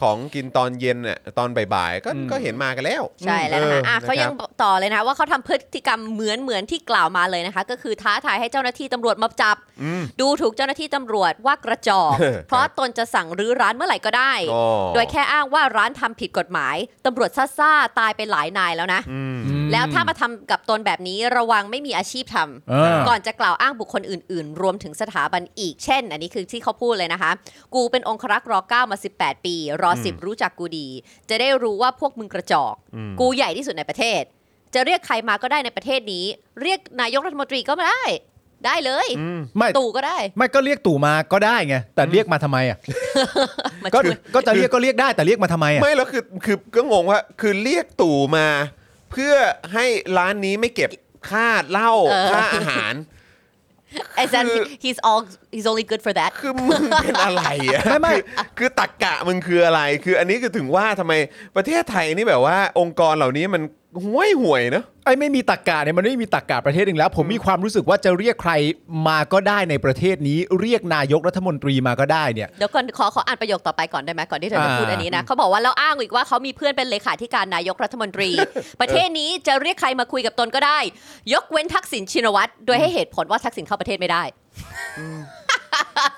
ของกินตอนเย็นน่ะตอนบ่ายๆ ก็
อืม
ก็เห็นมากันแล้ว
ใช่แล้วนะคะอ่ะ
ออ
เขายัง
นะครับ
บอกต่อเลยนะคะว่าเขาทำพฤติกรรมเหมือนเหมือนที่กล่าวมาเลยนะคะ ก็คือท้าทายให้เจ้าหน้าที่ตำรวจมาจับ
อืม
ดูถูกเจ้าหน้าที่ตำรวจว่ากระจ อก
เออ
เพราะตนจะสั่งรื้อร้านเมื่อไหร่ก็ได้
อ๋อ
โดยแค่อ้างว่าร้านทำผิดกฎหมายตำรวจซ่าๆตายไปหลายนายแล้วนะ
อืม
อืม
แล้วถ้ามาทำกับตนแบบนี้ระวังไม่มีอาชีพทำ
เออ
ก่อนจะกล่าวอ้างบุคคลอื่น ๆ รวมถึงสถาบันอีก เช่น อันนี้คือที่เขาพูดเลยนะคะ กูเป็นองครักษ์รอเก้ามา 18 ปี รอ 10 รู้จักกูดี จะได้รู้ว่าพวกมึงกระจอก
อืม
กูใหญ่ที่สุดในประเทศ จะเรียกใครมาก็ได้ในประเทศนี้ เรียกนายกรัฐมนตรีก็มาได้ ได้เลย
อืม
ไม่
ตู่ก็ได้
ไม่ก็เรียกตู่มาก็ได้ไงแต่เรียกมาทำไมอ่ะ
มา
ก็
ช่วย
ก็จะเรียกก็เรียกได้แต่เรียกมาทำไมอ่ะ
ไม่แล้วคือคือก็งงว่าคือเรียกตู่มา เพื่อให้ร้านนี้ไม่เก็บค่าเหล้าค่าอาหาร
ไอ้ซัน
คือ
he's all he's only good for that
คือมึงเป็นอะไร อ่ะ
ไม่ไม่
คือคือตักกะมึงคืออะไร คืออันนี้คือถึงว่าทำไมประเทศไทยนี่แบบว่าองค์กรเหล่านี้มันห่วยห่วยๆเนอะ
ไอ้ไม่มีตักกาเนี่ยมันไม่มีตักกาประเทศหนึ่งแล้ว ผมมีความรู้สึกว่าจะเรียกใครมาก็ได้ในประเทศนี้ เรียกนายกรัฐมนตรีมาก็ได้เนี่ย
เดี๋ยวก่อนขอขออ่านประโยคต่อไปก่อนได้ไหมก่อนที่เธอจะ
อ่า
พูดอันนี้นะเขาบอกว่าแล้วอ้างอีกว่าเขามีเพื่อนเป็นเลขาธิการนายกรัฐมนตรี ประเทศนี้จะเรียกใครมาคุยกับตนก็ได้ ยกเว้นทักษิณชินวัตรโดยให้เหตุผลว่าทักษิณเข้าประเทศไม่ได้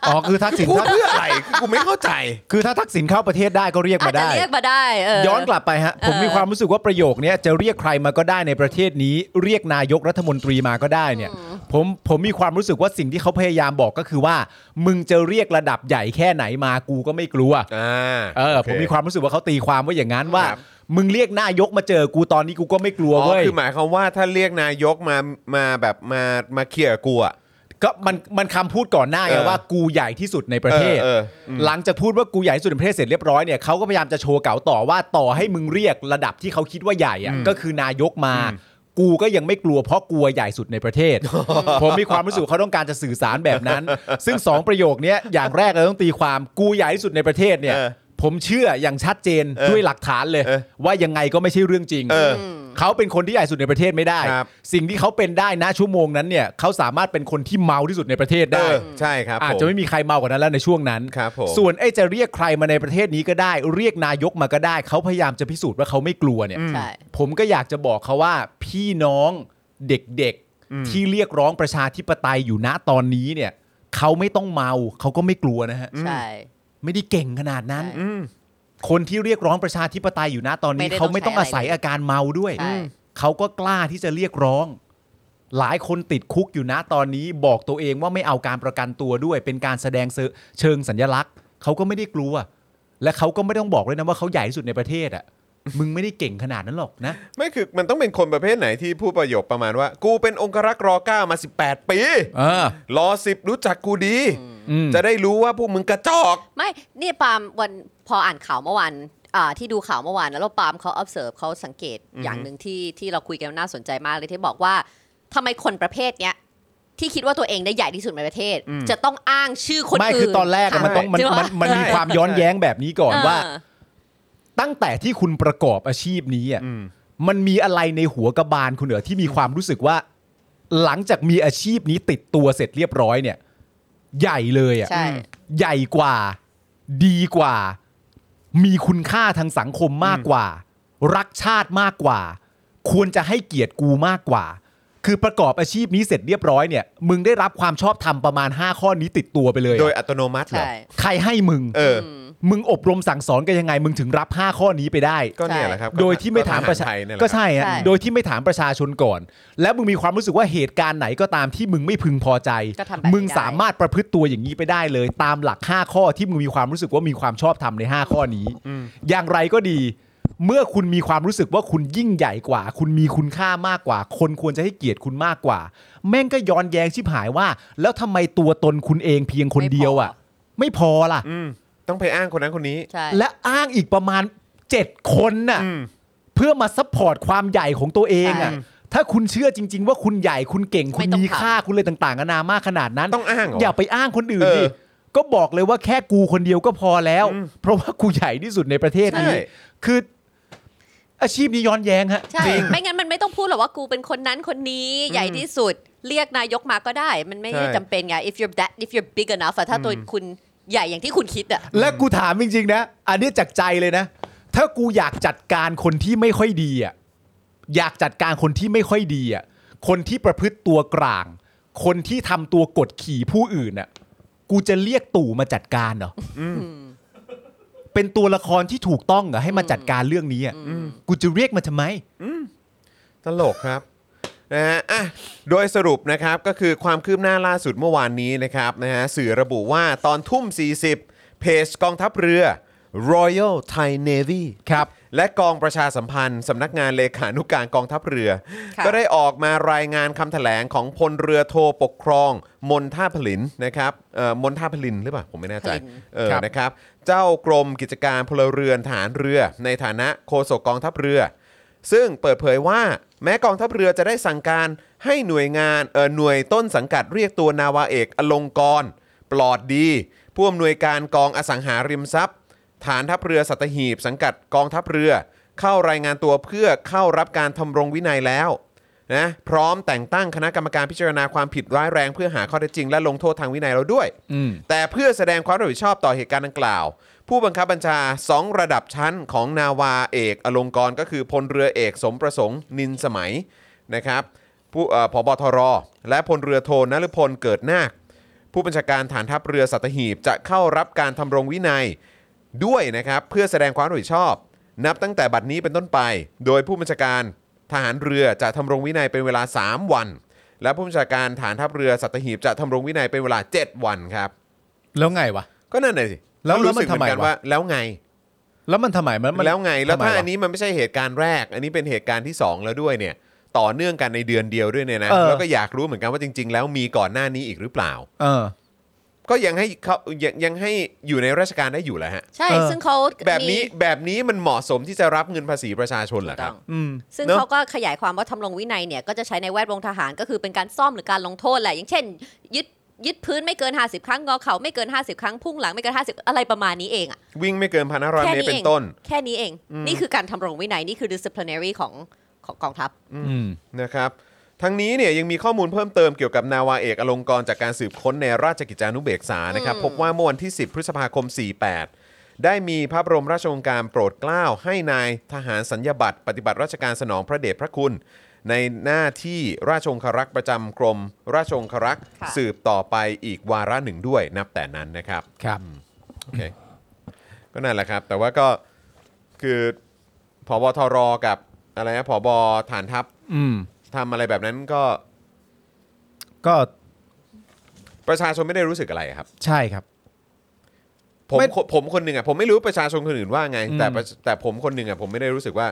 อ๋อคือทักษิณ
พูด
ถ้า
เพื่ออะไรคือกูไม่เข้าใจ
คือถ้าทักษิณเข้าประเทศได้ก็เรียก
อาจ
มา
จะ
ได้
เรียกมาได้เ
ย้อนกลับไปฮะ ผมมีความรู้สึกว่าประโยคเนี้ยจะเรียกใครมาก็ได้ในประเทศนี้ เรียกนายกรัฐมนตรีมาก็ได้เนี่ย ผมผมมีความรู้สึกว่าสิ่งที่เขาพยายามบอกก็คือว่า มึงจะเรียกระดับใหญ่แค่ไหนมากูก็ไม่กลัว
อ่า
เออ
โ
ผมมีความรู้สึกว่าเขาตีความว่าอย่างนั้นว่า
ครับ
มึงเรียกนายกมาเจอกูตอนนี้กูก็ไม่กลัว
อ๋อ
เว้ย
คือหมายความว่าถ้าเรียกนายกมามาแบบมามาเคลียร์กับกูอะ
ก็มันมันคำพูดก่อนหน้าไง
เออ
ว่ากูใหญ่ที่สุดในประเทศ
เออเอออืม
หลังจากพูดว่ากูใหญ่ที่สุดในประเทศเสร็จเรียบร้อยเนี่ยเขาก็พยายามจะโชว์เก๋าต่อว่าต่อให้มึงเรียกระดับที่เขาคิดว่าใหญ่อะก็คือนายกมา กูก็ยังไม่กลัวเพราะกลัวใหญ่สุดในประเท ศ ผมมีความรู้สึกเขาต้องการจะสื่อสารแบบนั้น ซึ่งสองประโยคเนี้ยอย่างแรกเราต้องตีความกูใหญ่ที่สุดในประเทศเนี่ย
เออ
ผมเชื่ออย่างชัดเจน
เออ
ด้วยหลักฐานเลย
เออ
ว่ายังไงก็ไม่ใช่เรื่องจริง
เออ
เขาเป็นคนที่ใหญ่สุดในประเทศไม่ได้
ครับ
สิ่งที่เขาเป็นได้นะชั่วโมงนั้นเนี่ยเขาสามารถเป็นคนที่เมาที่สุดในประเทศ
เอ
ได้
อใช่ครับ
อาจ
ผ
จะไม่มีใครเมากว่านั้นแล้วในช่วงนั้น
ครับผม
ส่วนไอ้จะเรียกใครมาในประเทศนี้ก็ได้ เรียกนายกมาก็ได้ เขาพยายามจะพิสูจน์ว่าเขาไม่กลัวเนี่ย
ใช่
ผมก็อยากจะบอกเขาว่าพี่น้องเด็กๆ ที่เรียกร้องประชาธิปไตยอยู่ณตอนนี้เนี่ยเขาไม่ต้องเมาเขาก็ไม่กลัวนะฮะ
ใช่
ไม่ได้เก่งขนาดนั้น
ใช่
อืม
คนที่เรียกร้องประชาธิปไตยอยู่ณตอน
ไม่
นี้
ได้
เขาไม่ต้องอาศัยอาการเมาด้วย
ใช่
เขาก็กล้าที่จะเรียกร้อง หลายคนติดคุกอยู่นะตอนนี้บอกตัวเองว่าไม่เอาการประกันตัวด้วย เป็นการแสดงเสเชิงสัญลักษณ์เขาก็ไม่ได้กลัว และเขาก็ไม่ต้องบอกเลยนะว่าเขาใหญ่ที่สุดในประเทศอ่ะ มึงไม่ได้เก่งขนาดนั้นหรอกนะ
ไม่คือมันต้องเป็นคนประเภทไหนที่พูดประโยคประมาณว่า กูเป็นองครักษ์รอเก้ามา 18 ปี
เออ
รอสิบรู้จักกูดี
อืม
จะได้รู้ว่าพวกมึงกระจอก
ไม่นี่ปาล์มวันพออ่านข่าวเมื่อวานอ่าที่ดูข่าวเมื่อวานแล้วปาล์มเขา observe เขาสังเกตอย่างหนึ่งที่ที่เราคุยกันน่าสนใจมากเลยที่บอกว่าทำไมคนประเภทเนี้ยที่คิดว่าตัวเองได้ใหญ่ที่สุดในประเทศ จะต้องอ้างชื่อคนอื่น
ไม่คือตอนแรกอะมันต้องมัน
ใช่
มันมันมีความย้อนแย้งแบบนี้ก่อนว่า
เออ
ตั้งแต่ที่คุณประกอบอาชีพนี้อ่ะมันมีอะไรในหัวกระบาลคุณเหรอที่มีความรู้สึกว่า หลังจากมีอาชีพนี้ติดตัวเสร็จเรียบร้อยเนี่ย ใหญ่เลยอ่ะ
ใช่
ใหญ่กว่า ดีกว่า มีคุณค่าทางสังคมมากกว่า รักชาติมากกว่า ควรจะให้เกียรติกูมากกว่า คือประกอบอาชีพนี้เสร็จเรียบร้อยเนี่ย มึงได้รับความชอบธรรมประมาณ 5 ข้อนี้ติดตัวไปเลยอะ
โดยอัตโนมัติเหรอ
ใช่
ใครให้มึง
เออ
มึงอบรมสั่งสอนกันยังไง มึงถึงรับ 5 ข้อนี้ไปได้
ก็เนี่ยแหละครับ
โดยที่ไม่ถามประชา
ก็ทหไทยเนี่ยแหละค
ก็
รับ
ใช่ฮะ
ใช่
โดยที่ไม่ถามประชาชนก่อน แล้วมึงมีความรู้สึกว่าเหตุการณ์ไหนก็ตามที่มึงไม่พึงพอใจ
ก็ทำแบบนี้ได้
มึงสามารถประพฤติตัวอย่างนี้ไปได้เลย ตามหลัก 5 ข้อที่มึงมีความรู้สึกว่ามีความชอบธรรมใน 5 ข้อนี้ อย่างไรก็ดี เมื่อคุณมีความรู้สึกว่าคุณยิ่งใหญ่กว่า คุณมีคุณค่ามากกว่า คนควรจะให้เกียรติคุณมากกว่า แม่งก็ย้อนแย้งชิบหายว่า แล้วทำไมตัวตนคุณเองเพียงคนเดียวอ่ะ ไม่พอล่ะ
อืมต้องไปอ้างคนนั้นคนนี้
ใช่
และอ้างอีกประมาณ 7 คนน่ะ
อืม
เพื่อมาซัพพอร์ตความใหญ่ของตัวเองอ่ะถ้าคุณเชื่อจริง ๆ ว่าคุณใหญ่คุณเก่งคุณมีค่าคุณเลยต่างๆนานามากขนาดนั้น
ต้องอ้างเหรอ
อ
อ
ย่าไปอ้างคนอื่นดิ
เออ
ก็บอกเลยว่าแค่กูคนเดียวก็พอแล้ว เพราะว่ากูใหญ่ที่สุดในประเทศนี้
ใช่
คือ อาชีพนี้ย้อนแย้งฮะ
ใช่ ไม่งั้นมันไม่ต้องพูดหรอกว่ากูเป็นคนนั้นคนนี้ใหญ่ที่สุด เรียกนายกมาก็ได้ มันไม่
ใช่
จำเป็นไง if you're that if you're big enough อะถ้าตัวคุณใหญ่อย่างที่คุณคิดอะ
และกูถามจริงๆนะ อันนี้จากใจเลยนะ ถ้ากูอยากจัดการคนที่ไม่ค่อยดีอ่ะอยากจัดการคนที่ไม่ค่อยดีอ่ะคนที่ประพฤติตัวกลาง คนที่ทำตัวกดขี่ผู้อื่นอ่ะกูจะเรียกตู่มาจัดการเหรออเป็นตัวละครที่ถูกต้องเหรอให้มาจัดการเรื่องนี้อ่ะกูจะเรียกมาทำไม
ตลกครับนะฮะอ่ะโดยสรุปนะครับก็คือความคืบหน้าล่าสุดเมื่อวานนี้นะครับนะฮะสื่อระบุว่าตอนทุ่ม 40 เพจกองทัพเรือ Royal Thai Navy
ครับ
และกองประชาสัมพันธ์สำนักงานเลขานุการกองทัพเรือ
ค่ะ
ก็ได้ออกมารายงานคำแถลงของพลเรือโทปกครอง มนท่าผลินนะครับเอ่อมนท่าผลินหรือเปล่าผมไม่แน่ใจ เออ
ครับ
นะครับ เจ้ากรมกิจการพลเรือนฐานเรือ ในฐานะโฆษกกองทัพเรือ ซึ่งเปิดเผยว่า แม้กองทัพเรือจะได้สั่งการให้หน่วยงานเออหน่วยต้นสังกัดเรียกตัวนาวาเอกอลงกรณ์ปลอดดีผู้อำนวยการกองอสังหาริมทรัพย์ ฐานทัพเรือสัตหีบ สังกัดกองทัพเรือ เข้ารายงานตัวเพื่อเข้ารับการทำรงวินัยแล้วนะพร้อมแต่งตั้งคณะกรรมการพิจารณาความผิดร้ายแรง เพื่อหาข้อเท็จจริงและลงโทษทางวินัยเราด้วย
อืม
แต่เพื่อแสดงความรับผิดชอบต่อเหตุการณ์ดังกล่าว ผู้บังคับบัญชา 2 ระดับชั้นของนาวาเอกอลงกรณ์ก็คือพลเรือเอกสมประสงค์นินสมัยนะครับผู้เอ่อผบทร และพลเรือโทนฤพลเกิดนาค ผู้บัญชาการฐานทัพเรือสัตหีบจะเข้ารับการทำรงวินัยด้วยนะครับเพื่อแสดงความรับผิดชอบ นับตั้งแต่บัดนี้เป็นต้นไป โดยผู้บัญชาการทหารเรือจะทำรงวินัยเป็นเวลา 3 วัน และผู้บัญชาการฐานทัพเรือสัตหีบจะทำรงวินัยเป็นเวลา 7 วันครับ
แล้วไงวะ
ก็นั่นน่ะสิ
แล้ว
ก็รู้สึก
แล้วมันทำไม
เหอกั
วะ
ว่า แล้วไง
แล้วมันทำไมมันมัน
แล้วไง แล้ว
ทำ
ถ้า
ไมะ
อันนี้มันไม่ใช่เหตุการณ์แรก อันนี้เป็นเหตุการณ์ที่ 2 แล้วด้วยเนี่ย ต่อเนื่องกันในเดือนเดียวด้วยเนี่ยนะ
เออ
แล้วก็อยากรู้เหมือนกันว่าจริง ๆ แล้วมีก่อนหน้านี้อีกหรือเปล่า
เออ
ก็ยังให้เขายังยังให้อยู่ในราชการได้อยู่แหละฮะ
ใช่
เออ
ซึ่งเขา
แบบ
มี
นี้แบบนี้มันเหมาะสมที่จะรับเงินภาษีประชาชนเหรอครับ
อืม
ซึ่ง
เนอะ
เขาก็ขยายความว่าทำรงวินัยเนี่ย ก็จะใช้ในแวดวงทหารก็คือเป็นการซ่อมหรือการลงโทษแหละ อย่างเช่น ยึดยึดพื้นไม่เกิน 50 ครั้งงอเข่าไม่เกิน 50 ครั้งพุ่งหลังไม่เกิน 50 อะไรประมาณนี้เองอะ
วิ่งไม่เกินพันห้าร้อย
แค่
เมตร
นี้
เป็
เอง
นต้น
แค่นี้เอง นี่คือการทำรงวินัย นี่คือ disciplinary ของของกองทัพ
อืม
นะครับ ทั้งนี้เนี่ยยังมีข้อมูลเพิ่มเติมเกี่ยวกับนาวาเอกอลงกรณ์จากการสืบค้นในราชกิจจานุเบกษานะครับ
อืม
พบว่าเมื่อวันที่ 10 พฤษภาคม 48 ได้มีพระบรมราชโองการโปรดเกล้าให้นายทหารสัญญาบัตรปฏิบัติราชการสนองพระเดชพระคุณ ในหน้าที่ราชองครักษ์ประจำกรม ราชองครักษ์
ค่ะ
สืบต่อไปอีกวาระหนึ่งด้วยนับแต่นั้นนะครับ
ครับ
โอเคก็นั่นแหละครับ แต่ว่าก็คือผบทรกับอะไรนะผบฐานทัพ
อืม
ทำอะไรแบบนั้นก็
ก็
ประชาชนไม่ได้รู้สึกอะไรครับ
ใช่ครับ
ผม
ไม่
ผมผมคนหนึ่งอ่ะผมไม่รู้ประชาชนคนอื่นว่าไง
อืม
แต่ประแต่ผมคนหนึ่งอ่ะผมไม่ได้รู้สึกว่า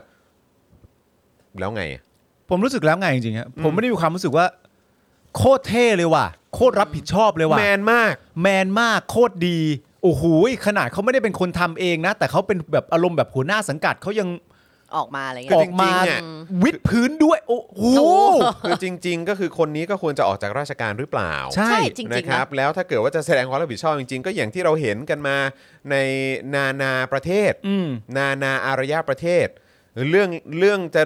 แล้วไงอะ
ผมรู้สึกแล้วไงจริงๆครับผมไม่ได้มีความรู้สึกว่า โคตรเท่เลยว่ะ โคตรรับผิดชอบเลยว่ะ
แมนมาก
แมนมากโคตรดีโอ้โหขนาดเขาไม่ได้เป็นคนทำเองนะ แต่เขาเป็นแบบอารมณ์แบบหัวหน้าสังกัดเขายัง
ออกมาอะไร
ก็
เงี้
อ
จ
ยอ
ริ
ก
งๆ
มา
อ่ะ
วิดพื้นด้วย โอ้โห
โอ้โห
คือจริง ๆ ก็คือคนนี้ก็ควรจะออกจากราชการหรือเปล่า
ใช่
ใช่จริงๆ
นะ
นะครับ
แล้วถ้าเกิดว่าจะแสดงความรับผิดชอบจริงๆ ก็อย่างที่เราเห็นกันมาในนานาประเทศ
อืม
นานาอารยะประเทศ เรื่องเรื่องจะ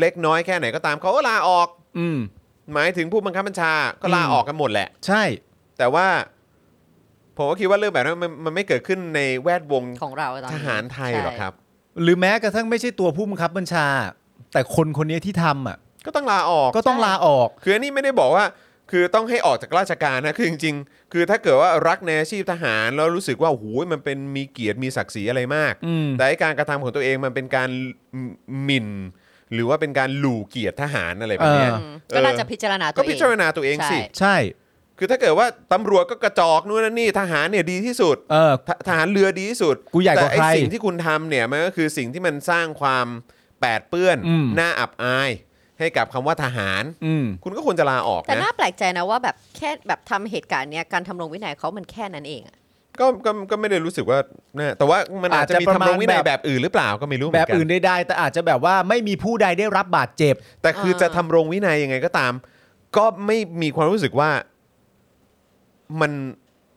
เล็กน้อยแค่ไหนก็ตามเขาก็ลาออก
อืม
หมายถึงผู้บังคับบัญชาก็ลา
อืม
ออกกันหมดแหละ
ใช่
แต่ว่า ผมก็คิดว่าเรื่องแบบนั้นมันมันไม่เกิดขึ้นในแวดวง
ของเราตอน
ท
นี้
หารไทย
ใช่
หรอกครับ
หรือแม้กระทั่งไม่ใช่ตัวผู้บังคับบัญชา แต่คนคนนี้ที่ทำอ่ะ
ก็ต้องลาออก
ก็ต้องลาออก
คืออันนี้ไม่ได้บอกว่า คือต้องให้ออกจากราชการนะคือจริง ๆ คือถ้าเกิดว่ารักในอาชีพทหารแล้วรู้สึกว่าโอ้โหมันเป็นมีเกียรติมีศักดิ์ศรีอะไรมาก
อืม
แต่ไอ้การกระทำของตัวเองมันเป็นการหมิ่น หรือว่าเป็นการหลู่เกียรติทหารอะไรแบบเนี้ย
อืมก็น่าจะพิจารณา
เออ
ตั
ก็
วเอง
พิจารณาตัวเองสิ
ใช่
ใช่
คือถ้าเกิดว่าตำรวจก็กระจอกนู่นนั่นนี่ทหารเนี่ยดีที่สุด
เออ
ททหารเรือดีที่สุด
กูใหญ่กว่า
แต่ไอ้
ใคร
สิ่งที่คุณทำเนี่ยมันก็คือสิ่งที่มันสร้างความแปดเปื้อน
อืม
น่าอับอาย ให้กับคำว่าทหาร
อืม
คุณก็ควรจะลาออก
แต่
นะ
น่าแปลกใจนะว่าแบบแค่แบบทำเหตุการณ์เนี้ยการทำรงวินัยเขามันแค่นั้นเองอะ
ก็ก็ก็ไม่ได้รู้สึกว่านะแต่ว่ามันอาจจะมี
อาจจะประ
ทำ
มาณ
รงวินัย
แบบ
แบบอื่นหรือเปล่าก็ไม่รู้เห
แบ
มือบ นกั
อื่น
น
ใดๆแต่อาจจะแบบว่าไม่มีผู้ใดได้รับบาดเจ็บ
แต่คือจะทำรงวินัยยังไงก็ตาม ก็ไม่มีความรู้สึกว่ามัน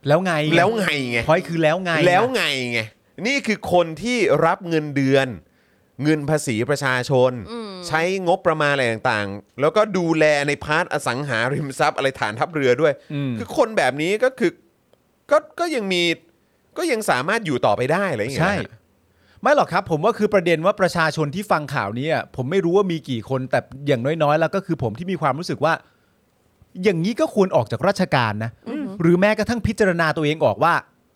แล้วไง
แล้วไงไง
พอยคือแล้วไงนะ
แล้วไงไงนี่คือคนที่รับเงินเดือน เงินภาษีประชาชน ใช้งบประมาณอะไรต่างๆ แล้วก็ดูแลในพาร์ทอสังหาริมทรัพย์อะไรฐานทัพเรือด้วย
อืม
คือคนแบบนี้ก็คือก็ก็ยังมีก็ยังสามารถอยู่ต่อไปได้อะไรอย่างเงี้ย
ใช่ ไม่หรอกครับ ผมว่าคือประเด็นว่าประชาชนที่ฟังข่าวนี้อะผมไม่รู้ว่ามีกี่คนแต่อย่างน้อยๆ แล้วก็คือผมที่มีความรู้สึกว่า อย่างนี้ก็ควรออกจากราชการนะ หรือแม้กระทั่งพิจารณาตัวเองออกว่า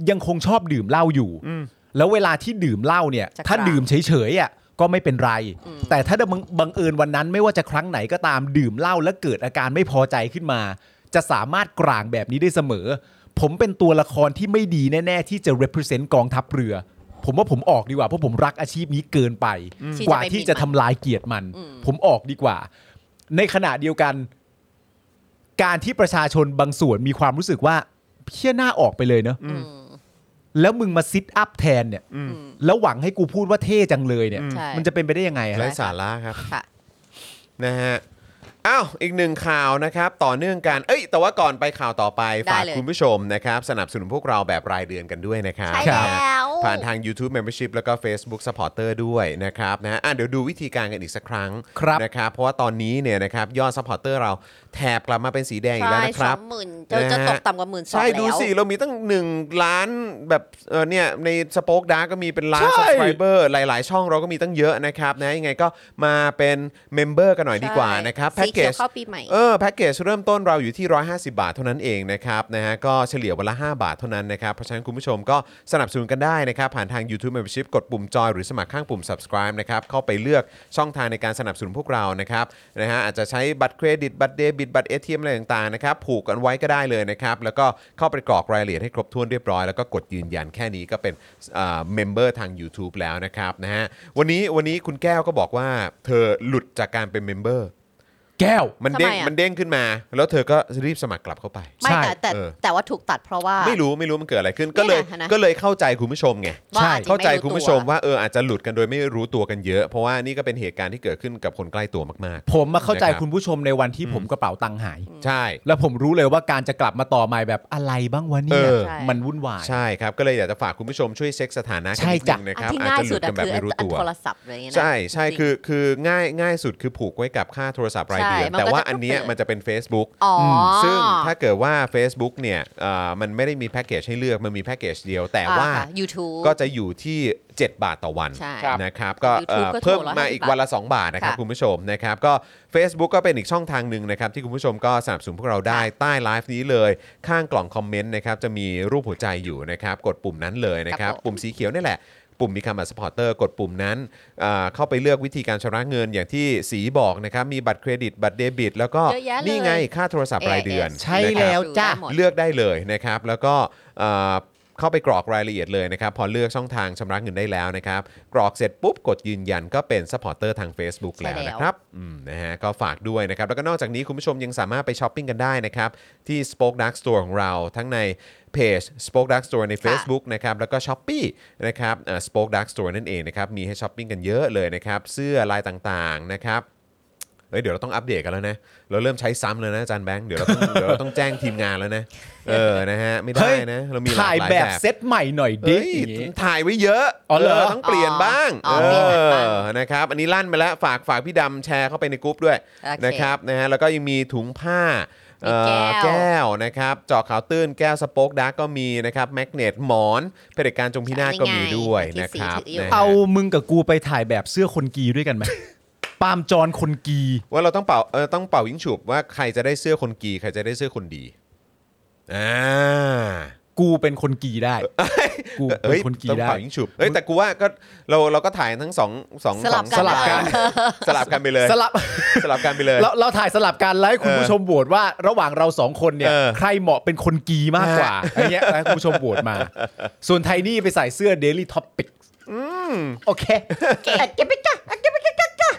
ยังคงชอบดื่มเหล้าอยู่
อืม
แล้วเวลาที่ดื่มเหล้าเนี่ย ถ้าดื่มเฉยๆอ่ะก็ไม่เป็นไร แต่ถ้าบังบังเอิญวันนั้นไม่ว่าจะครั้งไหนก็ตามดื่มเหล้าแล้วเกิดอาการไม่พอใจขึ้นมา จะสามารถกลางแบบนี้ได้เสมอ ผมเป็นตัวละครที่ไม่ดีแน่ ๆ ที่จะ represent กองทัพเรือ ผมว่าผมออกดีกว่าเพราะผมรักอาชีพนี้เกินไป กว่าที่จะทำลายเกียรติมัน ผมออกดีกว่า ในขณะเดียวกัน การที่ประชาชนบางส่วนมีความรู้สึกว่าเพี้ยหน้าออกไปเลยเนอะ
อื
อืม
แล้วมึงมาซิทอัพแทนเนี่ย
อืม
แล้วหวังให้กูพูดว่าเท่จังเลยเนี่ย
อืม
ใช่
มันจะเป็นไปได้ยังไงอะ
ไร้สาระครับ
ค่ะ
นะฮะ อ้าว อีกหนึ่งข่าวนะครับ ต่อเนื่องกัน เอ้ย แต่ว่าก่อนไปข่าวต่อไป
ได้
ฝาก
เลย
คุณผู้ชมนะครับ สนับสนุนพวกเราแบบรายเดือนกันด้วยนะครับ
ใช่แล้ว
นะฮะผ่านทาง YouTube Membership แล้วก็ Facebook Supporter ด้วยนะครับนะฮะอ่ะเดี๋ยวดูวิธีการกันอีกสักครั้ง
ครับ
นะครับ เพราะว่าตอนนี้เนี่ยนะครับยอด Supporter เราแถบกลับมาเป็นสีแดงอีกแล้วนะครั
ส
บ
องหมื่นจะจะ
นะฮะ
ตกต่ำกว่าหมื่นสอง
ใช่
แล้ว
ดูสิ เรามีตั้ง 1 ล้านแบบเออเนี่ยในสป็อคดาก็มีเป็นล้าน subscriber หลาย ๆ ช่องเราก็มีตั้งเยอะนะครับนะยังไงก็มาเป็นเมมเบอร์กันหน่อยดีกว่า
ใช่
นะครับ
สีเขียวเข้าปีใหม่
เออแพ็กเกจเริ่มต้นเราอยู่ที่ 150 บาทเท่านั้นเองนะครับนะฮะก็เฉลี่ยวันละ 5 บาทเท่านั้นนะครับ เพราะฉะนั้นคุณผู้ชมก็สนับสนุนกันได้นะครับ ผ่านทาง YouTube Membership กดปุ่มจอยหรือสมัครข้างปุ่ม subscribe นะครับ เข้าไปเลือกช่องทางในการสนับสนุนพวกเรานะครับนะฮะอาจจะใช้บัตรเครดิต บัตรเดบิตบัตรเอทีเอ็มอะไรต่างๆนะครับผูกกันไว้ก็ได้เลยนะครับ แล้วก็เข้าไปกรอกรายละเอียดให้ครบถ้วนเรียบร้อยแล้วก็กดยืนยันแค่นี้ก็เป็นเมมเบอร์ทาง YouTube แล้วนะครับนะฮะวันนี้วันนี้คุณแก้วก็บอกว่าเธอหลุดจากการเป็นเมมเบอร์
แก้ว
มันเด้ง
ทำไมอะ
มันเด้งขึ้นมา แล้วเธอก็รีบสมัครกลับเข้าไป
ไม่แต่
ใช่
แต่
เออ
แต่ว่าถูกตัดเพราะว่า
ไม่รู้ไม่รู้มันเกิดอะไรขึ้น ก็เลย
นี่ไงนะ
ก็เลยเข้าใจคุณผู้ชมไง
ว่
ใช่
อจจะ
เข้าใจ
ไรู้
คุณผู้ชมว่าเอออาจจะหลุดกันโดยไม่รู้ตัวกันเยอะ เพราะว่านี่ก็เป็นเหตุการณ์ที่เกิดขึ้นกับคนใกล้ตัวมาก
ผมมาเข้าใจ
นะครับ
คุณผู้ชมในวันที่ผมกระเป๋าตังค์หาย
ๆ ใช่
แล้วผมรู้เลยว่าการจะกลับมาต่อใหม่แบบอะไรบ้างวะเนี่ย
เออ
มันวุ่นวาย
ใช่ครับ ก็เลยอยากจะฝากคุณผู้ชมช่วยเช็คสถานะกัน
ใช่
นิดนึ
จ้ะ
งนะครั
อัน
บ
ที่
อาจ
ง่าย
จะห
สุ
ลุด
ดอะ
กันแบบ
คือ
ไม่รู้
อัน
ตัว
โทรศัพท์อะไรอย่างเงี้ยนะ
ใช่ใช่
จริง
คือคือง่ายง่ายสุดคือผูกไว้กับค่าโทรศัพท์รายเดือน
ใช่มันก็
แต่ว่า
จะ
อันเนี้ย
ขึ้นไป
มันจะเป็น Facebook
อ๋อ
ซึ่งถ้าเกิดว่า Facebook เนี่ยเอ่อมันไม่ได้มีแพ็กเกจให้เลือกมันมีแพ็กเกจเดียวแต่ว่า
อ่ค่ะ YouTube
ก็จะอยู่ที่ 7 บาทต่อวัน
ใช่
นะครับก็เอ่อ
YouTube ก็
เพิ่มมา
ถูกละ
อีก
150
วันละ 2 บาทนะครับ
ค่ะ
คุณผู้ชมนะครับก็ Facebook ก็เป็นอีกช่องทางหนึ่งนะครับที่คุณผู้ชมก็สนับสนุนพวกเราได้ใต้ไลฟ์นี้เลย ข้างกล่องคอมเมนต์นะครับจะมีรูปหัวใจอยู่นะครับกดปุ่มนั้นเลยนะค
ครั
รับบ
ผม
ปุ่มสีเขียวนี่แหละ ปุ่มมีคำสปอร์เตอร์กดปุ่มนั้นอ่าเข้าไปเลือกวิธีการชำระเงินอย่างที่สีบอกนะครับมีบัตรเครดิตบัตรเดบิต แล้วก็
เยอะแยะเลย
นี่ไงค่าโทรศัพท์รายเดือน
AIS
ใช่แล้วจ้ะ
ได้หมด
เลือกได้เลยนะครับ แล้วก็เอ่อ เข้าไปกรอกรายละเอียดเลยนะครับ พอเลือกช่องทางชำระเงินได้แล้วนะครับ กรอกเสร็จปุ๊บกดยืนยันก็เป็น s u p p อร์เตอร์ทาง Facebook
ใช่แล้
แล้ว วนะครับอืมนะฮะก็ฝากด้วยนะครับ แล้วก็นอกจากนี้คุณผู้ชมยังสามารถไปช้อปปิ้งกันได้นะครับ ที่ Spoke Dark Store ของเราทั้งในเพจ Spoke Dark Store ใน Facebook นะครับแล้วก็ช้อปปีนะครับสป็อคดักสโตร์นั่นเองนะครับมีให้ช้อปปิ้งกันเยอะเลยนะครับเสื้อลายต่างๆนะครับ เอ้ยเดี๋ยวเราต้องอัปเดตกันแล้วนะ เราเริ่มใช้ซ้ำแล้วนะอาจารย์แบงค์เดี๋ยวเราต้อง เดี๋ยวเราต้องแจ้งทีมงานแล้วนะ เออนะฮะไม่ได้
เฮ้ย
นะ เรามีหลาก
ถ่าย
หลาย
แบ
แบบ บ
เซตใหม่หน่อยดิ
เฮ้ย
อย่างงี้
ถ่ายไว้เยอะ
อ๋อเหรอ
ต้องเปลี่ยนบ้าง
อ๋อ
เอ
เปลี่ยนบ้าง
อนะครับอันนี้ลั่นไปแล้วฝากฝากพี่ดำแชร์เข้าไปในกรุ๊ปด้วย
โอเค
นะครับนะฮะแล้วก็ยังมีถุงผ้า
มี
เอ่อ
แก้ว
แก้วนะครับเจาะขาวตื้นแก้วสป็อกดาร์กก็มีนะครับแมกเนตหมอนเผด็จการจงพินาศก็มีด้วยนะครับนะฮะ
เอามึงกับกูไปถ่ายแบบเสื้อคนกีด้ว ยกันไหม ปาล์มจรคนกี
ว่าเราต้องเป่าเออต้องเป่ายิงฉุบว่าใครจะได้เสื้อคนกีใครจะได้เสื้อคนดีอ่า
กูเป็นคนกีได้ กูเป็นคนกี
ต้อง
ได้
เป่ายิงฉุบเอ้ยแต่กูว่าก็เราเราก็ถ่ายทั้งสองสอง
สลับกัน
สองสลับกัน
ไป
สลับ กันไปเลย
สลับ
สลับกันไปเลย
เราเราถ่ายสลับกันแล้วให้คุณ
เออ
ผู้ชมโหวตว่า ระหว่างเราสองคนเนี่ย
เออ
ใครเหมาะเป็นคนกีมากกว่าอันเนี้ยแล้วให้คุณผู้ชมโหวตมา ส่วนไทนี่ไปใส่เสื้อ Daily Topic โอเค
เก็บไปจ้ะเก็บไปจ้ะจ้ะ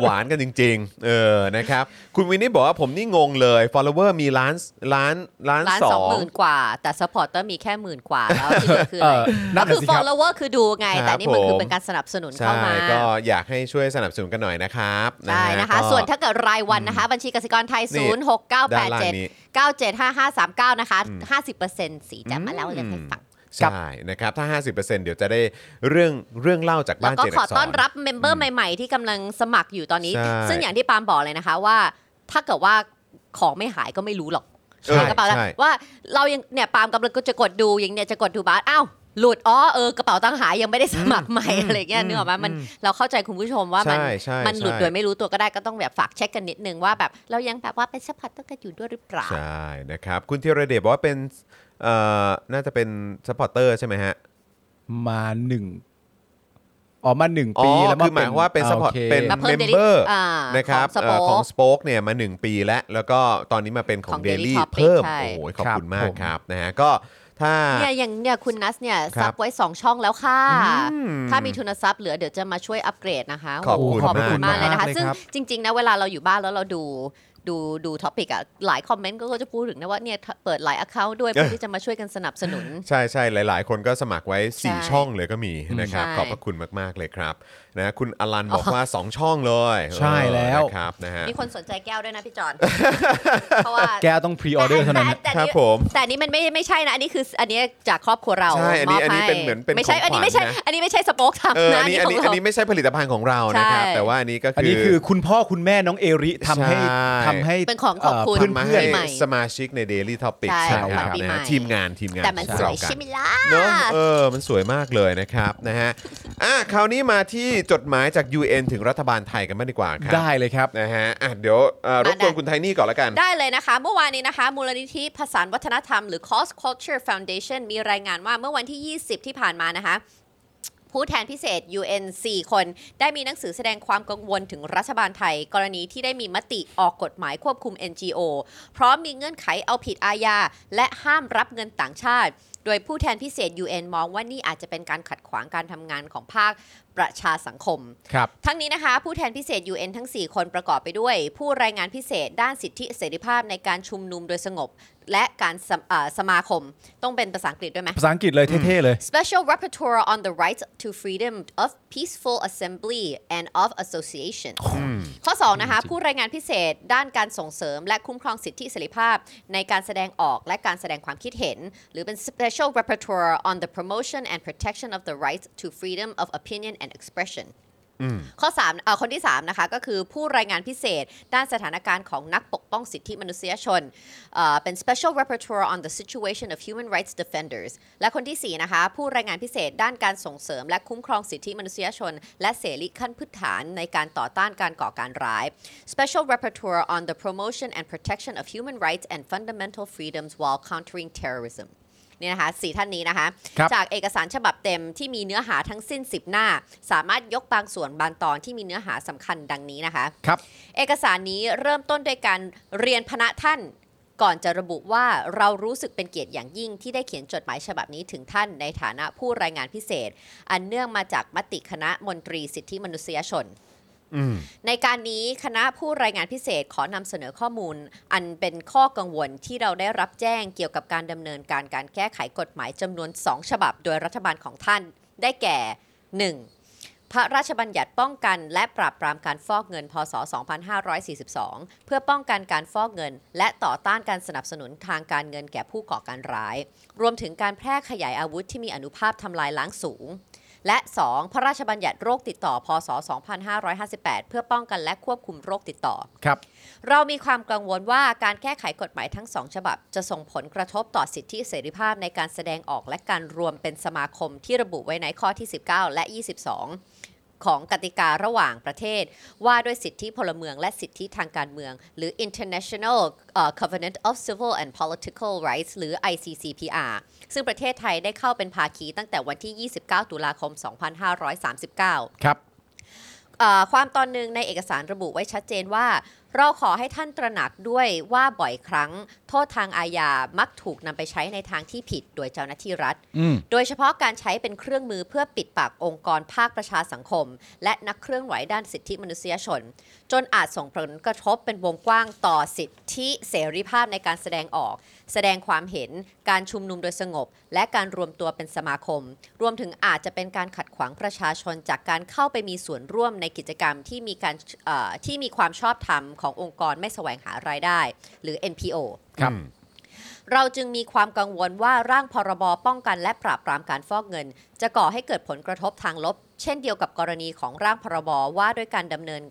หวานกันจริง ๆ เออนะครับ คุณวินนี่บอกว่าผมนี่งงเลย follower มีล้านล้านล้าน
ล้าน
ส
ส
อ
อง
ง
หมื่นกว่า แต่สปอร์ตเตอร์มีแค่หมื่นกว่าแล้วที่เหลือคืออะไร
เออนั่
ก็
น
คือ
น่ะสิครับ
follower คือดูไง
ครับ
แต่นี่มันคือ
ผม
เป็นการสนับสนุนเข้า
ใช่
มา
ก็อยากให้ช่วยสนับสนุนกันหน่อยนะครับนะ
ได้
ฮะ
นะคะ
ก็
ส่วนถ้าเกิดรายวันนะคะ บัญชีกสิกรไทย
นี่
0 6 9
ด้านล่างนี้
8 7 9 7 5 5 3 9 นะคะ 50%สีจะมาแล้วเลยให้ฟัง
ใช่นะครับถ้า 50%เดี๋ยวจะได้เรื่องเรื่องเล่าจาก
แล้ว
บ้าน
ก็
เจ็ด
ข
อั
อก
ษร
ต้อนรับเมมเบอร์ใหม่ ๆ ที่กำลังสมัครอยู่ตอนนี้
ใช่
ซึ่งอย่างที่ปาล์มบอกเลยนะคะว่า ถ้าเกิดว่าของไม่หายก็ไม่รู้หรอก
ใช่
กระเป๋าแล้ว
ใช่
ว่าเรายังเนี่ยปาล์มกำลังก็จะกดดูอย่างเนี่ยจะกดดูบาร์อ้าวหลุดอ๋อเออกระเป๋าตังค์หายยังไม่ได้สมัครใหม่อะไรเงี้ยนึกออกไหมมันเราเข้าใจคุณผู้ชมว่ามัน
ใช่ใช่
มันหลุด
ใช่
โดยไม่รู้ตัวก็ได้ก็ต้องแบบฝากเช็คกันนิดนึงว่าแบบเรายังแบบว่าเป็นสัพพอร์ตเตอร์กันอยู่ด้วยหรือเปล่า
ใช่นะครับ คุณธีรเดชบอกว่าเป็นเอ่อน่าจะเป็นซัพพอร์เตอร์ใช่ไหมฮะ
มาหนึ่งอ๋อมาหนึ่ง
อ๋อ
ปีแล้ว
คือหมายความว่าเป็นซัพพอร์ต
โค
เป็น
มาเพิ่
เม
ม
ม
daily
เบอร์
อ่า
นะครับ
ของ
เอ่อ
Spoke
ของสปอคเนี่ยมา 1 ปีแล้ว แล้วก็ตอนนี้มาเป็นของ
ของ Daily
Daily
Topic
เพิ่ม
ใช่
โอ้โหขอบคุณ
ครับ
มาก
ผม
ครับนะฮะก็ถ้า
เนี่ยอย่างเนี่ยคุณนัสเนี่ย
ครับ
ซับไว้ 2 ช่องแล้วค่ะ
อืม
ถ้ามีทุนทรัพย์เหลือเดี๋ยวจะมาช่วยอัปเกรดนะคะ
ขอบคุณ
โโหขอบคุ
มาม
ณาก กเลยนะคะ
เลยครับ
ซึ่งจริง ๆ นะ เวลาเราอยู่บ้านแล้วเราดูดูดูท็อปิกอะหลายคอมเมนต์ก็จะพูดถึงนะว่าเนี่ยเปิดหลาย Account ด้วย
เออ
เพื่อที่จะมาช่วยกันสนับสนุน
ใช่ใช่หลาย ๆ คนก็สมัครไว้
ใช่
4 ช่องเลยก็มีนะครับ
ใช่
ขอบพระคุณมาก ๆ เลยครับนะคุณอลันบอกว่า 2 ช่องเลย
ใช่แล้ว
เออนะครับนะฮะ
มีคนสนใจแก้วด้วยนะพี่จ อนเพราะว่า
แก้วต้องพรีออเดอร์เท่านั้น
แต่
ค
อั
รั
น
บ
นี้
ผม
แต่อันนี้มันไม่ไม่ใช่นะอันนี้คืออันนี้จากครอบครัวเรา
ใช่อันนี้
บ
อันนี้เป็น
ให้
เหมือนเป็น
ไม่ใช่
ของ
อันนี้ไม่ใช่
ขวัญนะ
อันนี้ไม่ใช่สป็อกทำ
เออ
นะ
อันนี้อันนี้
ขง
อั
เรา
นนี้ไม่ใช่ผลิตภัณฑ์ของเรานะครับ
ใช่
แต่ว่าอันนี้ก็
อัน
คื
นี้
อ
คือคุณพ่อคุณแม่น้องเอริทำให้
ใช่
ทำให้
เป็นของของคุณ
เพื่อน
มา
เพื่อ
ให้
น
ใหม่
สมาชิกใน Daily Topic
ใช่
ใช่
ของ
ค
ขวั
รับ
ญปี
นะ
ใหม่
ฮะทีมงานทีมงาน
แต่มัน
ของ
สว
เรา
ย
กัน
ใช่ไหมล่ะ
เนอะเออ มันสวยมากเลยนะครับนะฮะอ่ะคราวนี้มาที่จดหมายจาก UN ถึงรัฐบาลไทยกันบ้างดีกว่าครับ
ได้เลยครับ
นะฮะอ่ะเดี๋ยวเอ่อรบกวนคุณไทนี่ก่อนละกัน
ได้เลยนะคะ เมื่อวานนี้นะคะ มูลนิธิผสานวัฒนธรรมหรือ Cross Culture Foundation มีรายงานว่าเมื่อวันที่ 20 ที่ผ่านมานะคะ ผู้แทนพิเศษ UN 4 คน ได้มีหนังสือแสดงความกังวลถึงรัฐบาลไทย กรณีที่ได้มีมติออกกฎหมายควบคุม NGO พร้อมมีเงื่อนไขเอาผิดอาญาและห้ามรับเงินต่างชาติ โดยผู้แทนพิเศษ UN มองว่านี่อาจจะเป็นการขัดขวางการทำงานของภาคประชาสังคม
ครับ
ทั้งนี้นะคะ ผู้แทนพิเศษ UN ทั้ง 4 คนประกอบไปด้วย ผู้รายงานพิเศษด้านสิทธิเสรีภาพในการชุมนุมโดยสงบ และการสมเอ่อสมาคม ต้องเป็นภาษาอังกฤษด้วยไหม
ภาษาอังกฤษเลยเท่ๆเลย
Special Rapporteur on the Right to Freedom of Peaceful Assembly and of Association ข้อ 2 นะคะ ผู้รายงานพิเศษด้านการส่งเสริม และคุ้มครองสิทธิเสรีภาพ ในการแสดงออกและการแสดงความคิดเห็น หรือเป็น Special Rapporteur on the Promotion and Protection of the Right to Freedom of Opinion and Expression ข้อ3เอ่อคนที่ 3 นะคะ ก็คือผู้รายงานพิเศษ ด้านสถานการณ์ของนักปกป้องสิทธิมนุษยชนเอ่อเป็น special rapporteur on the situation of human rights defenders และคนทีสี่4 นะคะ ผู้รายงานพิเศษด้านการส่งเสริม และคุ้มครองสิทธิมนุษยชน และเสรีขั้นพื้นฐานในการต่อต้านการก่อการร้าย special rapporteur on the promotion and protection of human rights and fundamental freedoms while countering terrorism เนี่ยนะคะสี่ท่านนี้นะคะ
ครับ
จากเอกสารฉบับเต็มที่มีเนื้อหาทั้งสิ้น 10 หน้า สามารถยกบางส่วนบางตอนที่มีเนื้อหาสำคัญดังนี้นะคะ
ครับ
เอกสารนี้เริ่มต้นด้วยการเรียนพนะท่าน ก่อนจะระบุว่าเรารู้สึกเป็นเกียรติอย่างยิ่งที่ได้เขียนจดหมายฉบับนี้ถึงท่านในฐานะผู้รายงานพิเศษ อันเนื่องมาจากมติคณะมนตรีสิทธิมนุษยชน
อืม
ในการนี้คณะผู้รายงานพิเศษขอนำเสนอข้อมูล อันเป็นข้อกังวลที่เราได้รับแจ้งเกี่ยวกับการดำเนินการการแก้ไขกฎหมายจำนวน 2 ฉบับโดยรัฐบาลของท่าน ได้แก่ 1. พระราชบัญญัติป้องกันและปราบปรามการฟอกเงิน พศ 2542 เพื่อป้องกันการฟอกเงิน และต่อต้านการสนับสนุนทางการเงินแก่ผู้ก่อการร้าย รวมถึงการแพร่ขยายอาวุธที่มีอนุภาพทำลายล้างสูง และ 2. พระราชบัญญัติโรคติดต่อ พศ 2558 เพื่อป้องกันและควบคุมโรคติดต่อ
ครับ
เรามีความกังวลว่าการแก้ไขกฎหมายทั้งสองฉบับ จะส่งผลกระทบต่อสิทธิเสรีภาพในการแสดงออกและการรวมเป็นสมาคมที่ระบุไว้ในข้อที่ 19 และ 22 ของกติการะหว่างประเทศ ว่าด้วยสิทธิพลเมืองและสิทธิทางการเมือง หรือ International เอ่อ Covenant of Civil and Political Rights หรือ ICCPR ซึ่งประเทศไทยได้เข้าเป็นภาคีตั้งแต่วันที่ 29 ตุลาคม 2539
ครับ
เอ่อความตอนหนึ่งในเอกสารระบุไว้ชัดเจนว่า เราขอให้ท่านตระหนักด้วยว่าบ่อยครั้ง โทษทางอาญามักถูกนำไปใช้ในทางที่ผิดโดยเจ้าหน้าที่รัฐ
อืม
โดยเฉพาะการใช้เป็นเครื่องมือเพื่อปิดปากองค์กรภาคประชาสังคม และนักเคลื่อนไหวด้านสิทธิมนุษยชน จนอาจส่งผลกระทบเป็นวงกว้างต่อสิทธิเสรีภาพในการแสดงออก แสดงความเห็นการชุมนุมโดยสงบ และการรวมตัวเป็นสมาคม รวมถึงอาจจะเป็นการขัดขวางประชาชนจากการเข้าไปมีส่วนร่วมในกิจกรรมที่มีการเอ่อที่มีความชอบธรรมขององค์กรไม่แสวงหารายได้ หรือ NPO
ครับ
เราจึงมีความกังวลว่าร่างพรบป้องกันและปราบปรามการฟอกเงิน จะก่อให้เกิดผลกระทบทางลบ เช่นเดียวกับกรณีของร่างพรบว่าด้วยการดำเนิน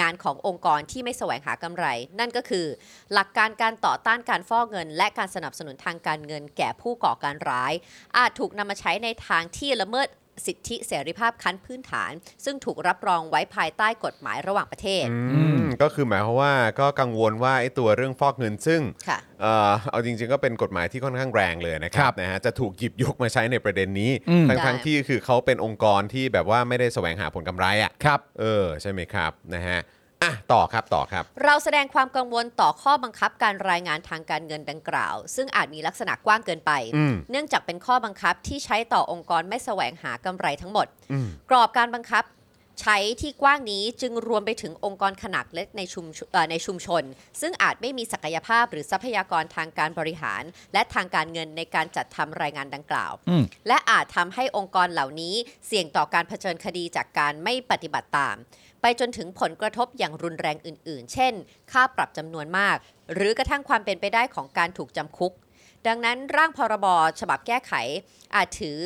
งานขององค์กรที่ไม่แสวงหากำไร นั่นก็คือ หลักการการต่อต้านการฟอกเงิน และการสนับสนุนทางการเงินแก่ผู้ก่อการร้าย อาจถูกนำมาใช้ในทางที่ละเมิดสิทธิเสรีภาพขั้นพื้นฐาน ซึ่งถูกรับรองไว้ภายใต้กฎหมายระหว่างประเทศ
อืมก็คือหมายความว่าก็กังวลว่าไอ้ตัวเรื่องฟอกเงินซึ่ง
ค่ะ
เอ่อเอาจริงๆก็เป็นกฎหมายที่ค่อนข้างแรงเลยนะค
ค
รั
รั
บบ นะฮะจะถูกหยิบยกมาใช้ในประเด็นนี้
อืม
ทั้ง
ใช่
ๆที่คือเขาเป็นองค์กรที่แบบว่าไม่ได้แสวงหาผลกำไรอ่ะ
ครับ
เออใช่ไหมครับนะฮะอ่ะต่อครับต่อครับ
เราแสดงความกังวลต่อข้อบังคับการรายงานทางการเงินดังกล่าว ซึ่งอาจมีลักษณะกว้างเกินไป
อืม
เนื่องจากเป็นข้อบังคับที่ใช้ต่อองค์กรไม่แสวงหากำไรทั้งหมด
อืม
กรอบการบังคับใช้ที่กว้างนี้จึงรวมไปถึงองค์กรขนาดเล็กในชุมชเอ่อในชุมชน ซึ่งอาจไม่มีศักยภาพหรือทรัพยากรทางการบริหาร และทางการเงินในการจัดทำรายงานดังกล่าว
อืม
และอาจทำให้องค์กรเหล่านี้เสี่ยงต่อการเผชิญคดีจากการไม่ปฏิบัติตาม ไปจนถึงผลกระทบอย่างรุนแรงอื่น ๆ เช่น ค่าปรับจำนวนมาก หรือกระทั่งความเป็นไปได้ของการถูกจำคุก ดังนั้นร่างพรบฉบับแก้ไข อาจถือ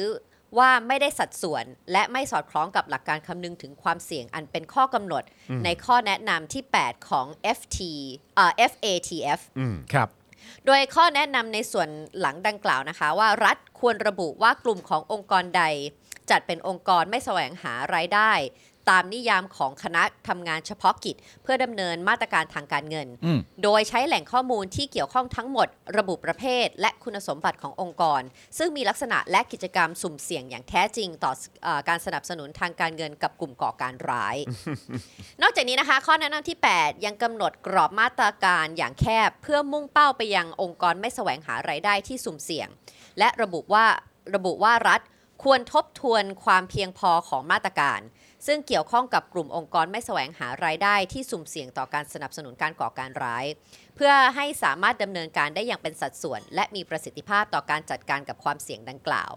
ว่าไม่ได้สัดส่วน และไม่สอดคล้องกับหลักการคำนึงถึงความเสี่ยงอันเป็นข้อกำหนด ในข้อแนะนำที่ 8 ของ FT เอ่อ FATF
อืม
ครับ
โดยข้อแนะนำในส่วนหลังดังกล่าวนะคะ ว่ารัฐควรระบุว่ากลุ่มขององค์กรใด จัดเป็นองค์กรไม่แสวงหารายได้ ตามนิยามของคณะทำงานเฉพาะกิจ เพื่อดำเนินมาตรการทางการเงิน
อืม
โดยใช้แหล่งข้อมูลที่เกี่ยวข้องทั้งหมด ระบุประเภท และคุณสมบัติขององค์กร ซึ่งมีลักษณะและกิจกรรมสุ่มเสี่ยงอย่างแท้จริงต่อเออการสนับสนุนทางการเงินกับกลุ่มก่อการร้าย นอกจากนี้นะคะ ข้อแนะนำที่ 8 ยังกำหนดกรอบมาตรการอย่างแคบ เพื่อมุ่งเป้าไปยังองค์กรไม่แสวงหารายได้ที่สุ่มเสี่ยง และระบุว่าระบุว่ารัฐควรทบทวนความเพียงพอของมาตรการ ซึ่งเกี่ยวข้องกับกลุ่มองค์กรไม่แสวงหารายได้ที่สุ่มเสี่ยงต่อการสนับสนุนการก่อการร้าย เพื่อให้สามารถดำเนินการได้อย่างเป็นสัดส่วน และมีประสิทธิภาพต่อการจัดการกับความเสี่ยงดังกล่าว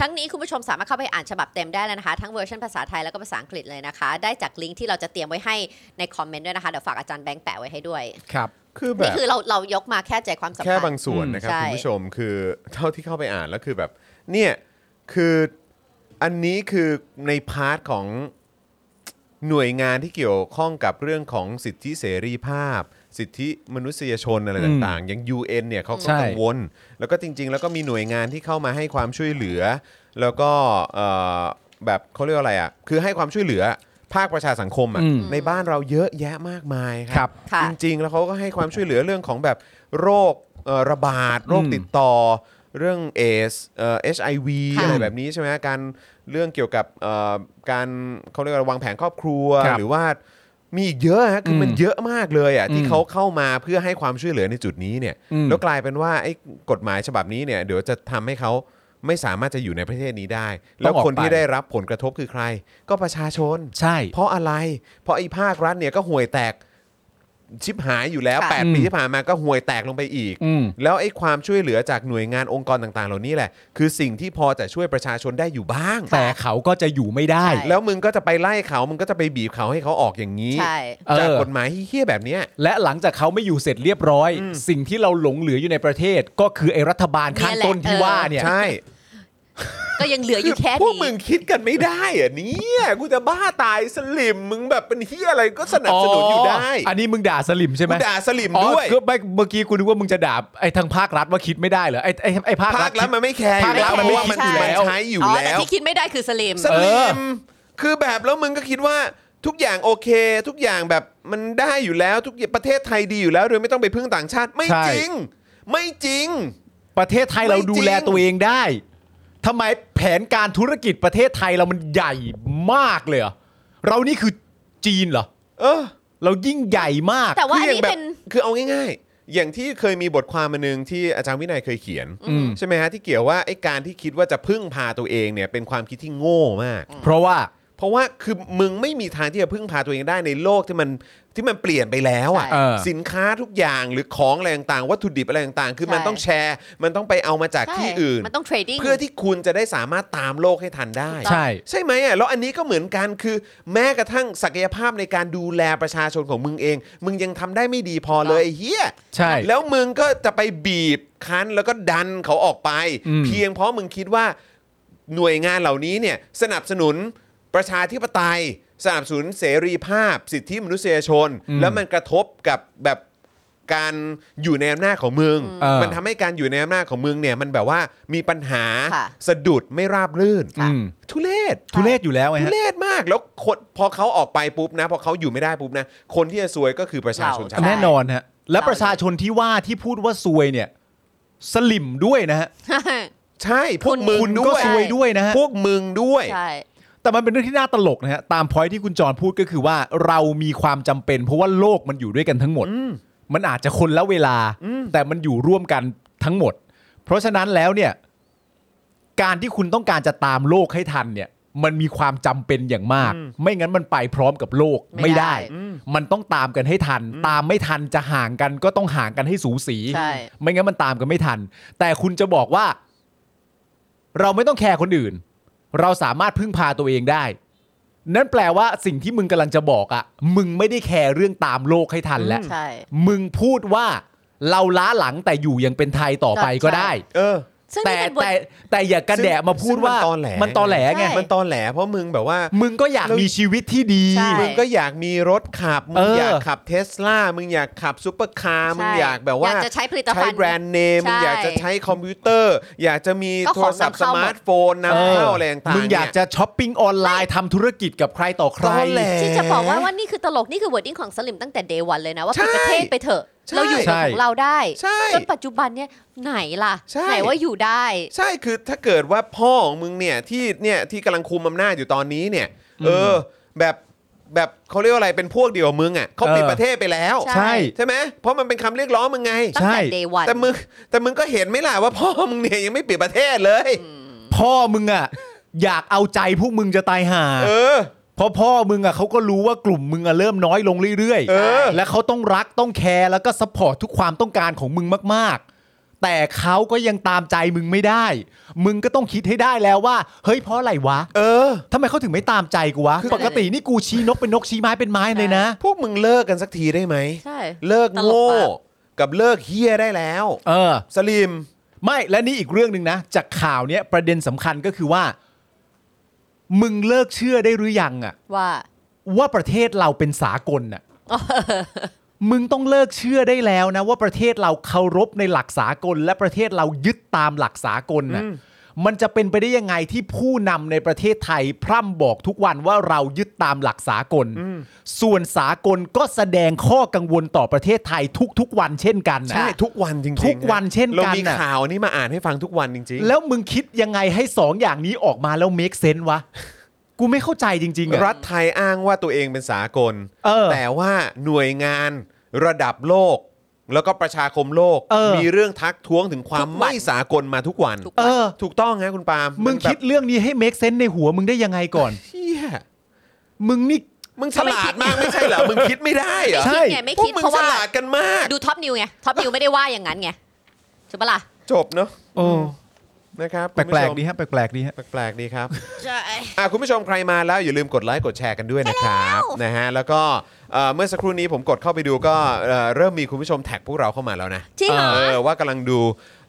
ทั้งนี้คุณผู้ชมสามารถเข้าไปอ่านฉบับเต็มได้แล้วนะคะ ทั้งเวอร์ชันภาษาไทยแล้วก็ภาษาอังกฤษเลยนะคะ ได้จากลิงก์ที่เราจะเตรียมไว้ให้ในคอมเมนต์ด้วยนะคะเดี๋ยวฝากอาจารย์แบงค์แปะไว้ให้ด้วย
ครับ
คือแบ
นี่
บ
คือเราเรายกมาแค่ใจความสำคัญ
แค่บางส่วนนะครับ
อืมใช่
คุณผู้ชมคือเท่าที่เข้าไปอ่านแล้วคือแบบเนี่ยคืออันนี้คือในพาร์ทของหน่วยงานที่เกี่ยวข้องกับเรื่องของสิทธิเสรีภาพ สิทธิมนุษยชนอะไร
อืม
ต่างๆ อย่าง UN เนี่ยเขาก็
ใช่
กังวล แล้วก็จริง ๆ แล้วก็มีหน่วยงานที่เข้ามาให้ความช่วยเหลือ แล้วก็เอ่อแบบเขาเรียกว่าอะไรอ่ะคือให้ความช่วยเหลือภาคประชาสังคมอ่ะ
อืม
ในบ้านเราเยอะแยะมากมายค
ค
รั
รับ บ
ค่ะ
จริงๆ แล้วเขาก็ให้ความช่วยเหลือเรื่องของแบบโรคเอ่อระบาด โรค
อืม
ติดต่อ เรื่องเอสเอ่อชไอวี
ค่ะ
อะไรแบบนี้ใช่ไหมการเรื่องเกี่ยวกับเอ่อการเขาเรียกว่าวางแผนครอบครัว
ครับ
หรือว่า มีอีกเยอะฮะคืออ
ม
มันเยอะมากเลยอ่ะที่
อืม
เขาเข้ามาเพื่อให้ความช่วยเหลือในจุดนี้เนี่ย
อืม
แล้วกลายเป็นว่าไอ้กฎหมายฉบับนี้เนี่ยเดี๋ยวจะทำให้เขาไม่สามารถจะอยู่ในประเทศนี้ได้ แล้วคน
ออกไป
ที่ได้รับผลกระทบคือใคร ก็ประชาชน
ใช่
เพราะอะไร เพราะไอ้ภาครัฐเนี่ยก็ห่วยแตกชิบหายอยู่แล้ว
ค่ะ
8
อืม
ปีที่ผ่านมาก็ห่วยแตกลงไปอีก
อืม
แล้วไอ้ความช่วยเหลือจากหน่วยงานองค์กรต่างๆ เหล่านี้แหละ คือสิ่งที่พอจะช่วยประชาชนได้อยู่บ้าง
แต่เขาก็จะอยู่ไม่ได้
ใช่
แล้วมึงก็จะไปไล่เขา มึงก็จะไปบีบเขาให้เขาออกอย่างนี้
ใช่
เออ
จากกฎหมายเฮี้ยๆแบบเนี้ย
และหลังจากเขาไม่อยู่เสร็จเรียบร้อย สิ่งที่เราหลงเหลืออยู่ในประเทศ ก็คือไอ้รัฐบาลข้างต้น
เนี่ยแหละ
ที่ว่าเนี่ย
ใช่
ก็ยังเหลืออยู่แค่
พวก
นี้
มึงคิดกันไม่ได้อะเนี่ยกูจะบ้าตายสลิมมึงแบบเป็นเฮี้ยอะไรก็สนับสนุนอยู่ได้
อันนี้มึงด่าสลิมใช่ไหม
กูด่าสลิมด้วย
อ๋อก็ไม่เมื่อกี้กูนึกว่ามึงจะด่าไอ้ทางภาครัฐว่าคิดไม่ได้เหรอไอ้ไอ้ไอ้ภาค
ภา
รั
ค
ฐ
รัฐมันไม่แคร์อยู่แล้ว
ภาครัฐมั
เพ
นไม่
ราะว่า
คิ
มัน
ดอยู่แล้ว
ใช้อยู่
อ๋อ แต่
แล้ว
ที่คิดไม่ได้คือสลิม
สลิ
เออ
มคือแบบแล้วมึงก็คิดว่าทุกอย่างโอเค ทุกอย่างแบบมันได้อยู่แล้วทุกอย่างประเทศไทยดีอยู่แล้วโดยไม่ต้องไปพึ่งต่างชาติ ไม่
ใช่
จริง ไม่จริง
ประเทศไทยเราดูแลตัวเองได้ทำไมแผนการธุรกิจประเทศไทยเรามันใหญ่มากเลยเหรอเรานี่คือจีนเหรอ
เออ
เรายิ่งใหญ่มาก
แต่ว่าอัน
คืย่ง
นี้
แบบ
เป็น
คือเอาง่าย ๆ อย่างที่เคยมีบทความมานึงที่อาจารย์วินัยเคยเขียน
อืม
ใช่ไหมฮะที่เกี่ยวว่าไอ้การที่คิดว่าจะพึ่งพาตัวเองเนี่ยเป็นความคิดที่โง่มาก
เพราะว่า
เพราะว่าคือมึงไม่มีทางที่จะพึ่งพาตัวเองได้ในโลกที่มันที่มันเปลี่ยนไปแล้วอ่ะ
ใช่
เออ
สินค้าทุกอย่างหรือของอะไรต่างๆวัตถุดิบอะไรต่างๆ คือมัน
ใช่
ต้องแชร์ มันต้องไปเอามาจากที่
ใช่
อื่น
มันต้องเทรดดิ้ง
เพื่อที่คุณจะได้สามารถตามโลกให้ทันได้
ใช่
ใช่ไหมอ่ะแล้วอันนี้ก็เหมือนกันคือ แม้กระทั่งศักยภาพในการดูแลประชาชนของมึงเอง มึงยังทำได้ไม่ดีพอเลยไอ้เฮีย
ใช่
แล้วมึงก็จะไปบีบคั้นแล้วก็ดันเขาออกไป
อืม
เพียงเพราะมึงคิดว่าหน่วยงานเหล่านี้เนี่ยสนับสนุนประชาธิปไตย สนับสนุนเสรีภาพ สิทธิมนุษยชน แล้วมันกระทบกับแบบการอยู่ในอำนาจของมึง
เออ
มันทำให้การอยู่ในอำนาจของมึงเนี่ยมันแบบว่ามีปัญหา
ค่ะ
สะดุดไม่ราบรื่น
อืม
ทุเรศ
ทุเรศอยู่แล้วไง
ทุ
ฮะ
เรศมากแล้วคนพอเขาออกไปปุ๊บนะ พอเขาอยู่ไม่ได้ปุ๊บนะ คนที่จะซวยก็คือประชาชนชาว
เรา
บ้า
แน่
น
นอนฮะ และประชาชนที่ว่าที่พูดว่าซวยเนี่ย สลิมด้วยนะฮะ
ใช่พวกมึง
คุณก็
ด้วย
ซวยด้วยนะฮะ
พวกมึงด้วย
ใช่
แต่มันเป็นเรื่องที่น่าตลกนะฮะ ตามพอยที่คุณจรพูดก็คือว่าเรามีความจำเป็น เพราะว่าโลกมันอยู่ด้วยกันทั้งหมด มันอาจจะคนละเวลา แต่มันอยู่ร่วมกันทั้งหมด เพราะฉะนั้นแล้วเนี่ย การที่คุณต้องการจะตามโลกให้ทันเนี่ย มันมีความจำเป็นอย่างมาก ไม่งั้นมันไปพร้อมกับโลก
ไม่
ไม่
ได้
ได้ มันต้องตามกันให้ทัน ตามไม่ทันจะห่างกันก็ต้องห่างกันให้สูสี
ใช่
ไม่งั้นมันตามกันไม่ทัน แต่คุณจะบอกว่า เราไม่ต้องแคร์คนอื่น เราสามารถพึ่งพาตัวเองได้ นั่นแปลว่าสิ่งที่มึงกำลังจะบอกอะมึงไม่ได้แคร์เรื่องตามโลกให้ทันแล้ว
ใช่
มึงพูดว่าเราล้าหลังแต่อยู่ยังเป็นไทยต่อไปก็ได้
เออ
ซึ่ง
แต่
นี่เป็นบท
แต่แต่อย่ากระแดะมาพูด
ซึ่ง
ว่า
มันตอแหล
นตอแหลไง
ใช่
มันตอนแหลเพราะมึงแบบว่า
มึงก็อยากมีชีวิตที่ดี
ใช่
มึงก็อยากมีรถขับ มึ
เอง อ
อ
อ
ยากขับเทสลา มึงอยากขับซูเปอร์คาร์
ใช่
มึงอยากแบบว่า
อยากจะใช้ผลิตภัณฑ์
ใช้แบรนด์เนม
ใช่
มึงอยากจะใช้คอมพิวเตอร์ อยากจะมี
ก็
โท
ขอ
รง ศัพท์ส
นำเข้าหมด
มาร์ทโฟนนำเข้าอะไรต่างๆ
มึงอยาก
เนี่
จะช้อปปิ้งออนไลน์ทำธุรกิจกับใครต่อใคร
ตอแหล
ที่จะบอกว่าว่านี่คือตลกนี่คือวอร์ดิ้งของสลิมตั้งแต่เดวันเลยนะ ว่า
ใช่
ปิดประเทศไปเถอะ
ใช่
เราอยู่กับของเราได้
ใช่
จนปัจจุบันเนี่ยไหนล่ะ
ใช่
ไหนว่าอยู่ได้
ใช่คือถ้าเกิดว่าพ่อของมึงเนี่ยที่เนี่ยที่กำลังคุมอำนาจอยู่ตอนนี้เนี่ยเออแบบแบบเขาเรียกว่าอะไรเป็นพวกเดียวกับมึงอ่ะเขาปิด
เออ
ประเทศไปแล้ว
ใช่
ใช่
ใช่ไหมเพราะมันเป็นคำเรียกร้องมึงไง
ตั้งแต่
ใช่
เดวัน
แต่มึงแต่มึงก็เห็นไหมล่ะว่าพ่อมึงเนี่ยยังไม่ปิดประเทศเลย
พ่อมึงอะอยากเอาใจพวกมึงจะตายห่า
เออ
เพราะพ่อมึงอ่ะเขาก็รู้ว่ากลุ่มมึงอ่ะเริ่มน้อยลงเรื่อย
เออ
และเขาต้องรักต้องแคร์แล้วก็สปอร์ตทุกความต้องการของมึงมาก ๆ แต่เขาก็ยังตามใจมึงไม่ได้ มึงก็ต้องคิดให้ได้แล้วว่า เฮ้ยเพราะอะไรวะ
เออ
ทำไมเขาถึงไม่ตามใจกูวะ
คือ
ปกตินี่กูชี้นกเป็นนกชี้ไม้เป็นไม้เลยนะ
พวกมึงเลิกกันสักทีได้ไหม
ใช่
เลิกโง่
ตลกม
กับเลิกเฮี้ยได้แล้ว
เออ
สลิม
ไม่และนี่อีกเรื่องหนึ่งนะ จากข่าวเนี้ยประเด็นสำคัญก็คือว่า มึงเลิกเชื่อได้หรือยังอ่ะ
ว่า
ว่าประเทศเราเป็นสากลน่ะ มึงต้องเลิกเชื่อได้แล้วนะ ว่าประเทศเราเคารพในหลักสากล และประเทศเรายึดตามหลักสากลน่ะ มันจะเป็นไปได้ยังไงที่ผู้นำในประเทศไทย พร่ำบอกทุกวันว่าเรายึดตามหลักสากล ส่วนสากลก็แสดงข้อกังวลต่อประเทศไทยทุกๆวันเช่นกันนะ
ใช่ทุกวันจริงๆ
ทุกวันเช่นกัน
เรามี
น่ะ
ข่าวนี้มาอ่านให้ฟังทุกวันจริงๆ
แล้วมึงคิดยังไงให้สองอย่างนี้ออกมาแล้วเมคเซน s e วะ กูไม่เข้าใจจริงๆอะ
รัฐไทยอ้างว่าตัวเองเป็นสากล
เออ
แต่ว่าหน่วยงานระดับโลก แล้วก็ประชาคมโลก
เออ
มีเรื่องทักท้วงถึงความ
ทุกวัน
ไม่สากลมาทุกวัน
ทุก
เอ
วัน
อ
ถูกต้องฮะคุณปาล์ม
มึงคิดเรื่องนี้ให้ make sense ในหัวมึงได้ยังไงก่อน
เชี่ย
มึงนี่
มึงฉลาดมากไม่ใช่เหรอ มึงคิดไม่ได้เหรอ
ใช่
คิดไงไม่
พวก
คิด
มึง
เพราะ
ฉ
ว่า
ลาดกันมาก
ดูท็อปนิวไงท็อปนิวไม่ได้ว่าอย่างนั้นไงถูกปะล่ะ
จบเนาะ
โอ้
นะครับ
แป
คุณผู้
ล
ช
ก
ม
ๆดีฮะแปลกๆดีฮะ
แปลกๆดีครับ
ใช่
อ่ะคุณผู้ชมใครมาแล้วอย่าลืมกดไลค์กดแชร์กันด้วยนะครับนะฮะแล้วก็เอ่อเมื่อสักครู่นี้ผมกดเข้าไปดูก็เอ่อเริ่มมีคุณผู้ชมแท็กพวกเราเข้ามาแล้วนะ
จริงเหรอ
เออว่ากำลังดู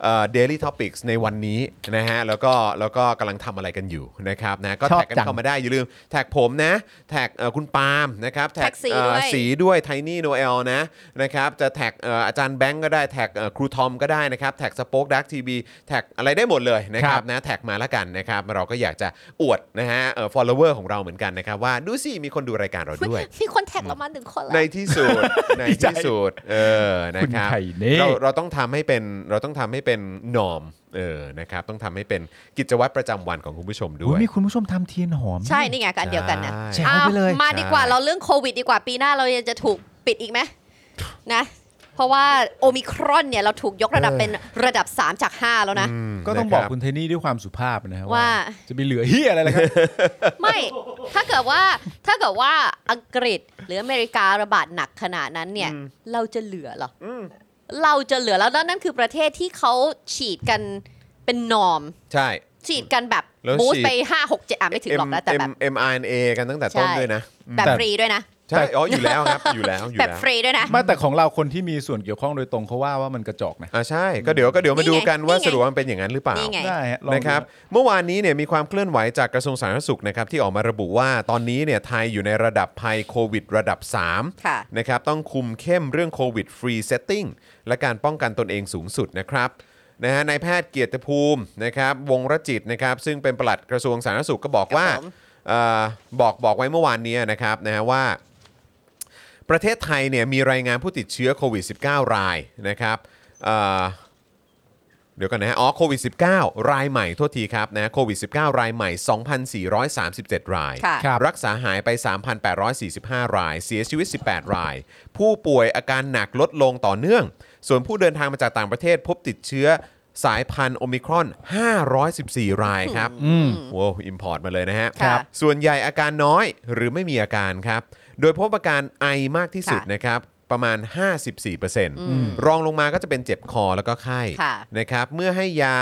เอ่อ daily topics ในวันนี้นะฮะแล้วก็แล้วก็กำลังทำอะไรกันอยู่นะครับนะก็
ชอบ
แท็กกัน
จัง
เข้ามาได้อย่าลืมแท็กผมนะแท็กเอ่อคุณปาล์มนะครับ
แท็กสี
เอ่อ
ด้วย
สีด้วยไทนี่โนเอลนะนะครับจะแท็กเอ่ออาจารย์แบงก์ก็ได้แท็กเอ่อครูทอมก็ได้นะครับแท็กสป็อคดักทีวีแท็กอะไรได้หมดเลยนะครับ นะแท็กมาละกันนะครับ เราก็อยากจะอวดนะฮะเอ่อ follower ของเราเหมือนกันนะครับ ว่าดูสิ มีคนดูรายการเราด้วย
มีคนแท็กเรามาหนึ่งคนแล้ว
ในที่สุ ด ใน
ดีใจ
ที่สุดเออนะ
คุณ
ครับ
ไข่เน่
เราเราต้องทำให้เป็นเราต้องทำให้เป็นนอมเออนะครับต้องทำให้เป็นกิจวัตรประจำวันของคุณผู้ชมด้
อุ๊
วย ย
มีคุณผู้ชมทำเทียนหอม
ใช่นี่ไงกันเดียวกันนะ
ใช่
อ้าว
แจ๋วไปเลย
มาดีกว่า
ใช่
เราเรื่องโควิดดีกว่าปีหน้าเรายังจะถูกปิดอี กไหมนะ เพราะว่าโอมิครอนเนี่ยเราถูกยกระดับเป็นระดับ 3 จาก 5 แล้วนะ
ม
ก็ต้อง
นะ
บ
รั
อกคุณเทนี่ด้วยความสุภาพนะฮะ
ว่า
จะไปเหลือเฮียอะไรล่ะครับ
ไม่ ถ้าเกิดว่าถ้าเกิดว่าอังกฤษหรืออเมริการะบาดหนักขนาดนั้นเนี่ย เราจะเหลือเหรออเราจะเหลือแล้วแล้วนั่นคือประเทศที่เขาฉีดกันเป็นนอม
ใช่
ฉีดกันแบบ
แล้ว
บูส
ฉีด
ไปห้าหกเจ็ดอ่ะไม่ถึงหรอกนะแต่แบบ
M- M- mRNA กันตั้งแต่ต้น
ใช่
ด้วยนะ
แบบ
แต่
ฟรีด้วยนะ
ใช่อ๋ออยู่แล้วครับอยู่แล้วอยู่
แบบ
แล้ว
ฟรีด้วยนะ
ไมาแต่ของเราคนที่มีส่วนเกี่ยวข้องโดยตรงเขาว่าว่ามันกระจอกนะ
อ่าใช่ก็เดี๋ยวก็เดี๋ยวมาดูกัน
นี่ไง
ว่า
นี่ไง
สรุปมันเป็นอย่างนั้นหรือเปล่า
นี่ไง
ได้ฮะลองดู
นะครับเมื่อวานนี้เนี่ยมีความเคลื่อนไหวจากกระทรวงสาธารณสุขนะครับที่ออกมาระบุว่าตอนนี้เนี่ยไทยอยู่ในระดับภัยโควิดระดับ
ค่ะ
3นะครับต้องคุมเข้มเรื่องโควิดฟรีเซตติ้งและการป้องกันตนเองสูงสุดนะครับนะฮะนายแพทย์เกียรติภูมินะครับวงรจิตนะครับซึ่งเป็นปลัดกระทรวงสาธารณสุขก็บอกว่าเอ่อบอกบอกไว้เมื่อวานนี้นะครับนะฮะว่า ประเทศไทยเนี่ยมีรายงานผู้ติดเชื้อโควิด -19 รายนะครับเอ่อ เดี๋ยวกันนะฮะอ๋อโควิด -19 รายใหม่ โทษทีครับนะโควิด -19 รายใหม่ 2,437 ราย
ค่ะ
ครับ
รักษาหายไป 3,845 ราย เสียชีวิต 18 ราย ผู้ป่วยอาการหนักลดลงต่อเนื่อง ส่วนผู้เดินทางมาจากต่างประเทศพบติดเชื้อสายพันธุ์โอมิครอน 514 รายครับโว้อิมพอร์ตมาเลยนะฮะ
ครับ
ส่วนใหญ่อาการน้อยหรือไม่มีอาการครับ โดยพบอาการไอมากที่สุด
ค่ะ
นะครับ ประมาณ 54%รองลงมาก็จะเป็นเจ็บคอแล้วก็ไข้
ค่ะ
นะครับ เมื่อให้ยา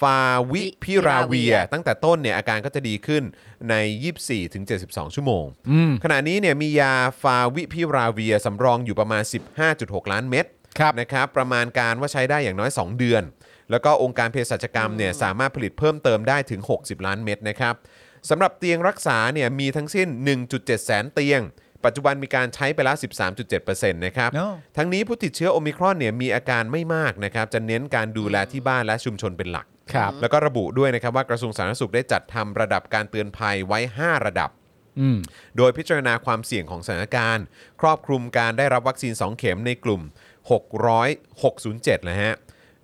ฟาวิพิราเวีย ตั้งแต่ต้นเนี่ยอาการก็จะดีขึ้นใน 24-72ถึง72 ชั่วโมง ขณะนี้เนี่ยมียาฟาวิพิราเวียสำรองอยู่ประมาณ 15.6 ล้านเม็ด
ครับ
นะครับประมาณการว่าใช้ได้อย่างน้อย 2 เดือน แล้วก็องค์การเภสัชกรรมเนี่ยสามารถผลิตเพิ่มเติมได้ถึง 60 ล้านเม็ดนะครับสำหรับเตียงรักษาเนี่ยมีทั้งสิ้น 1.7 แสนเตียง ปัจจุบันมีการใช้ไปแล้ว 13.7%นะครับ
No
ทั้งนี้ผู้ติดเชื้อโอมิครอนเนี่ยมีอาการไม่มากนะครับจะเน้นการดูแลที่บ้านและชุมชนเป็นหลัก
ครับ
แล้วก็ระบุด้วยนะครับว่ากระทรวงสาธารณสุขได้จัดทำระดับการเตือนภัยไว้ 5 ระดับ
อืม
โดยพิจารณาความเสี่ยงของสถานการณ์ ครอบคลุมการได้รับวัคซีน 2 เข็มในกลุ่ม 600-607 นะฮะ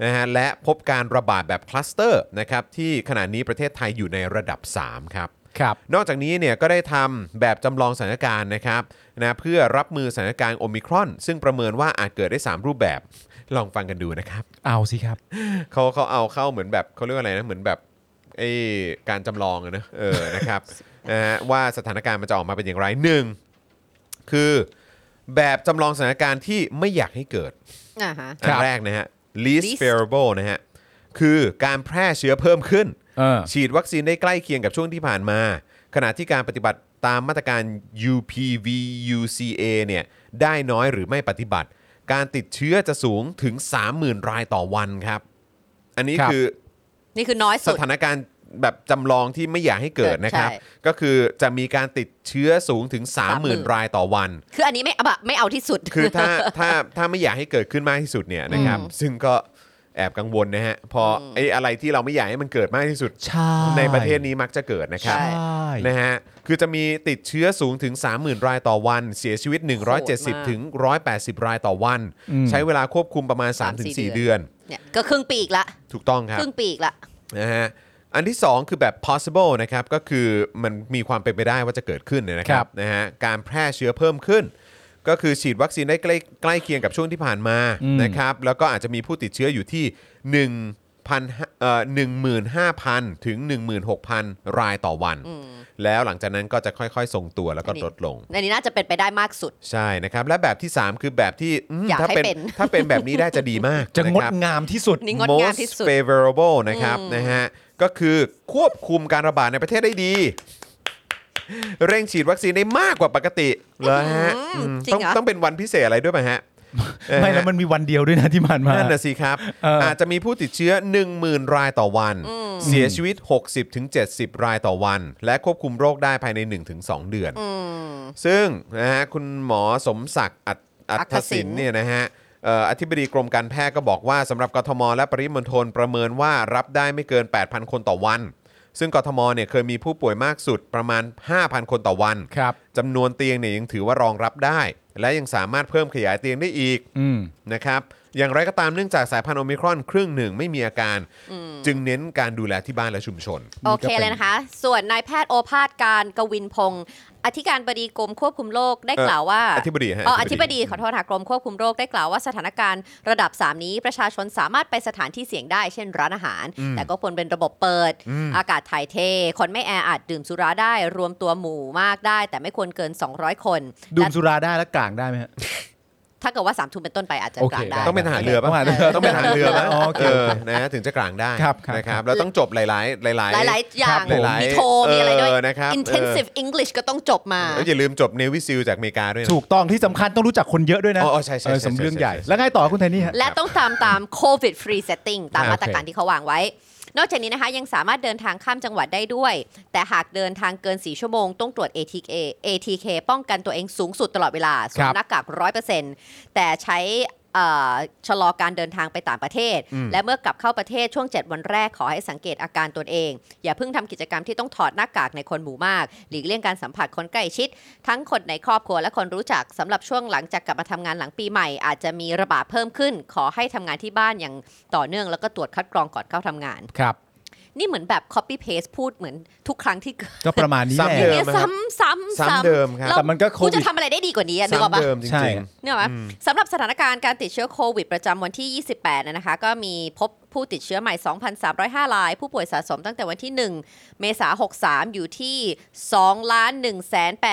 นะฮะและพบการระบาดแบบคลัสเตอร์นะครับที่ขณะนี้ประเทศไทยอยู่ในระดับ 3 ครับ
ครับ
นอกจากนี้เนี่ยก็ได้ทำแบบจำลองสถานการณ์นะครับนะเพื่อรับมือสถานการณ์โอมิครอน ซึ่งประเมินว่าอาจเกิดได้ 3 รูปแบบ ลองฟังกันดูนะครับ
เอาสิครับ
เขาเขาเอาเข้าเหมือนแบบเขาเรียกว่าอะไรนะเหมือนแบบไอ้การจำลองอะนะเออนะครับ นะฮะว่าสถานการณ์มันจะออกมาเป็นอย่างไรหนึ่งคือแบบจำลองสถานการณ์ที่ไม่อยากให้เกิด
อ่าฮะ
อั
คน รับ
แรกนะฮะ least
Least
favorable นะฮะ คือการแพร่เชื้อเพิ่มขึ้น
เออ
ฉีดวัคซีนได้ใกล้เคียงกับช่วงที่ผ่านมา ขณะที่การปฏิบัติตามมาตรการ UPVUCA เนี่ย ได้น้อยหรือไม่ปฏิบัติ การติดเชื้อจะสูงถึง 30,000 รายต่อวันครับ อันนี้
ครับ
คือ
นี่คือน้อย
ส
สุด
ถานการณ์แบบจำลองที่ไม่อยากให้เกิดนะครับ
ใช่
ก็คือจะมีการติดเชื้อสูงถึง 30,000
30,000
รายต่อวัน
คืออันนี้ไม่เอาแบบไม่เอาที่สุด
คือถ้าถ้าถ้าไม่อยากให้เกิดขึ้นมากที่สุดเนี่ยนะครับ ซึ่งก็แอบกังวลนะฮะพอไอ้อะไรที่เราไม่อยากให้มันเกิดมากที่สุด
ใช่
ในประเทศนี้มักจะเกิดนะครับ
ใช่
ใช่
นะฮะ คือจะมีติดเชื้อสูงถึง 30,000 รายต่อวัน เสียชีวิต 170 ถึง 180 รายต่อวัน ใช้เวลาควบคุมประมาณ 3-4 เดือน
เนี่ยก็ครึ่งปีอีกละ
ถูกต้องครับ
ครึ่งปีอีกละ
นะฮะ อันที่ 2 คือแบบ possible นะครับ ก็คือมันมีความเป็นไปได้ว่าจะเกิดขึ้นเนี่ยนะค
ค
รั
รั
บบ นะฮะการแพร่เชื้อเพิ่มขึ้น ก็คือฉีดวัคซีนได้ใกล้ใกล้เคียงกับช่วงที่ผ่านมานะครับ แล้วก็อาจจะมีผู้ติดเชื้ออยู่ที่ 1 1,000เอ่อ15,000 ถึง 16,000 รายต่อวัน แล้วหลังจากนั้นก็จะค่อยๆ ทรงตัวแล้วก็
อันนี้
ลดลง
อันนี้น่าจะเป็นไปได้มากสุด
ใช่นะครับ และแบบที่ 3 คือแบบที่ม
อยาก
ถ้า
ให้
เป็น
เป็น
ถ้าเป็นแบบนี้ได้จะดีมาก
จะง
นะ
ด
ครับ
งามที่สุด
นี่งดงามที่สุด
most favorable นะครับนะฮะก็คือควบคุมการระบาดในประเทศได้ดี เร่งฉีดวัคซีนได้มากกว่าปกติเลยฮะ
อื้อหือ
ม
จริง
ต้อง
เหรอ
ต้องเป็นวันพิเศษอะไรด้วยไหมฮะ
ไม่แล้วมันมีวันเดียวด้วยนะที่ผ่านมา
นั่นน่ะสิครับ
เอออ
อาจจะมีผู้ติดเชื้อ 10,000 รายต่อวัน เสียชีวิต 60-70 รายต่อวัน และควบคุมโรคได้ภายใน 1-2 เดือน ซึ่งนะฮะคุณหมอสมศักดิ์อัตอั
อั
ต
ต
ถ
ถ
ศิ
ศิ
น
ลป์
เนี่ยนะฮะเอ่ออธิบดีกรมการแพทย์ก็บอกว่าสำหรับกทม และปริมณฑลประเมินว่ารับได้ไม่เกิน 8,000 คนต่อวัน ซึ่งกทมเนี่ยเคยมีผู้ป่วยมากสุดประมาณ 5,000 คนต่อวัน
ครับ
จำนวนเตียงเนี่ยยังถือว่ารองรับได้ และยังสามารถเพิ่มขยายเตียงได้อีก
อืม
นะครับ อย่างไรก็ตามเนื่องจากสายพันธุ์โอมิครอนครึ่งหนึ่งไม่มีอาการ จึงเน้นการดูแลที่บ้านและชุมชน
โอเคเลยนะคะ ส่วนนายแพทย์โอภาสการกวินพงศ์อธิการบดีกรมควบคุมโรคได้
เอ่อก
ล่าวว่า
อธิบดีฮะ
อ๋ออ
อธิ
ธิ
บบ ดี
ดีขอโทษค่ะกรมควบคุมโรคได้กล่าวว่าสถานการณ์ระดับ 3 นี้ ประชาชนสามารถไปสถานที่เสี่ยงได้เช่นร้านอาหาร แต่ก็ควรเป็นระบบเปิด อากาศถ่ายเท คนไม่แออัดดื่มสุราได้ รวมตัวหมู่มากได้ แต่ไม่ควรเกิน 200 คน
ดื่ม
และ
สุราได้แล้วกลางได้ไหมฮะ
ถ้าเกิดว่าสามทุ่มเป็นต้นไปอาจจะ
โอก เค
ลางได้
ต้องเป็นทหารเรือป่ะ
ต้องเป็นท
ต้องเป็นทหา
หารเรือ
รเรือป่ะ
อ๋อโอเค
เออนะถึงจะกลางได้
ครับครับ
นะครับ แล้วต้องจบหลาย ๆ หลาย ๆ
หลาย ๆ อย่าง
ครับผม
มีโทรมีอะไรด้วย
เออนะครับ
intensive English ก็ต้องจบมา
แล้วอย่าลืมจบเนวิซิลจากอเมริกาด้วยนะ
ถูกต้องที่สำคัญต้องรู้จักคนเยอะด้วยนะ
อ๋ออ๋อใช่ใช่ใช่
เออสำเรื่องใหญ่
ใช่ใช่
แล้วไงต่อคุณไทนี่ฮะ
และต้องตามตาม COVID free setting ตาม
อ่า
มาตรการที่เขาวางไว้ นอกจากนี้นะคะยังสามารถเดินทางข้ามจังหวัดได้ด้วย แต่หากเดินทางเกิน 4 ชั่วโมง ต้องตรวจ ATK ATK ป้องกันตัวเองสูงสุดตลอดเวลาสว
ครั
ม
บ
หน้ากาก100%แต่ใช้เอ่อชะลอการเดินทางไปต่างประเทศ และเมื่อกลับเข้าประเทศช่วง 7 วันแรกขอให้สังเกตอาการตนเอง อย่าเพิ่งทำกิจกรรมที่ต้องถอดหน้ากากในคนหมู่มาก หลีกเลี่ยงการสัมผัสคนใกล้ชิด ทั้งคนในครอบครัวและคนรู้จักสำหรับช่วงหลังจากกลับมาทำงานหลังปีใหม่ อาจจะมีระบาดเพิ่มขึ้น ขอให้ทำงานที่บ้านอย่างต่อเนื่องแล้วก็ตรวจคัดกรองก่อนเข้าทำงาน
ครับ
นี่เหมือนแบบ copy paste พูดเหมือนทุกครั้งที่เกิด
ก็ประมาณนี้แห
ซ้ำเดิม
เนี่
ละ
ย
ครับ
ซ้ำซ้ำ
ซ้ำเดิมครับ
แล้ว
แต่มันก็โควิด
จะทำอะไรได้ดีกว่านี้อะนึกออกปะ
ซ้ำเดิมจ
ใช่
ริง
เนี่ยว่าสำหรับสถานการณ์การติดเชื้อโควิด ประจำวันที่ 28นะนะคะ ก็มีพบผู้ติดเชื้อใหม่ 2,305 ราย ผู้ป่วยสะสมตั้งแต่วันที่ 1 เมษายน 63 อยู่ที่ 2 1 8 5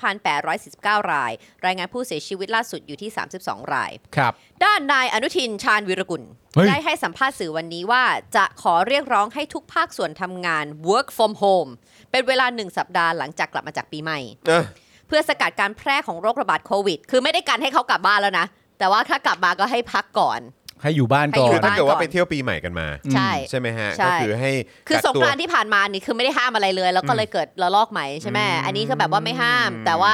8 1 9 ราย รายงานผู้เสียชีวิตล่าสุดอยู่ที่ 32 ราย
ครับ
ด้านนายอนุทินชาญวิรกุล
เฮ้ย
ได้ให้สัมภาษณ์สื่อวันนี้ว่าจะขอเรียกร้องให้ทุกภาคส่วนทำงาน work from home เป็นเวลาหนึ่งสัปดาห์หลังจากกลับมาจากปีใหม่
ๆ เออ
เพื่อสกัดการแพร่ของโรคระบาดโควิด คือไม่ได้กันให้เขากลับบ้านแล้วนะ แต่ว่าถ้ากลับมาก็ให้พักก่อน
ให้อยู่บ้าน
ให้
ก่อ
คื
อยู่
อน ถ้า
บ้น
เกิดว่าไปเที่ยวปีใหม่กันมา
ใช่
ใช่ไหมฮะ
ใช่
ก็คือให้
คือ
กัก
สง
ตัว
กรานต์ที่ผ่านมานี่คือไม่ได้ห้ามอะไรเลย แล้วก็เลยเกิดระลอกใหม่ใช่ไหมอันนี้ก็แบบว่าไม่ห้าม แต่ว่า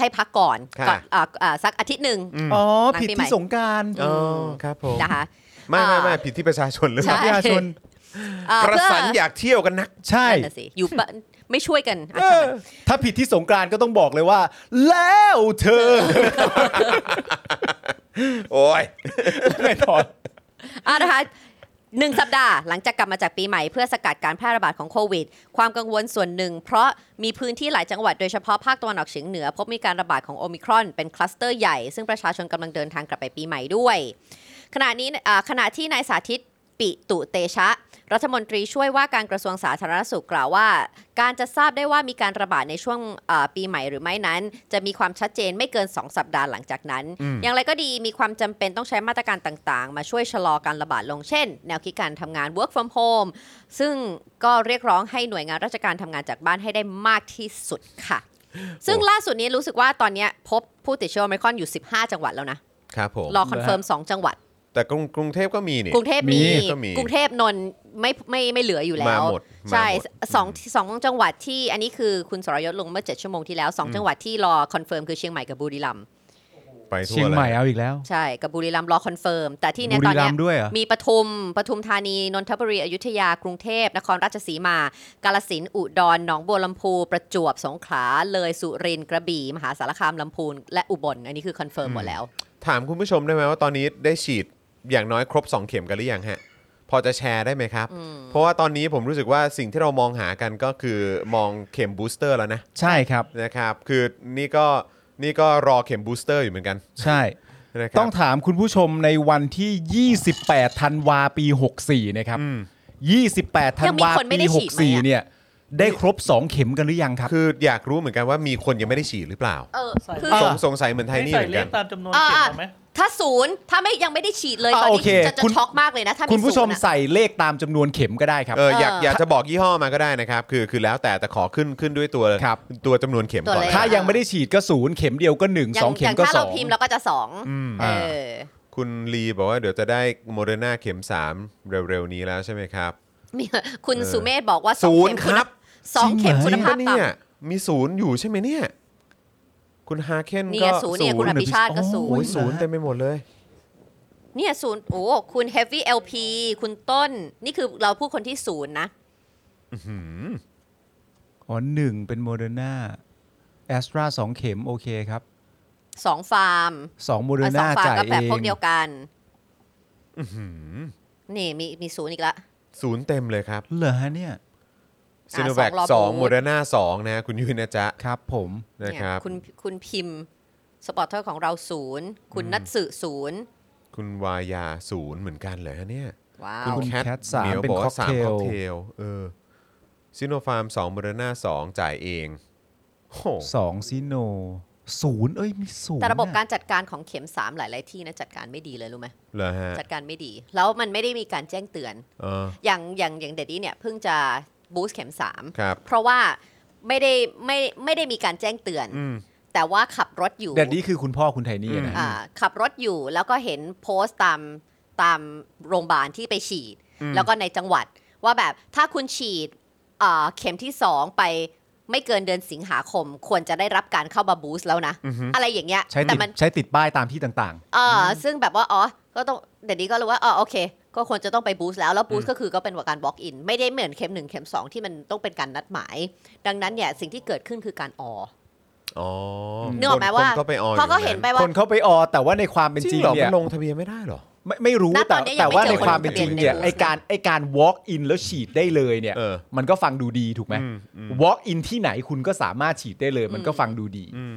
ให้พักก่อน
ค่ะ
ก่อนอ่าอ่าสักอาทิตย์หนึ่ง
อ๋อ
หลัง
ผิด
ปีใหม่
ที่สงกราร
อ๋อครับผม
นะคะ
ไม่ไม่ไม่
อ่า
ผิดที่ประชาชนหรือ
ป
เป
ใช่
ล่า
ระชาชน
เอ่อก
ระ
เพื่
สันอยากเที่ยวกันนัก
ใช่
นั่นน่ะสิอยู่ปะไม่ช่วยกันอ่ะ
เออถ้าผิดที่สงกรารก็ต้องบอกเลยว่า แล้วเธอ
โอ้ย
ไม่ถอด
อ่ะนะคะหนึ่งสัปดาห์หลังจากกลับมาจากปีใหม่เพื่อสกัดการแพร่ระบาดของโควิด ความกังวลส่วนหนึ่ง เพราะมีพื้นที่หลายจังหวัดโดยเฉพาะภาคตะวันออกเฉียงเหนือ พบมีการระบาดของโอมิครอนเป็นคลัสเตอร์ใหญ่ ซึ่งประชาชนกำลังเดินทางกลับไปปีใหม่ด้วย ขณะนี้อ่าขณะที่นายสาธิตปิตุเตชะ รัฐมนตรีช่วยว่าการกระทรวงสาธารณสุขกล่าวว่า การจะทราบได้ว่ามีการระบาดในช่วงอ่าปีใหม่หรือไม่นั้น จะมีความชัดเจนไม่เกิน 2 สัปดาห์หลังจากนั้น อย่างไรก็ดีมีความจำเป็นต้องใช้มาตรการต่างๆ มาช่วยชะลอการระบาดลงเช่น แนวคิดการทำงาน work from home ซึ่งก็เรียกร้องให้หน่วยงานราชการทำงานจากบ้านให้ได้มากที่สุดค่ะ ซึ่งล่าสุดนี้รู้สึกว่าตอนเนี้ยพบผู้ติดเชื้อโอไมครอนอยู่ 15 จังหวัดแล้วนะครับ
ผม
รอคอนเฟิร์มสองจังหวัด
แต่กรุงกรุงเทพก็มีนี่
กรุงเทพมี
มีก็มี
กรุงเทพนนท์ไม่ไม่ไม่เหลืออยู่แล้
มาว หมด
ใช่
มาหมด
สองสองจังหวัดที่อันนี้คือคุณสรยศลงเมื่อ 7 ชั่วโมงที่แล้วสองจังหวัดที่รอคอนเฟิร์มคือเชียงใหม่กับบุรีรัมย์
ไปทั่ว
เชียง
ล
ใหม่เอาอีกแล้ว
ใช่กับบุรีรัมย์รอคอนเฟิร์มแต่ที่เนี่ย
บุ
ตอ
รี
น
รั
เนี้
ม
ย
ย์ด้วยเหรอ
มีปทุมปทุมธานีนนทบุรีอยุธยากรุงเทพนครราชสีมา กาลสินธุ์อุดรหนองบัวลำพูประจวบสงขลาเลยสุรินทร์กระบี่ มหาสารคามลำพูนและอุบลอันนี้คือคอนเฟิร์มหมดแล้ว
ถามคุณผู้ชมได้ไหมว่าตอนนี้ได้ฉีดอย่างน้อยครบ 2 เข็มกันหรือยังฮะ พอจะแชร์ได้ไหมครับ เพราะว่าตอนนี้ผมรู้สึกว่าสิ่งที่เรามองหากันก็คือมองเข็มบูสเตอร์แล้วนะ
ใช่ครับ
นะครับ คือนี่ก็นี่ก็รอเข็มบูสเตอร์อยู่เหมือนกัน
ใช่
นะครับ
ต้องถามคุณผู้ชมในวันที่ 28 ธันวาปี 64 นะครับ 28 ธั
ยั
น
งมี
วา
คนไม่
ปี
ได้ฉีดไหมอะ
64 เนี่ย ได้ครบ 2 เข็มกันหรือยังครับ
คืออยากรู้เหมือนกันว่ามีคนยังไม่ได้ฉีดหรือเปล่า
เออ
ใส่
คือ
เอ
สงสงสัยเหมือนไทย
ไม่
นี่
ใส่
เหมือน
เล
กั
ข
น
ตามจำนวนเข็ม
อ่า
หรอไหม
ถ้าศูนย์ถ้าไม่ยังไม่ได้ฉีดเลย
อ่า
ตอน
โอ
นี้
เค
จะจะ
คุณ
ช็อกมากเลยนะ ถ้ามี
คุณผู้ชม
ศูนย์อะ
ใส่เลขตามจำนวนเข็มก็ได้ครับ
เอออยาก
เอออย
อากจะบอกยี่ห้อมาก็ได้นะครับ คือคือแล้วแต่แต่ขอขึ้นขึ้นด้วยตัว
ครับ
ตัวจำนวนเข็ม
ตัว
ก่อน
เลข
ถ้ายังไม่ได้ฉีดก็ศูนย์เข็มเดียวก็หนึ่ง
ย่า
สองเข็มก็
ย่าถ้า
ส
เรา
อง
พิมพ์เราก็จะสองเออ
คุณลีบอกว่าเดี๋ยวจะได้โมเดอร์นาเข็ม 3 เร็วๆ นี้แล้วใช่ไหมครับ
มี คุณ
เออ
สุเมธบอกว่าสอ
ศู
ง
นย์ค
เข็มคุณ
รับ
ภาพสองเข็ม
จริงไหม
คุณภาพ
นี่
ต่
เนี่ยมีศูนย์อยู่ใช่ไหมเนี่ย คุณฮาเคน
ำเนี่
ก็
ยศูนย์เนี่ยคุณอภิชาติก็ศู
โอ้ย
นย์
ศูนย์เต็มไปหมดเลย
เนี่ยศูนย์โอ้คุณ Heavy LP คุณต้น นี่คือเราพูดคนที่ศูนย์นะ
อ๋อหนึ่งเป็นโมเดอร์นาแอสตราสองเข็มโอเคครับ
สองฟาร์ม
สองโมเดอ
อ่ะสอน
ร์าง
ฟาร์ม
จ่าย
ก็
เอ
แบบ
ง
พวกเดียวกันนี่มีมีศูนย์อีกละ
ศูนย์เต็มเลยครับ
เหรอฮะเนี่ย
ซ i โนแวค
สองรอบ
สอง
บูธ
โมเดอร์นาสองนะ คุณยุ้ยนะจ๊ะ
ครับผม
นะ
เนี่ย
ครับ
คุณคุณพิมพ์สปอร์ตเทอร์ของเราศูนย์คุณนัทสึศูนย์
คุณวายาศูนย์เหมือนกันเลยเนี่ย
ว้า
คุ
ว
ณแคท
สาม
หยว
เป็น
บอก
ค็อ
ว่าก สาม
เท
ค็
ล
อกเทลเออซิโนฟาร์มสองบรณาสองจ่ายเองโอ้โห
สองซีโนศูนย์เอ้ยมีศูนย์
แต่ระบบ
น่
การจัดการของเข็ม 3 หลาย ๆ ที่นะจัดการไม่ดีเลยรู้ไหม
เหรอฮะ
จัดการไม่ดี แล้วมันไม่ได้มีการแจ้งเตือน
เออ
อย่างอย่างอย่างเดดดี้เนี่ยเพิ่งจะบูสต์เข็ม
ครับ
3 เพราะว่าไม่ได้ไม่ไม่ได้มีการแจ้งเตือน
อืม
แต่ว่าขับรถอยู่
เดดดี้คือคุณพ่อคุณไทนี่นะ
อ่าขับรถอยู่แล้วก็เห็นโพสต์ตามตามโรงพยาบาลที่ไปฉีด แล้วก็ในจังหวัดว่าแบบถ้าคุณฉีดเอ่อเข็มที่ 2 ไปไม่เกินเดือนสิงหาคม ควรจะได้รับการเข้ามาบูสต์แล้วนะ อะไรอย่างเงี้ย
ใช้
แต่
ติด
มัน
ใช้ติดป้ายตามที่ต่าง
เอออซึ่งแบบว่า อ๋อ ก็ต้องเดี๋ยวนี้ก็รู้ว่าอ๋อโอเค ก็ควรจะต้องไปบูสต์แล้ว แล้วบูสต์ก็คือก็เป็นการ walk in ไม่ได้เหมือนเข็มหนึ่งเข็มสองที่มันต้องเป็นการนัดหมาย ดังนั้นเนี่ย สิ่งที่เกิดขึ้นคือการออ
อ๋อ
ม
เนื้อออกไหมว่า
คนก็ไปออย
เขาก็เห็นไปว่า
ๆ คนเข้าไปออแต่ว่าในความเป็น
จ
จ
ริ
ริ
ง
ง
เหรอมั
เนี่ย
นลงทะเบียนไม่ได้เหรอ
ไม่ไม่รู้
ณต
แต่
อนนี้ยัง
แต่
ไม่
ว่า
เจอ
ในความเป็นจริงเนี่ย
คนลงทะเบียนใน
ไอการไอการ walk in แล้วฉีดได้เลยเนี่ย
เออ
มันก็ฟังดูดีถูกไหม
อืมอืม
walk in ที่ไหนคุณก็สามารถฉีดได้เลย มันก็ฟังดูดี
อืม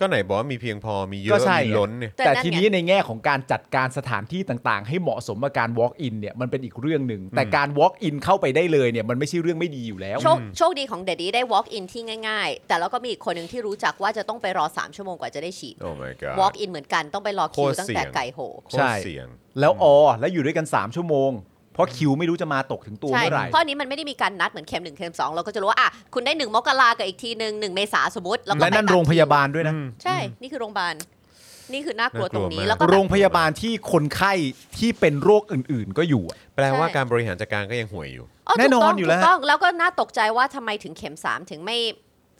ก็ไหนบอกว่ามีเพียงพอมีเยอะ
ก็ใช่
มีล้นเนี่ย
แต่
แต่
นั่น
ที
ไง
นี้ในแง่ของการจัดการสถานที่ต่างๆ ให้เหมาะสมกับการ walk in เนี่ยมันเป็นอีกเรื่องหนึ่งแต่การ walk in เข้าไปได้เลยเนี่ยมันไม่ใช่เรื่องไม่ดีอยู่แล้ว
โชคโชคดีของเดดดี้ได้ walk in ที่ง่ายๆ แต่แล้วก็มีอีกคนหนึ่งที่รู้จักว่าจะต้องไปรอ 3 ชั่วโมงกว่าจะได้ฉีด
โอ้ my god
walk in เหมือนกันต้องไปรอคิว
โคตร
ตั้ง
เสี่
แต่
ยง
ไก่โห
โค
ใช่
ตรเสี่ยง
แล้วออแล้วอยู่ด้วยกัน 3 ชั่วโมง เพราะคิวไม่รู้จะมาตกถึงตัว
ใช่
เมื่อไหร่
ข้อนี้มันไม่ได้มีการนัดเหมือนเข็มหนึ่งเข็มสองเราก็จะรู้ว่าอ่ะคุณได้หนึ่งมกรากับอีกทีหนึ่งหนึ่งเมษาสมมติแล้วก็
และ
ไป
นั่น
ตม
โรง
คิวย
พาบาลด้วยนะ
ใช่ นี่คือโรงพยาบาล นี่คือน่ากลัว
น่าก
ต
ลั
ร
ว
งนี้
มาก
แล้วก็แบบ
โรงพยาบาลที่คนไข้ที่เป็นโรคอื่นๆ ก็อยู่อะ
แปลว่า
ใช่
การบริหารจัดการก็ยังห่วยอยู่
เถูก
แน่นอน
ต้ง
อยู่แล้ว
ถูกต้องแล้วก็น่าตกใจว่าทำไมถึงเข็มสามถึงไม่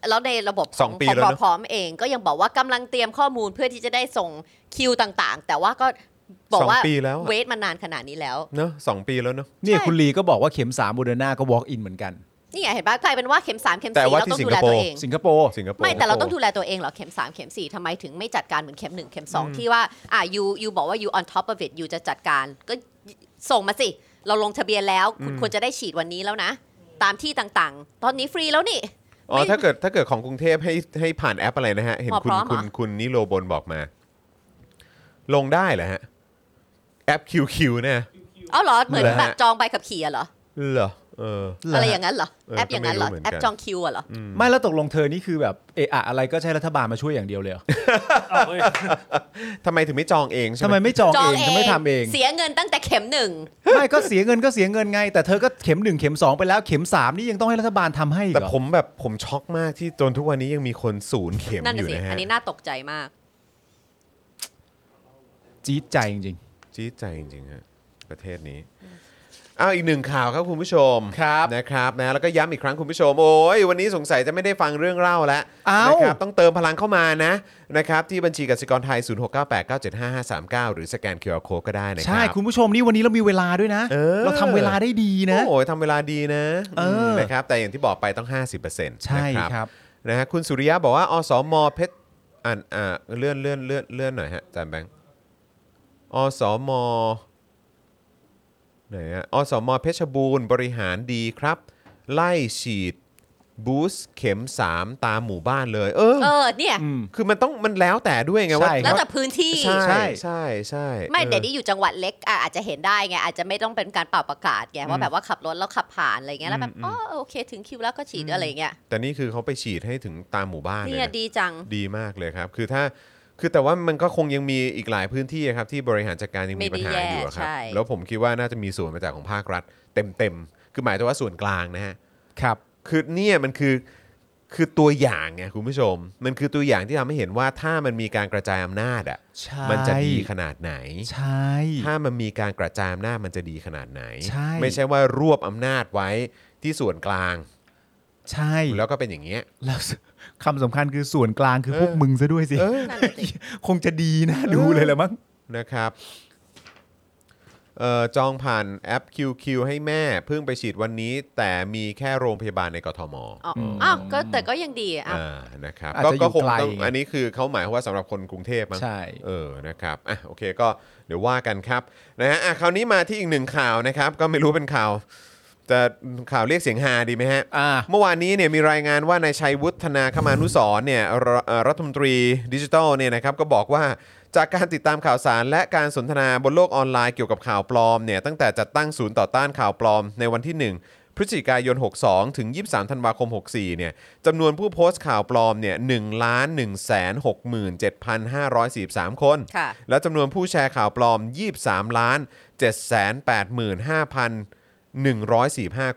แล้วในระบบข
ส
อ
อง งปี
ของ
แล้ว
รอ
เนอะ
พร้อมเองก็ยังบอกว่ากำลังเตรียมข้อมูลเพื่อที่จะได้ส่งคิวต่างๆ แต่ว่าก็บอ
สอกง
ว่า
ปีแล้วอะ
เวทมานานขนาดนี้แล้ว
เนอะสองปีแล้วเนอะ
เนี่ย
ใช่
คุณลีก็บอกว่าเข็ม3โมเดอร์นาก็ walk in เหมือนกัน
นี่ไงเห็นปะกลายเป็นว่าเข็มสามเข็ม
แต่
สี่
ว่า
เรา
ที่
ต้อง
สิง
ดู
ค
แล
โป
ตัว
ร์
เอง
สิงคโปร์
สิงคโปร์
ไม่แต่เราต้องดูแลตัวเองเหรอเข็ม 3 เข็ม 4ทำไมถึงไม่จัดการเหมือนเข็ม 1 เข็ม 2 ที่ว่าอ่ะยูยูบอกว่า you on top of it ยูจะจัดการ ก็ส่งมาสิ เราลงทะเบียนแล้ว คุณควรจะได้ฉีดวันนี้แล้วนะ ตามที่ต่างๆ ตอนนี้ฟรีแล้วนี่
อ๋อ
ไม่
ถ้าเกิดถ้าเกิดของกรุงเทพให้ให้ผ่านแอปอะไรนะฮะ เห็น
หมอ
คุณ
พร้อมเหรอ
คุณคุณนิโรบนบอกมา ลงได้เหรอฮะ แอป QQ เนี่ย
เอาเหรอ เหมือน
เหรอฮะ
แบบจองใบขับขี่อะเหรอ
เหรอเออ
อะไรอย่างนั้นเหรอ
เออ
แอปอย่างนั้นเหรอ
ก็ไม่รู้เหมือนกัน
แอปจองคิวอะเหรอ
ไม่แล้วตกลงเธอนี่คือแบบเอะอะอะไรก็ใช้รัฐบาลมาช่วยอย่างเดียวเลยเหรอ
เอาเว้ย
ทำไมถึงไม่จองเองใช่
ทำ
ไห
ไม
ม
ไม่จอง
จอง
เอ
เอ
งทำ
ง
ไมทำเอง
เสียเงินตั้งแต่เข็มหนึ่ง
ไม่ก็เสียเงินก็เสียเงินไง แต่เธอก็เข็ม 1 เข็ม 2 ไปแล้วเข็ม 3 นี่ยังต้องให้รัฐบาลทำให้อีก
แต่
เหรอ
ผมแบบผมช็อกมากที่จนทุกวันนี้ยังมีคนศูนย์เข็ม
นั่น
อ
น่ะ
ยู่
สิ
นะฮะ
อันนี้น่าตกใจมาก
จี๊ดใจจริง
จี๊ดใจจริงๆฮะประเทศนี้เอาอีกหนึ่งข่าวครับคุณผู้ชม
ครับ
นะครับนะแล้วก็ย้ำอีกครั้งคุณผู้ชมโอ้ยวันนี้สงสัยจะไม่ได้ฟังเรื่องเล่าแล้ว
อ้า
นะ
ว
ครับต้องเติมพลังเข้ามานะนะครับที่บัญชีกสิกรไทย 0698975539 หรือสแกน QR Code ก็ได้นะครั
ใช่ คุณผู้ชมนี่วันนี้เรามีเวลาด้วยนะ
เออ
เราทำเวลาได้ดีนะ
โอ้ยทำเวลาดีนะ
เอออื
มนะครับแต่อย่างที่บอกไปต้อง 50%
ใช่
นะครับ
ครับ
นะฮะคุณสุริยะบอกว่าอสมเพชรอ่านอ่าเลื่อนเลื่อนเลื่อนเลื่อนหน่อยฮะอาจารย์แบงค์อสม ไหนอะอสมเพชรบูรณ์บริหารดีครับ ไล่ฉีดบูสเข็ม 3 ตามหมู่บ้านเลย เออ
เออเนี่ย
คือมันต้องมันแล้วแต่ด้วยไงว่า
ใช่
แล้วแต่พื้นที่
ใช่
ใช่
ใช่ใช่ใช่
ไม่
ออ
เดี๋ยวนี้อยู่จังหวัดเล็กอ่ะอาจจะเห็นได้ไงอาจจะไม่ต้องเป็นการเป่าประกาศไงว่าแบบว่าขับรถแล้วขับผ่านอะไรเงี้ยแล้วแบบอ๋อโอเคถึงคิวแล้วก็ฉีดอะไรเงี้ย
แต่นี่คือเขาไปฉีดให้ถึงตามหมู่บ้านเลย
เนี่ย
นะ
ดีจัง
ดีมากเลยครับ คือถ้าคือแต่ว่ามันก็คงยังมีอีกหลายพื้นที่อะครับที่บริหารจัดการยังมี
ไม่
ปัญ
ได้
หา
แย่
อยู่อะครับ
ใช่
แล้วผมคิดว่าน่าจะมีส่วนมาจากของภาครัฐ เต็มๆคือหมายถึงว่าส่วนกลางนะฮะ
ครับ
คือเนี่ยมันคือคือตัวอย่างไงคุณผู้ชม มันคือตัวอย่างที่ทำให้เห็นว่าถ้ามันมีการกระจายอำนาจอ่ะ
ใช่
มันจะดีขนาดไหน
ใช่
ถ้ามันมีการกระจายอำนาจมันจะดีขนาดไหน
ใช่
ไม่ใช่ว่ารวบอำนาจไว้ที่ส่วนกลาง
ใช่แล้
แล้ว วก็เป็นอย่างเงี้ย
คำสำคัญคือส่วนกลางคือ
เออ
พวกมึงซะด้วยสิ
เออ
นั่นแหละสิ
คงจะดีนะดูเลยแหละมั้ง
นะครับเอ่อจองผ่านแอป QQ ให้แม่เพิ่งไปฉีดวันนี้ แต่มีแค่โรงพยาบาลในกทม
อ๋ออ้าวก็แต่ก็ยังดีอ่ะ
อ่านะครับ
อาจ
ก็
จะอยู่
ก็คง
ไกล
ต้องอันนี้คือเขาหมายความว่าสำหรับคนกรุงเทพมั้ง
ใช่
เออนะครับอ่ะโอเคก็เดี๋ยวว่ากันครับนะฮะอ่ะคราวนี้มาที่อีกหนึ่งข่าวนะครับ ก็ไม่รู้เป็นข่าว จะข่าวเรียกเสียงฮาดีไหมฮะ
อ่า
เมื่อวานนี้เนี่ยมีรายงานว่านายชัยวุฒนาคมานุสรณ์เนี่ยรเอ่อรัฐมนตรีดิจิทัลเนี่ยนะครับก็บอกว่าจากการติดตามข่าวสารและการสนทนาบนโลกออนไลน์เกี่ยวกับข่าวปลอมเนี่ยตั้งแต่จัดตั้งศูนย์ต่อต้านข่าวปลอมในวันที่ 1 พฤศจิกายน 62 ถึง 23 ธันวาคม 64 เนี่ยจำนวนผู้โพสต์ข่าวปลอมเนี่ย1ล้าน1 6 7 5 4 3 คน
ค่ะ
และจำนวนผู้แชร์ข่าวปลอม 23 ล้าน 785,145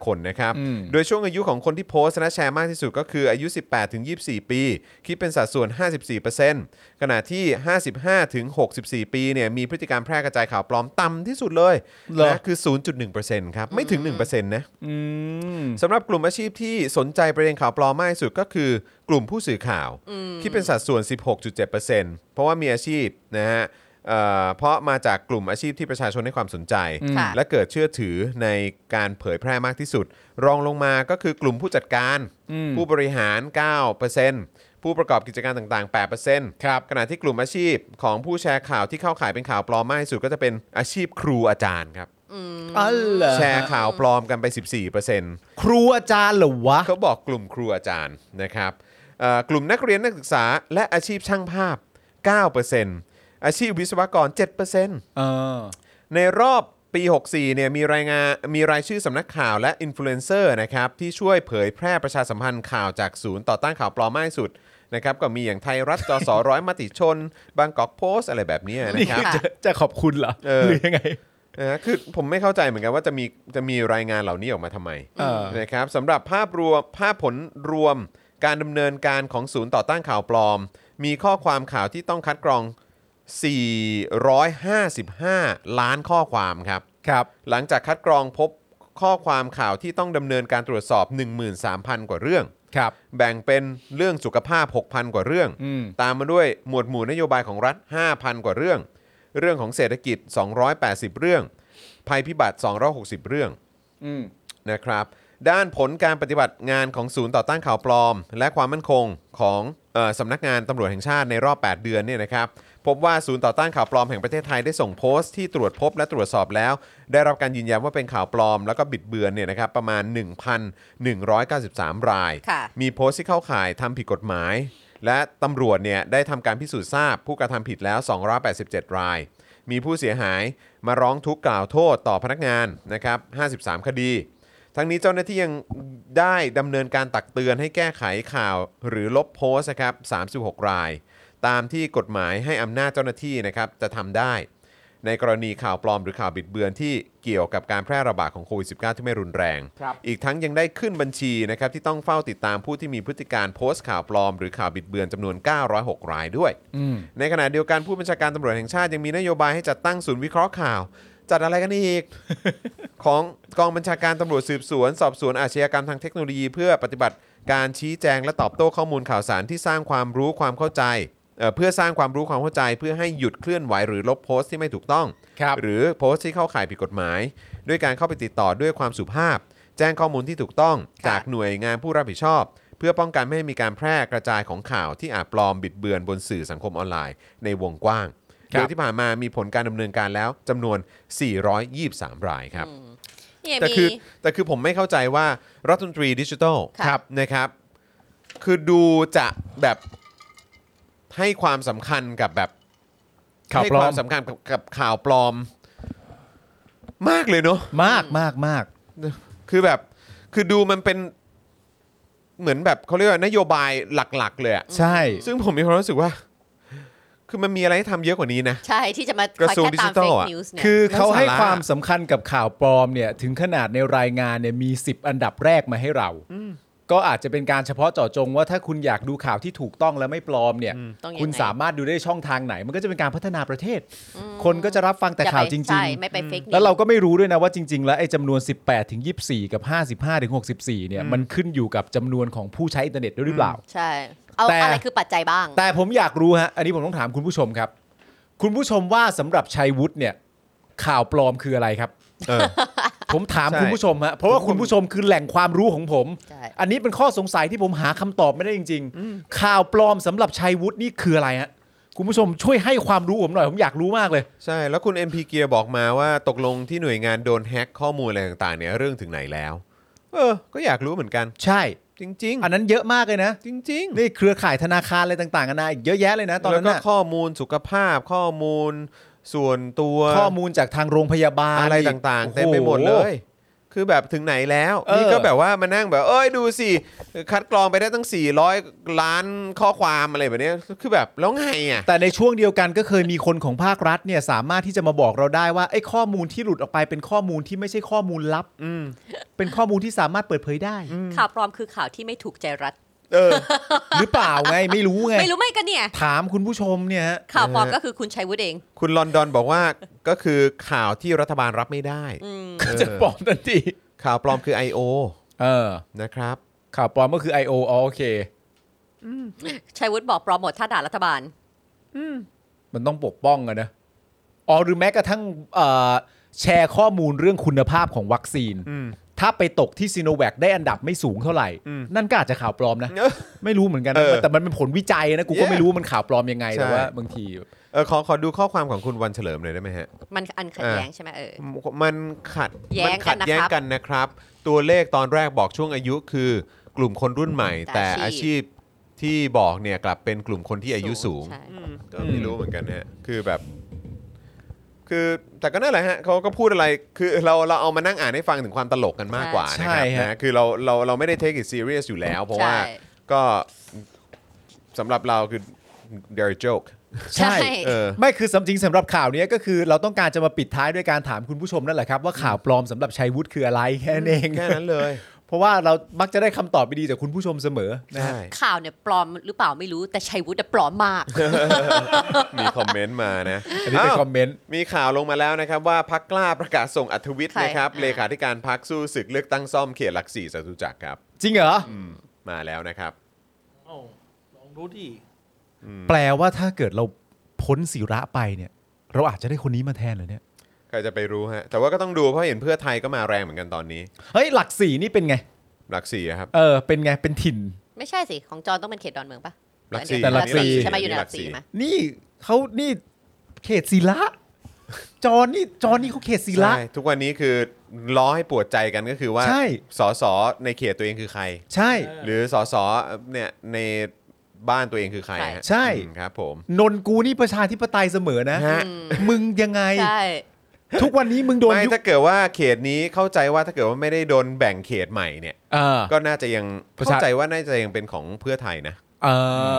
คนนะครับ
อืม
โดยช่วงอายุของคนที่โพสต์และแชร์มากที่สุดก็คืออายุ 18 ถึง 24 ปี คิดเป็นสัดส่วน 54%ขณะที่ 55 ถึง 64 ปีเนี่ยมีพฤติกรรมแพร่กระจายข่าวปลอมต่ำที่สุดเลย
เหรอ
นะคือ 0.1%ครับ ไม่ถึง 1%นะ
อืม
สำหรับกลุ่มอาชีพที่สนใจประเด็นข่าวปลอมมากที่สุดก็คือกลุ่มผู้สื่อข่าวคิดเป็นสัดส่วน 16.7%เพราะว่ามีอาชีพนะฮะเอ่อเพราะมาจากกลุ่มอาชีพที่ประชาชนให้ความสนใจ
ค่ะ
และเกิดเชื่อถือในการเผยแพร่มากที่สุด รองลงมาก็คือกลุ่มผู้จัดการ
อืม
ผู้บริหาร 9%ผู้ประกอบกิจการต่างๆ 8%ครับขณะที่กลุ่มอาชีพของผู้แชร์ข่าวที่เข้าข่ายเป็นข่าวปลอมมากที่สุดก็จะเป็นอาชีพครูอาจารย์ครับ
อ๋อเหรอ
แชร์ข่าวปลอมกันไป 14%
ครูอาจารย์เหรอวะ
เขาบอกกลุ่มครูอาจารย์นะครับเอ่อกลุ่มนักเรียนนักศึกษาและอาชีพช่างภาพ 9%อาชีพวิศวกร 7%
เออ
ในรอบปี 64เนี่ยมีรายงานมีรายชื่อสำนักข่าวและอินฟลูเอนเซอร์นะครับที่ช่วยเผยแพร่ประชาสัมพันธ์ข่าวจากศูนย์ต่อต้านข่าวปลอมมากที่สุดนะครับก็มีอย่างไทยรัฐจสร้อยมติชน บางกอกโพสอะไรแบบเนี้ยนะ
นี่
ครับ
คือจะจะขอบคุณเหรอ
เออ
หรือยังไง
นะฮะคือผมไม่เข้าใจเหมือนกันว่าจะมีจะมีรายงานเหล่านี้ออกมาทำไม
เออ
นะครับสำหรับภาพรวมภาพผลรวมการดำเนินการของศูนย์ต่อต้านข่าวปลอม มีข้อความข่าวที่ต้องคัดกรอง 455 ล้านข้อความครับ
ครับ
หลังจากคัดกรองพบข้อความข่าวที่ต้องดำเนินการตรวจสอบ 13,000 กว่าเรื่อง
ครับ
แบ่งเป็นเรื่องสุขภาพ 6,000 กว่าเรื่อง
อืม
ตามมาด้วยหมวดหมู่นโยบายของรัฐ 5,000 กว่าเรื่อง เรื่องของเศรษฐกิจ 280 เรื่อง ภัยพิบัติ 260 เรื่อง
อืม
นะครับ ด้านผลการปฏิบัติงานของศูนย์ต่อต้านข่าวปลอม และความมั่นคงของเออสำนักงานตำรวจแห่งชาติในรอบ 8 เดือนเนี่ยนะครับ พบว่าศูนย์ต่อต้านข่าวปลอมแห่งประเทศไทยได้ส่งโพสต์ที่ตรวจพบและตรวจสอบแล้ว ได้รับการยืนยันว่าเป็นข่าวปลอม แล้วก็บิดเบือนเนี่ยนะครับประมาณ 1,193 ราย
ค่ะ
มีโพสต์ที่เข้าข่ายทำผิดกฎหมาย และตำรวจเนี่ยได้ทำการพิสูจน์ทราบผู้กระทำผิดแล้ว 287 ราย มีผู้เสียหายมาร้องทุกข์กล่าวโทษต่อพนักงานนะครับ 53 คดี ทั้งนี้เจ้าหน้าที่ยังได้ดำเนินการตักเตือนให้แก้ไขข่าวหรือลบโพสต์นะครับ 36 ราย ตามที่กฎหมายให้อำนาจเจ้าหน้าที่นะครับจะทำได้ ในกรณีข่าวปลอมหรือข่าวบิดเบือนที่เกี่ยวกับการแพร่ระบาดของโควิด -19 ที่ไม่รุนแรง
ครับ
อีกทั้งยังได้ขึ้นบัญชีนะครับที่ต้องเฝ้าติดตามผู้ที่มีพฤติการโพสต์ข่าวปลอม หรือข่าวบิดเบือนจำนวน 906 รายด้วย
อืม
ในขณะเดียวกันผู้บัญชาการตำรวจแห่งชาติยังมีนโยบายให้จัดตั้งศูนย์วิเคราะห์ข่าว จัดอะไรกันอีก ของกองบัญชาการตำรวจสืบสวน สอบสวนอาชญากรรมทางเทคโนโลยี เพื่อปฏิบัติการชี้แจงและตอบโต้ข้อมูลข่าวสารที่สร้างความรู้ความเข้าใจเอ่อเพื่อสร้างความรู้ความเข้าใจ เพื่อให้หยุดเคลื่อนไหวหรือลบโพสต์ที่ไม่ถูกต้อง
ครับ
หรือโพสต์ที่เข้าข่ายผิดกฎหมาย ด้วยการเข้าไปติดต่อด้วยความสุภาพ แจ้งข้อมูลที่ถูกต้อง
ค่ะ
จากหน่วยงานผู้รับผิดชอบ เพื่อป้องกันไม่ให้มีการแพร่กระจายของข่าวที่อาจปลอมบิดเบือนบนสื่อสังคมออนไลน์ในวงกว้าง
ครับ
โดยที่ผ่านมามีผลการดำเนินการแล้วจำนวน 423 รายครับ
เนี่ย
แต่
มี
คือแต่คือผมไม่เข้าใจว่ารัฐมนตรีดิจิทัล
ค่ะครับ
นะครับ คือดูจะแบบให้ความสำคัญกับแบบ
ข่าว
ให้
ปลอ
ค
ม
วามสำคัญกับกับข่าวปลอม มากเลยเนอะ
มากมากมาก
คือแบบ คือดูมันเป็นเหมือนแบบเขาเรียกว่านโยบายหลัก ๆ เลยอะ
ใช่
ซึ่งผมมีความรู้สึกว่า คือมันมีอะไรให้ทำเยอะกว่านี้นะ
ใช่ที่จะมาก
ระทรวงดิจิทัล
คอยแค่ตาม
อะ
fake news เนี่ย
คือเขาให้
แล้วสาระ
ความสำคัญกับข่าวปลอมเนี่ยถึงขนาดในรายงานเนี่ยมี 10 อันดับแรกมาให้เรา ก็อาจจะเป็นการเฉพาะเจาะจงว่าถ้าคุณอยากดูข่าวที่ถูกต้องและไม่ปลอมเนี่ย
ต้องยังไง
คุณสามารถดูได้ช่องทางไหน มันก็จะเป็นการพัฒนาประเทศ คนก็จะรับฟังแต่
อย่ไป
ข่าวจริ
ใช่
ง
ไม่ไป fake
ๆ
news
แล้วเราก็ไม่รู้ด้วยนะว่าจริง ๆ แล้วไอ้จำนวน 18 ถึง 24 กับ 55 ถึง 64 เนี่ยมันขึ้นอยู่กับจำนวนของผู้ใช้อินเทอร์เน็ตด้วยหรือเปล่า
ใช่ เอา
แต่
อะไรคือปัจจัยบ้าง
แต่ผมอยากรู้ฮะ อันนี้ผมต้องถามคุณผู้ชมครับ คุณผู้ชมว่าสำหรับชัยวุฒิเนี่ย ข่าวปลอมคืออะไรครับ
เอ อ
ผมถาม
ใช่
คุณผู้ชมฮะ เพราะว่าคุณผู้ชมคือแหล่งความรู้ของผม
ใช่
อันนี้เป็นข้อสงสัยที่ผมหาคำตอบไม่ได้จริง ๆ ข่าวปลอมสำหรับชัยวุฒินี่คืออะไรฮะ คุณผู้ชมช่วยให้ความรู้ผมหน่อย ผมอยากรู้มากเลย
ใช่ แล้วคุณ MP เกียร์บอกมาว่าตกลงที่หน่วยงานโดนแฮ็กข้อมูลอะไรต่างๆเนี่ยเรื่องถึงไหนแล้ว เออ ก็อยากรู้เหมือนกัน
ใช่
จริง
อันนั้นเยอะมากเลยนะ
ๆ จริงๆ
นี่เครือข่ายธนาคารอะไรต่างๆกันานาอีกเยอะแยะเลยนะ ตอน
แล้ว
นั้น
ก็
น่ะ
ข้อมูลสุขภาพข้อมูลส่วนตัว
ข้อมูลจากทางโรงพยาบาล
อะไรต่างๆ
โอ้โ
เต็มไปหมดเลย คือแบบถึงไหนแล้ว
เออ
นี่ก็แบบว่ามานั่งแบบ เอ้ยดูสิ คัดกรองไปได้ตั้ง 400 ล้านข้อความอะไรแบบเนี้ยคือแบบแล้วไงอ่ะ
แต่ในช่วงเดียวกันก็เคยมีคนของภาครัฐเนี่ยสามารถที่จะมาบอกเราได้ว่าไอ้ข้อมูลที่หลุดออกไปเป็นข้อมูลที่ไม่ใช่ข้อมูลลับ
อืม
เป็นข้อมูลที่สามารถเปิดเผยได้
ข่าวปลอมคือข่าวที่ไม่ถูกใจรัฐ
เออ
หรือเปล่าไงไม่รู้ไง
ไม่รู้ไม่กันเนี่ย
ถามคุณผู้ชมเนี่ยฮะ
ข่าวปลอม
เออ
ก็คือคุณชัยวุฒิเอง
คุณลอนดอนบอกว่าก็คือข่าวที่รัฐบาลรับไม่ได้
อืม
เออ
จะปลอมทันที
ข่าวปลอมคือ I.O.
เออ
นะครับ
ข่าวปลอมก็คือ I.O. อ๋อโอเค
ชัยวุฒิบอกปลอมหมดถ้าด่ารัฐบาล
มันต้องปกป้องอะนะอ๋อหรือแม้กระทั่งเอ่อแชร์ข้อมูลเรื่องคุณภาพของวัคซีน
อืม
ถ้าไปตกที่ซีโนแวคได้อันดับไม่สูงเท่าไหร่
อืม
นั่นก็อาจจะข่าวปลอมนะ
เอ้อ
ไม่รู้เหมือนกัน
เอ
นะ
อ
แต่มันเป็นผลวิจัยนะ กูก็
Yeah
ไม่รู้ว่ามันข่าวปลอมยังไง
ใช่
แต่ว่าบางที
เออขอขอดูข้อความของคุณวันเฉลิมหน่อยได้ไหมฮะ
มันอันขัด
อ่า
แย้งใช่ไหมเออ
มันขัด
แย้
มั
งกัน
ขัดแย้ง
นะครับ
กันนะครับ ตัวเลขตอนแรกบอกช่วงอายุคือกลุ่มคนรุ่นใหม่
แต่
แต่อา
อาชี
ชีพ
พ
ที่บอกเนี่ยกลับเป็นกลุ่มคนที่อายุสูง
ใช่
ก็ไม่รู้เหมือนกันนะฮะคือแบบ คือแต่ก็นั่นแหละฮะเขาก็พูดอะไรคือเราเราเอามานั่งอ่านให้ฟังถึงความตลกกันมากกว่านะครั
ใช่
บ
ฮะ
นะคือเราเราเราไม่ได้ take it serious อยู่แล้ว เพราะว่า
ใช่
ก็สำหรับเราคือ they're a joke
ใช่
เออ
ไม่คือสำจริงสำหรับข่าวเนี้ยก็คือเราต้องการจะมาปิดท้ายด้วยการถามคุณผู้ชมนั่นแหละครับว่าข่าวปลอมสำหรับชัยวุฒิคืออะไรแค่นั้นเอง
แค่นั้นเลย
เพราะว่าเรามักจะได้คำตอบไปดีจากคุณผู้ชมเสมอ นะ
ใช่
ฮะ
ข่าวเนี่ยปลอมหรือเปล่าไม่รู้แต่ชัยวุฒิอะปลอมมาก
มีคอมเมนต์มานะ
อันนี้เป็นคอมเมนต์
มีข่าวลงมาแล้วนะครับ ว่าพักกล้าประกาศส่งอัธวิทย์
ใคร
นะครับ
อ่า
เลขาธิการพักสู้ศึกเลือกตั้งซ่อมเขตหลักสี่จตุจักรครับ
จริงเหรออ
มาแล้วนะครับ
เอ้าลองดูดิ
แปลว่าถ้าเกิดเราพ้นศิระไปเนี่ย เราอาจจะได้คนนี้มาแทนเหรอเนี่ย
ใครจะไปรู้ฮะ แต่ว่าก็ต้องดูเพราะเห็นเพื่อไทยก็มาแรงเหมือนกันตอนนี้
เฮ้ยหลักสี่นี่เป็นไง
หลักสี่อะครับ
เออเป็นไงเป็นถิ่น
ไม่ใช่สิ ของจอนต้องเป็นเขตดอนเมืองปะ
หลักสี่
เดี๋ยว
แต่หลักสี่
ใช่ไหมอยู่ในหลั
หลั
ก
กสี่
สี่ไหม
นี่เขานี่เขตศิระจอนนี่จอนนี่เขาเขตศิระ
ใช่ทุกวันนี้คือล้อให้ปวดใจกันก็คือว่า
ใช่
สสในเขตตัวเองคือใคร
ใช่
หรือสสเนี่ยในบ้านตัวเองคือใครฮะ
ใช่
อืมครับผม
นนกูนี่ประชาธิปไตยเสมอนะ
ฮะ
มึงยังไง
ใช่
ทุกวันนี้มึงโดน
ไม่
ยุบ
ถ้าเกิดว่าเขตนี้เข้าใจว่าถ้าเกิดว่าไม่ได้โดนแบ่งเขตใหม่เนี่ย
เออ
ก็น่าจะยัง
ประชา
เข้าใจว่าน่าจะยังเป็นของเพื่อไทยนะ
เอ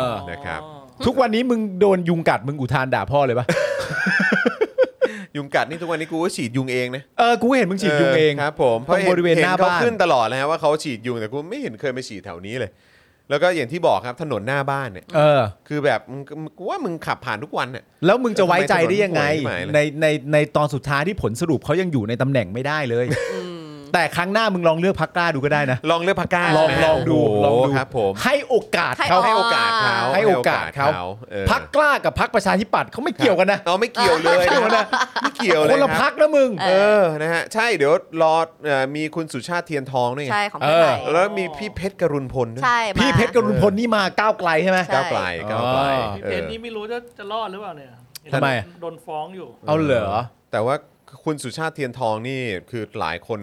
อ
นะครับ
อ๋อ
ทุกวันนี้มึงโดนยุงกัดมึงอุทานด่าพ่อเลยปะ
ยุงกัดนี่ทุกวันนี้กูก็ฉีดยุงเองนะ
เออ กูเห็นมึงฉีดยุงเอง
ครับผม
ตรงบริเวณหน้าบ้าน
เขขึ้นตลอดนะฮะว่าเขาฉีดยุงแต่กูไม่เห็นเคยไปฉีดแถวนี้เลย แล้วก็อย่างที่บอกครับถนนหน้าบ้านเนี่ย
เออ
คือแบบมึงกูว่ามึงขับผ่านทุกวันเนี่ย
แล้วมึงจะไว้ใจได้ยังไง
ทำไมถึงหวยไม่หมายเลย
ในในในตอนสุดท้ายที่ผลสรุปเขายังอยู่ในตำแหน่งไม่ได้เลย แต่ครั้งหน้ามึงลองเลือกพักกล้าดูก็ได้นะ
ลองเลือกพักกล้า
ลอง
นะฮะ
ลองดู
โโห
ลองดู
ครับผม
ให้โอกาส
ให้
เขา
ให้โอกาสเขา
อ๋อ
ให้โอกาสเขา
เออ
พักกล้ากับพักประชาธิปัตย์เขาไม่เกี่ยวกันนะ
เอาไม่เกี่ยวเลย
เกี่ยวนะ
ไม่เกี่ยวเลย
คนละ
ค
พั
รับ
กนะมึง
เออนะฮะใช่เดี๋ยวรอเอ่อมีคุณสุชาติเทียนทองด้วยไง
ใช่ของเพื่อไทย
ะ
แล้วมีพี่เพชรกรุณพลด้วย
ใช่มา
พี่เพชรกรุณพลนี่มาก้าวไกลใช่ไหม
ใช่
ก้าวไกลก้าวไกล
อ๋อ
พี่
เอ
เพ
อ
จนี้ไม่รู้จะจะรอดหรือเปล่าเนี่ย
ทำไม
โดนฟ้องอยู่
เอาเหรอ
แต่ว่าคุณสุชาติเทียนทองนี่คือหลายคน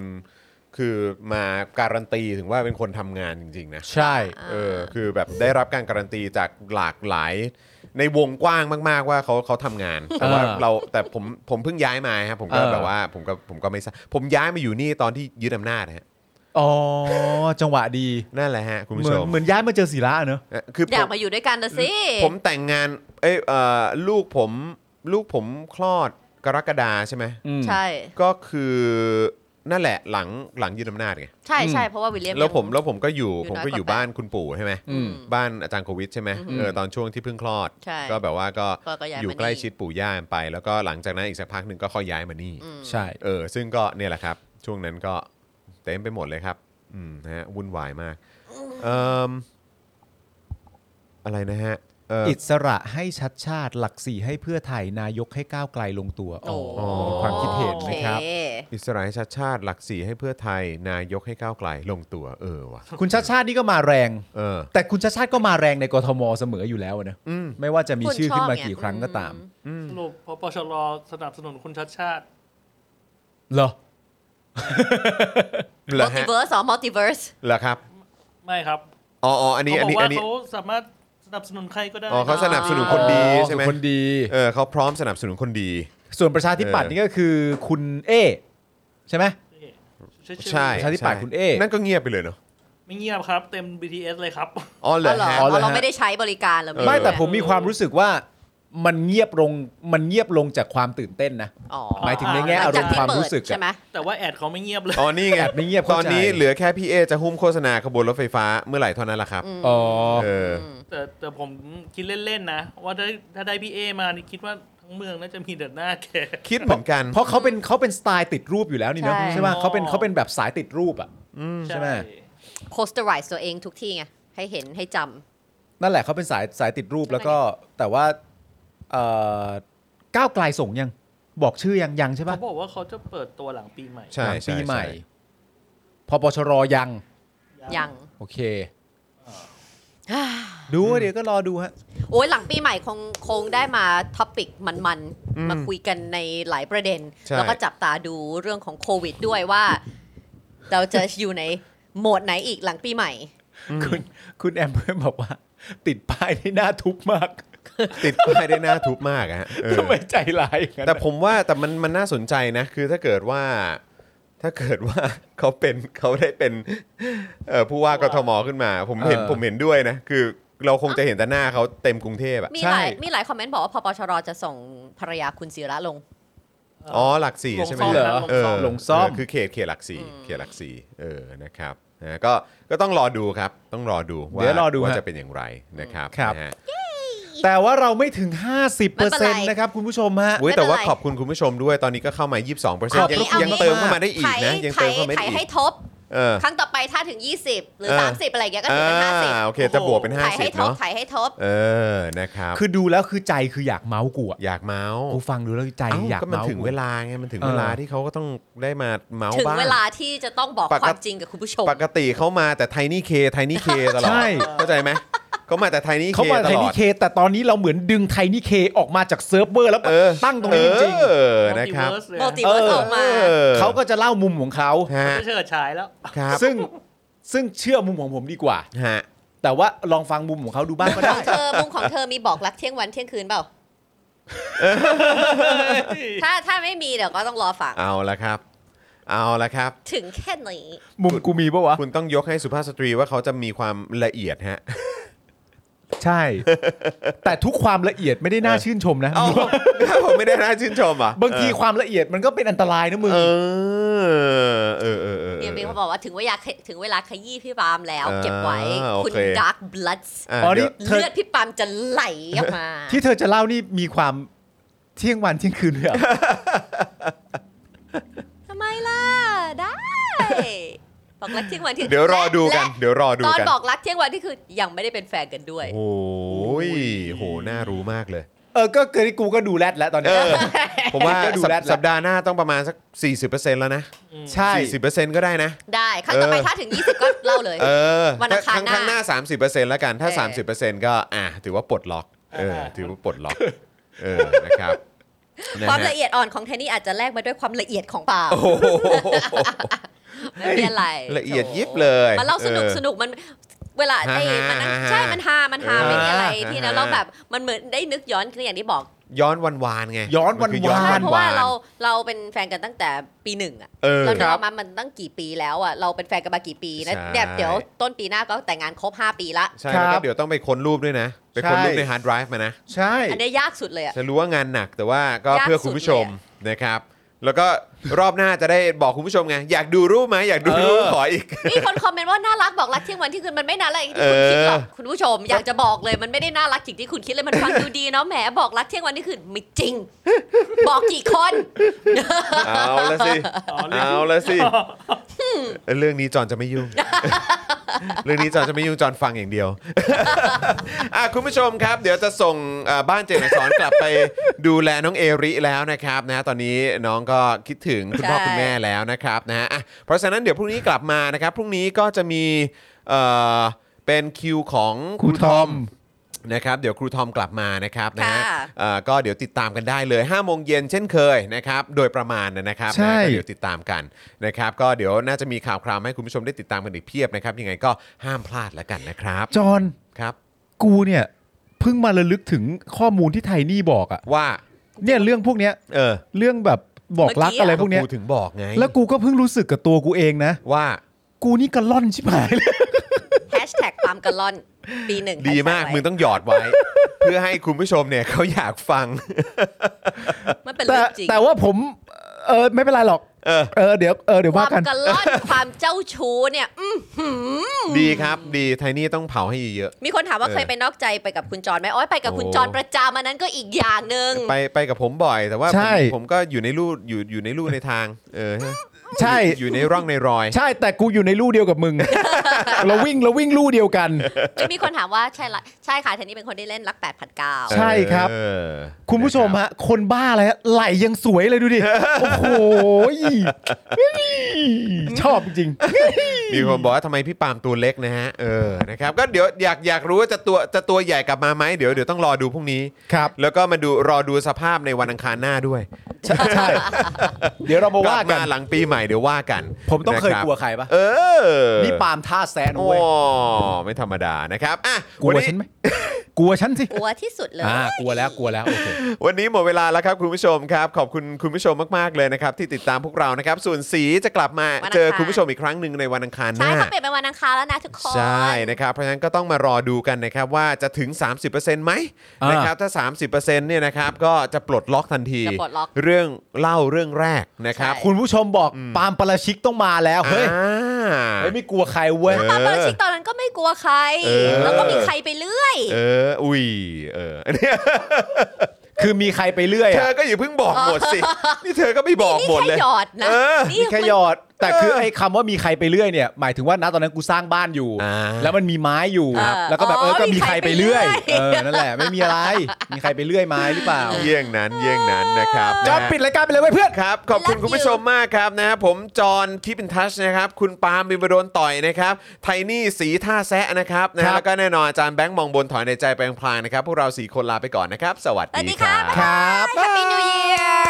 คือมาการันตีถึงว่าเป็นคนทำงานจริง ๆ นะ
ใช่
เออคือแบบได้รับการการันตีจากหลากหลายในวงกว้างมาก ๆ ว่าเขาเขาทำงาน แต่ว่า
เออ
เราแต่ผมผมเพิ่งย้ายมาครับผมก็
เออ
แบบว่าผมก็ผมก็ไม่ทราบผมย้ายมาอยู่นี่ตอนที่ยึดอำนาจนะฮะ
อ๋อ จังหวะดี
นั่นแหละฮะ คุณ
เห
ผู้
มื
ช
อน
ม
เหมือนย้ายมาเจอศิระเนอะ
เอ่อคือ
อ
ผ
ยาก
ม
มาอยู่ด้วยกันนะสิ
ผมแต่งงานเอยเอ่อลูกผมลูกผมคลอดกรกฎาใช่ไหม
ใช่
ก็คือนั่นแหละหลังหลังยึดอำนาจไง
ใช่ใช่เพราะว่าวิลเลียม
แล้วผม
ยัง
แล้วผมก็อยู่
อยู่
ผม
น้อ
ก็
ยกว่า
อยู่
แปด
บ้านคุณปู่ใช่ไหม
อืม
บ้านอาจารย์โควิดใช่ไหมเออตอนช่วงที่เพิ่งคลอด
ใช่
ก็แบบว่าก็
ก็ก็ย้ายมานี่
อยู่ใกล้ชิดปู่ย่าไป แล้วก็หลังจากนั้นอีกสักพักหนึ่งก็ค่อยย้ายมานี่
ใช่
เออซึ่งก็เนี่ยแหละครับ ช่วงนั้นก็เต็มไปหมดเลยครับ อืมนะฮะวุ่นวายมากเอ่มอะไรนะฮะเอ่ออ
อิสระให้ชัดชาติ หลักสี่ให้เพื่อไทย นายกให้ก้าวไกลลงตัว
โอ้
อ๋อความคิดเห็น
โอ
นะ
เค
ครับ
อิสระให้ชาติชาติหลักสี่ให้เพื่อไทย นายกให้ก้าวไกลลงตัว เออว่ะ
คุณชาติชาตินี่ก็มาแรง
เออ
แต่คุณชาติชาติก็มาแรงในกทมเสมออยู่แล้วนะ
อืม
ไม่ว่าจะมี
คุณ
ชื่อขึ้นมา
ชอบไง
กี่ครั้งก็ตาม
สรุปพปชรสนับสนุนคุณชัดชาติ
เหรอ
เหรอ
มัลติ
ฮะ
เวิร์สอ๋อมัลติเวิร์ส
เหรอครับ
ไม่ครับ
อ๋ออ๋ออันนี้
เขา
อัน
บอ
นี้
ก
อั
ว่าน
นี้
เขาสามารถสนับสนุนใครก็ได้
อ๋อเขาสนับสนุนคนดีใช่ไหม
คนดี
เออเขาพร้อมสนับสนุนคนดี
ส่วนประชาธิปัตย์นี่ก็คือคุณเอใช่ไหม
ใช่
ใช่
ประชาธิปัตย์คุณเอ๊
นั่นก็เงียบไปเลยเนาะ
ไม่เงียบครับ เต็ม BTS เลยครับ
อ๋อเหรอฮะ
อ๋อเหรอฮะ
เราไม่ได้ใช้บริการเรา
ออ
ไม่แต่ผม
ด้
มีความรู้สึกว่ามันเงียบลงมันเงียบลงจากความตื่นเต้นนะ
อ๋อ
หมายถึงในแง่
หลั
อาง ร
จาก
มณ์
ที่
ความ
เปิ
รู้
ด
สึกอะ
ใช่ไหม
แต่ว่าแอดเขาไม่เงียบเลย
อ๋อนี่ไง
แอบไม่เงียบ
ตอนนี้
เข้าใจ
เหลือแค่พี่เอจะหุ้มโฆษณาขบวนรถไฟฟ้าเมื่อไหร่เท่านั้นแหละครับ
อ๋อ
เออ
แต่แต่ผมคิดเล่น ๆ นะ ว่าได้ถ้าได้พี่เอมานี่คิดว่าทั้งเมืองน่าจะมีเดินหน้าแก
คิดเหมือนกัน
เพราะเขาเป็นเขาเป็นสไตล์ติดรูปอยู่แล้วนี่เนอะ
ใช่
ใช่ไหม
อ๋อ
เขาเป็นเขาเป็นแบบสายติดรูปอ่ะ ใช่ไหม
โพสเตอร์ไรส์ตัวเองทุกที่ไงให้เห็นให้จำ
นั่นแหละเขาเป็นสายสายติดรูปแล้วก็แต่ว่าเอ่อก้าวไกลส่งยังบอกชื่อยังยังใช่ปะ
เขาบอกว่าเขาจะเปิดตัวหลังปีใหม่
ใช่
หลัง
ใช่
ปีใหม่
ช่
พปชรยัง
ยัง
โอเค ดูเดี๋ยวก็รอดูฮะ
โอ้ยหลังปีใหม่คงคงได้มาท็อปิกมันๆ มาคุยกันในหลายประเด็น
ใช่
แล้วก็จับตาดูเรื่องของโควิดด้วยว่า เราจะอยู่ในโหมดไหนอีกหลังปีใหม่
คุณคุณแอมเพื่อนบอกว่า ติดป้ายที่น่าทุกข์มาก
ติดป้ายได้หน้าทุบมากอะฮะเออ
ทำไมใจร้ายอย่างนั้น
แต่ผมว่าแต่มันมันน่าสนใจนะ คือถ้าเกิดว่า ถ้าเกิดว่า เขาเป็นเขาได้เป็นเอ่อผู้ว่ากทมขึ้นมา ผมเห็นผมเห็นด้วยนะ คือเราคงจะเห็นแต่หน้าเขาเต็มกรุงเทพอะ
มีหลายมีหลายคอมเมนต์บอกว่าพปชรจะส่งภรรยาคุณศิระลง
อ๋อหลักสี่ใช่ไหม
ลงซ่อม
เหรอ
เออ
ลงซ่อม
เคือเขตเขตหลักสี่เขตหลักสี่เออนะครับนะก็ก็ต้องรอดูครับ ต้องรอดูว่า
เดี๋ยวรอดู
ว่า
ฮะ
จะเป็นอย่างไรนะครับ
ครับ
นะฮะ
แต่ว่าเราไม่ถึง
ไม่เป็นไร
50%นะครับคุณผู้ชมฮะ
เว้ยแต่ว่า
ไม่เป็นไร
ขอบคุณคุณผู้ชมด้วยตอนนี้ก็เข้ามา 22%
ขอบ
ยัง
พระคุณ
ยัง
มาก
เติมเข้ามาได้อีกนะ ยัง
ไถ
เติมเข้ามา
ไถ
ได้อี
ให้
ก
ทบ
เออ
ครั้งต่อไปถ้าถึง 20 หรือ
เออ
30 อะไรอย่างเงี้ยก็ถือ
อ่า
เป็น
โอเคจะบวกเป็น
50ถ่ายให้
50
ทบ
เนาะ
ถ่ายให้ทบ
เออนะครับ
คือดูแล้วคือใจคืออยากเมาส์กูอะ
อยากเมาส์
กูฟังดูแล้วใจ
เอ้า
อยาก
ก็มัน
เมาส์
ถึง
กู
เวลาไงมันถึง
เออ
เวลาที่เขาก็ต้องได้มาเมาส์
ถึง
บ้าง
เวลาที่จะต้องบอก
ปกติ
ความจริงกับคุณผู้ชม
ปกติเขามาแต่ไทนี่เคไทนี่เคตลอด
ใช่
เข้าใจไหมเขามาแต่ไทนี่เค
เขามา
ต
ไท
ลอ
นี่
ด
เคแต่ตอนนี้เราเหมือนดึงไทนี่เคออกมาจากเซิร์ฟเวอร์แล้ว
เออ
ตั้งตรงนี้จริง
เออ
มัล
นะ
ติ
ครับ
เวิร์สเลย
มัลติเวิร์สออกมา
เออ
ๆเขาก็จะเล่ามุมของเขา
ฮะ
ไม่เชิดฉายแล้ว
ครับ
ซึ่งซึ่งเชื่อมุมของผมดีกว่า
ฮะ
แต่ว่าลองฟังมุมของเขาดูบ้างก็ได้
เธอมุมของเธอมีบอกรักเที่ยงวันเที่ยงคืนเปล่า ถ้าถ้าไม่มีเดี๋ยวก็ต้องรอฟัง
เอาละครับ เอาละครับ
ถึงแค่นี้
มุมกูมีปะวะ
คุณต้องยกให้สุภาพสตรีว่าเขาจะมีความละเอียดฮะ
ใช่ แต่ทุกความละเอียดไม่ได้น่าชื่นชมนะ
เอ้าผมไม่ได้น่าชื่นชมเหรอ่ะ
บางทีความละเอียดมันก็เป็นอันตรายนะมึง
เออเออเออเออ
เนี่ยมีเขาบอกว่าถึงเวลาถึงเวลาขยี้พี่ปาล์มแล้ว
อ่า
เก็บไว้
โอเค
คุณดาร์กบลั d ส์
อ่ะ
อ๋อนี่
เดี๋ยว
เธอ
เลือดพี่ปาล์มจะไหลออกมา
ที่เธอจะเล่านี่มีความเที่ยงวันเที่ยงคืนเลยเหรอ
ทำไมล่ะ ได้ บอกรักเที่ยงวันเที่ยงคืน
เดี๋ยวรอดูกัน
และ
เดี๋ยวรอดู
ตอน
กัน
บอกรักเที่ยงวันที่คือยังไม่ได้เป็นแฟนกันด้วย
โอ้โหยโห น่ารู้มากเลย
เออ ก็เกิดกูก็ดูแรดแล้วตอน
เอ
เนี้ย
อ ผมว่า
ก็ดู
สัป
แรดละ
สัปดาห์หน้าต้องประมาณสัก 40%แล้วนะ
ใช่
40%ก็ได้นะ
ได้ครั้งต่อไป
เออ
ถ้าถึง 20 ก็เล่าเลย
เออ
วันอังคาร
ครั้งข้างหน้า 30%แล้วกัน ถ้า
เออ
30%ก็ อ่ะ ถือว่าปลดล็อก เออ
อ่า
ถือว่าปลดล็อก เออนะครับนฮ
ความละเอียดอ่อนของเทนนี่อาจจะแลกมาด้วยความละเอียดของปาก
โอ้โห
ไม่เป็นไร
ละเอียดยิบเลย
มันเล่าสนุก
ออ
สนุกมันเวลา
ฮา
ไอ้
ฮา
มันนั่ง
ฮา
ใช่มันฮามันฮา
เออ
ไม่มีอะไรที่นะ
ฮา
แล้วแบบมันเหมือนได้นึกย้อนคืออย่างที่บอก
ย้อนวันวานไง
ย้อนวันวาน
มัคื
ใช่
ๆ
เพราะว่าเราเราเป็นแฟนกันตั้งแต่ปีหนึ่งอะ
เออ
เราเน
ค
ก
รั
อบ อกมามันตั้งกี่ปีแล้วอะเราเป็นแฟนกันมากี่ปีนะ
ใช่
เนี่ยเดี๋ยวต้นปีหน้าก็แต่งงานครบ5 ปีละ
ใช่
ครั
แล้
บ
วก็เดี๋ยวต้องไปค้นรูปด้วยนะ ไปค้น
ใช่
รูปในฮาร์ดไดรฟ์มานะ
ใช่
อันเนี้ยยากสุดเลยอะ
จะรู้ว่างานหนักแต่ว่าก็
ยาก
เพื่อคุณผู้ชม
สุดเล
นะครับ แล้วก็รอบหน้าจะได้บอกคุณผู้ชมไง อยากดูรูปไหมอยากดูรูปขออีก
มีคนคอมเมนต์ว่าน่ารักบอกรักเที่ยงวันที่คืนมันไม่น่ารักอย่างที่คุณคิดหรอก
เออ
คุณผู้ชมอยากจะบอกเลยมันไม่ได้น่ารักอย่างที่คุณคิดเลยมันฟังดูดีเนาะแหมบอกรักเที่ยงวันที่คืนไม่จริง บอกกี่คน
เอาละสิ
อ๋อเรื่อง
เอาละสิ เรื่องนี้จอนจะไม่ยุ่ ง เรื่องนี้จอนจะไม่ยุ่งจอนฟังอย่างเดียว อ่ะคุณผู้ชมครับ เดี๋ยวจะส่งเอ่อบ้านเจนอักสอนกลับไปดูแลน้องเอริแล้วนะครับนะตอนนี้น้องก็คิดถึงคุณพ่อคุณแม่แล้วนะครับนะฮะอ่ะเพราะฉะนั้นเดี๋ยวพรุ่งนี้กลับมานะครับ พรุ่งนี้ก็จะมีเอ่อเป็นคิวของ
ครูทอม
นะครับเดี๋ยวครูทอมกลับมานะครับนะฮะ
ค่ะ
เอ่อก็เดี๋ยวติดตามกันได้เลย5้าโมงเย็นเช่นเคยนะครับโดยประมาณนะครับ
ใช่
นะก็เดี๋ยวติดตามกันนะครับก็เดี๋ยวน่าจะมีข่าวคราวมาให้คุณผู้ชมได้ติดตามกันอีกเพียบนะครับยังไงก็ห้ามพลาดแล้วกันนะครับ
จอห์น
ครับ
กูเนี่ยเพิ่งมาระลึกถึงข้อมูลที่ไทนี่บอกอะ
ว่า
เนี่ยเรื่องพวกเนี้ย
เออ
เรื่องแบบบอกรักอะไรพวกเนี้ย
กูถึงบอกไง
แล้วกูก็เพิ่งรู้สึกกับตัวกูเองนะ
ว่า
กูนี่กระล่อนชิบหายเลย
แฮชแท็กปาล์มกะล่อนปีหนึ่ง
ดีมาก
แฮชแท็ไว้
มึงต้องหยอดไว้ เพื่อให้คุณผู้ชมเนี่ยเขาอยากฟัง
มันเป็น
แต่
เรื่องจริง
แต่ว่าผมเออไม่เป็นไรหรอก
เออ
เออเดี๋ยวเออเดี๋ยวว่าว
คาม
กัน
กะล่อนความเจ้าชู้เนี่ยอืม
ดีครับดีไทนี่ต้องเผาให้เยอะ
มีคนถามว่า
เออ
เคยไปนอกใจไปกับคุณจรไหมโอ้ยไปกับคุณ
โอ้
จรประจำอันนั้นก็อีกอย่างหนึ่ง
ไปไปกับผมบ่อย แต่ว่าผม
ใช่
ผมก็อยู่ในลู่อยู่อยู่ในลู่ในทางเออฮะ
ใช่
อยู่อยู่ในร่องในรอย
ใช่แต่กูอยู่ในลู่เดียวกับมึง เราวิ่งเราวิ่งลู่เดียวกัน
จะมีคนถามว่าใช่ละใช่ค่ะเทนนี่เป็นคนที่เล่นรักแปดพันเก้า
ใช่ครับ
เออ
คุณผู้ชม
นะรับ
ฮะคนบ้าอะไรฮะไหลยังสวยเลยดู ดิ โอ้โหชอบจริง
มีคนบอกว่าทำไมพี่ปาล์มตัวเล็กนะฮะเออนะครับก็เดี๋ยวอยากอยากรู้ว่าจะตัวจะตัวใหญ่กลับมาไหมเดี๋ยวเดี๋ยวต้องรอดูพรุ่งนี้
ครับ
แล้วก็มาดูรอดูสภาพในวันอังคารหน้าด้วย
ใช่ใช่ เดี๋ยวเรามาว่า
ลับ
กัน
หลังปีใหม่เดี๋ยวว่ากัน
ผมต้องเคย
นะรับ
กลัวใครปะ
เออ
นี่ปาล์มท่าแซะนะ
โอ้
เว้ย
ไม่ธรรมดานะครับอ่ะ
กลัว
วันนี้
ฉันไหมกลัวฉันสิ
กลัวที่สุดเลย
อ่ากลัวแล้วกลัวแล้วโอเค
วันนี้หมดเวลาแล้วครับคุณผู้ชมครับ ขอบคุณคุณผู้ชมมากๆเลยนะครับ ที่ติดตามพวกเรานะครับ ส่วนสีจะกลับมา
วันอังคาร
เจอคุณผู้ชมอีกครั้งหนึ่งในวันอังคารห
ใช่
น้า
เขาเปลี่ยนเป็นวันอังคารแล้วนะทุกคน
ใช่นะครับ เพราะฉะนั้นก็ต้องมารอดูกันนะครับ ว่าจะถึง 30%ไหม
อ่าน
นะครับถ้า 30%เนี่ยนะครับก็จะปลดล็อกทันที
จะปลดล็อก
เรื่องเล่าเรื่องแรกนะครับ
ใช่
คุณผู้ชมบอกปาล์มปาราชิกต้องมาแล้วเฮ้ย
อ่า
เฮ้ยไม่กลัวใครเว้ย
เออ
ปาล์มปาราชิกตอนนั้นก็ไม่กลัวใคร
เออ
แล้วก็มีใครไปเรื่อย
เอออุ้ยเออเนี่ย
คือมีใครไปเรื่อย
เธ
อะ
อก็อย่าเพิ่งบอกหมดสินี่เธอก็ไม่บอก
นี่
หมด
แค่
เลย
หยอดนะ
เออ
นี่
มีแค่หยอด แต่คือไอ้คำว่ามีใครไปเรื่อยเนี่ย หมายถึงว่าณตอนนั้นกูสร้างบ้านอยู่
อ่า
แล้วมันมีไม้อยู่
ครับ
แล้วก็แบบเออ
อ๋อ
ก็มีใครไปเรื่อย
มีใครไปเรื่
เอ
อย
อนั่นแหละไม่มีอะไร มีใครไปเรื่อยไหมหรือเปล่า
เยี่ยงนั้นเยี่ยงนั้นนะครับ
จอด
นะฮะ
ปิดรายการไปเลยเว้ยเพื่อน
ครับ ขอบคุณ
Love
คุณผู้ชมมากครับนะผม จอห์นคิปินทัชนะครับ คุณปาล์มบิมบโดนต่อยนะครับ ไทนี่สีท่าแซะนะครับนะฮะ
ครับ
แล้วก็แน่นอนอาจารย์แบงค์มองบนถอยในใจแปลงพลางๆนะครับ พวกเราสี่คนลาไปก่อนนะครับ สวัส
สวัส
ดี
ดี
ค
ค่ะ
รับ
ครับ
แฮปปี้นิวเยียร์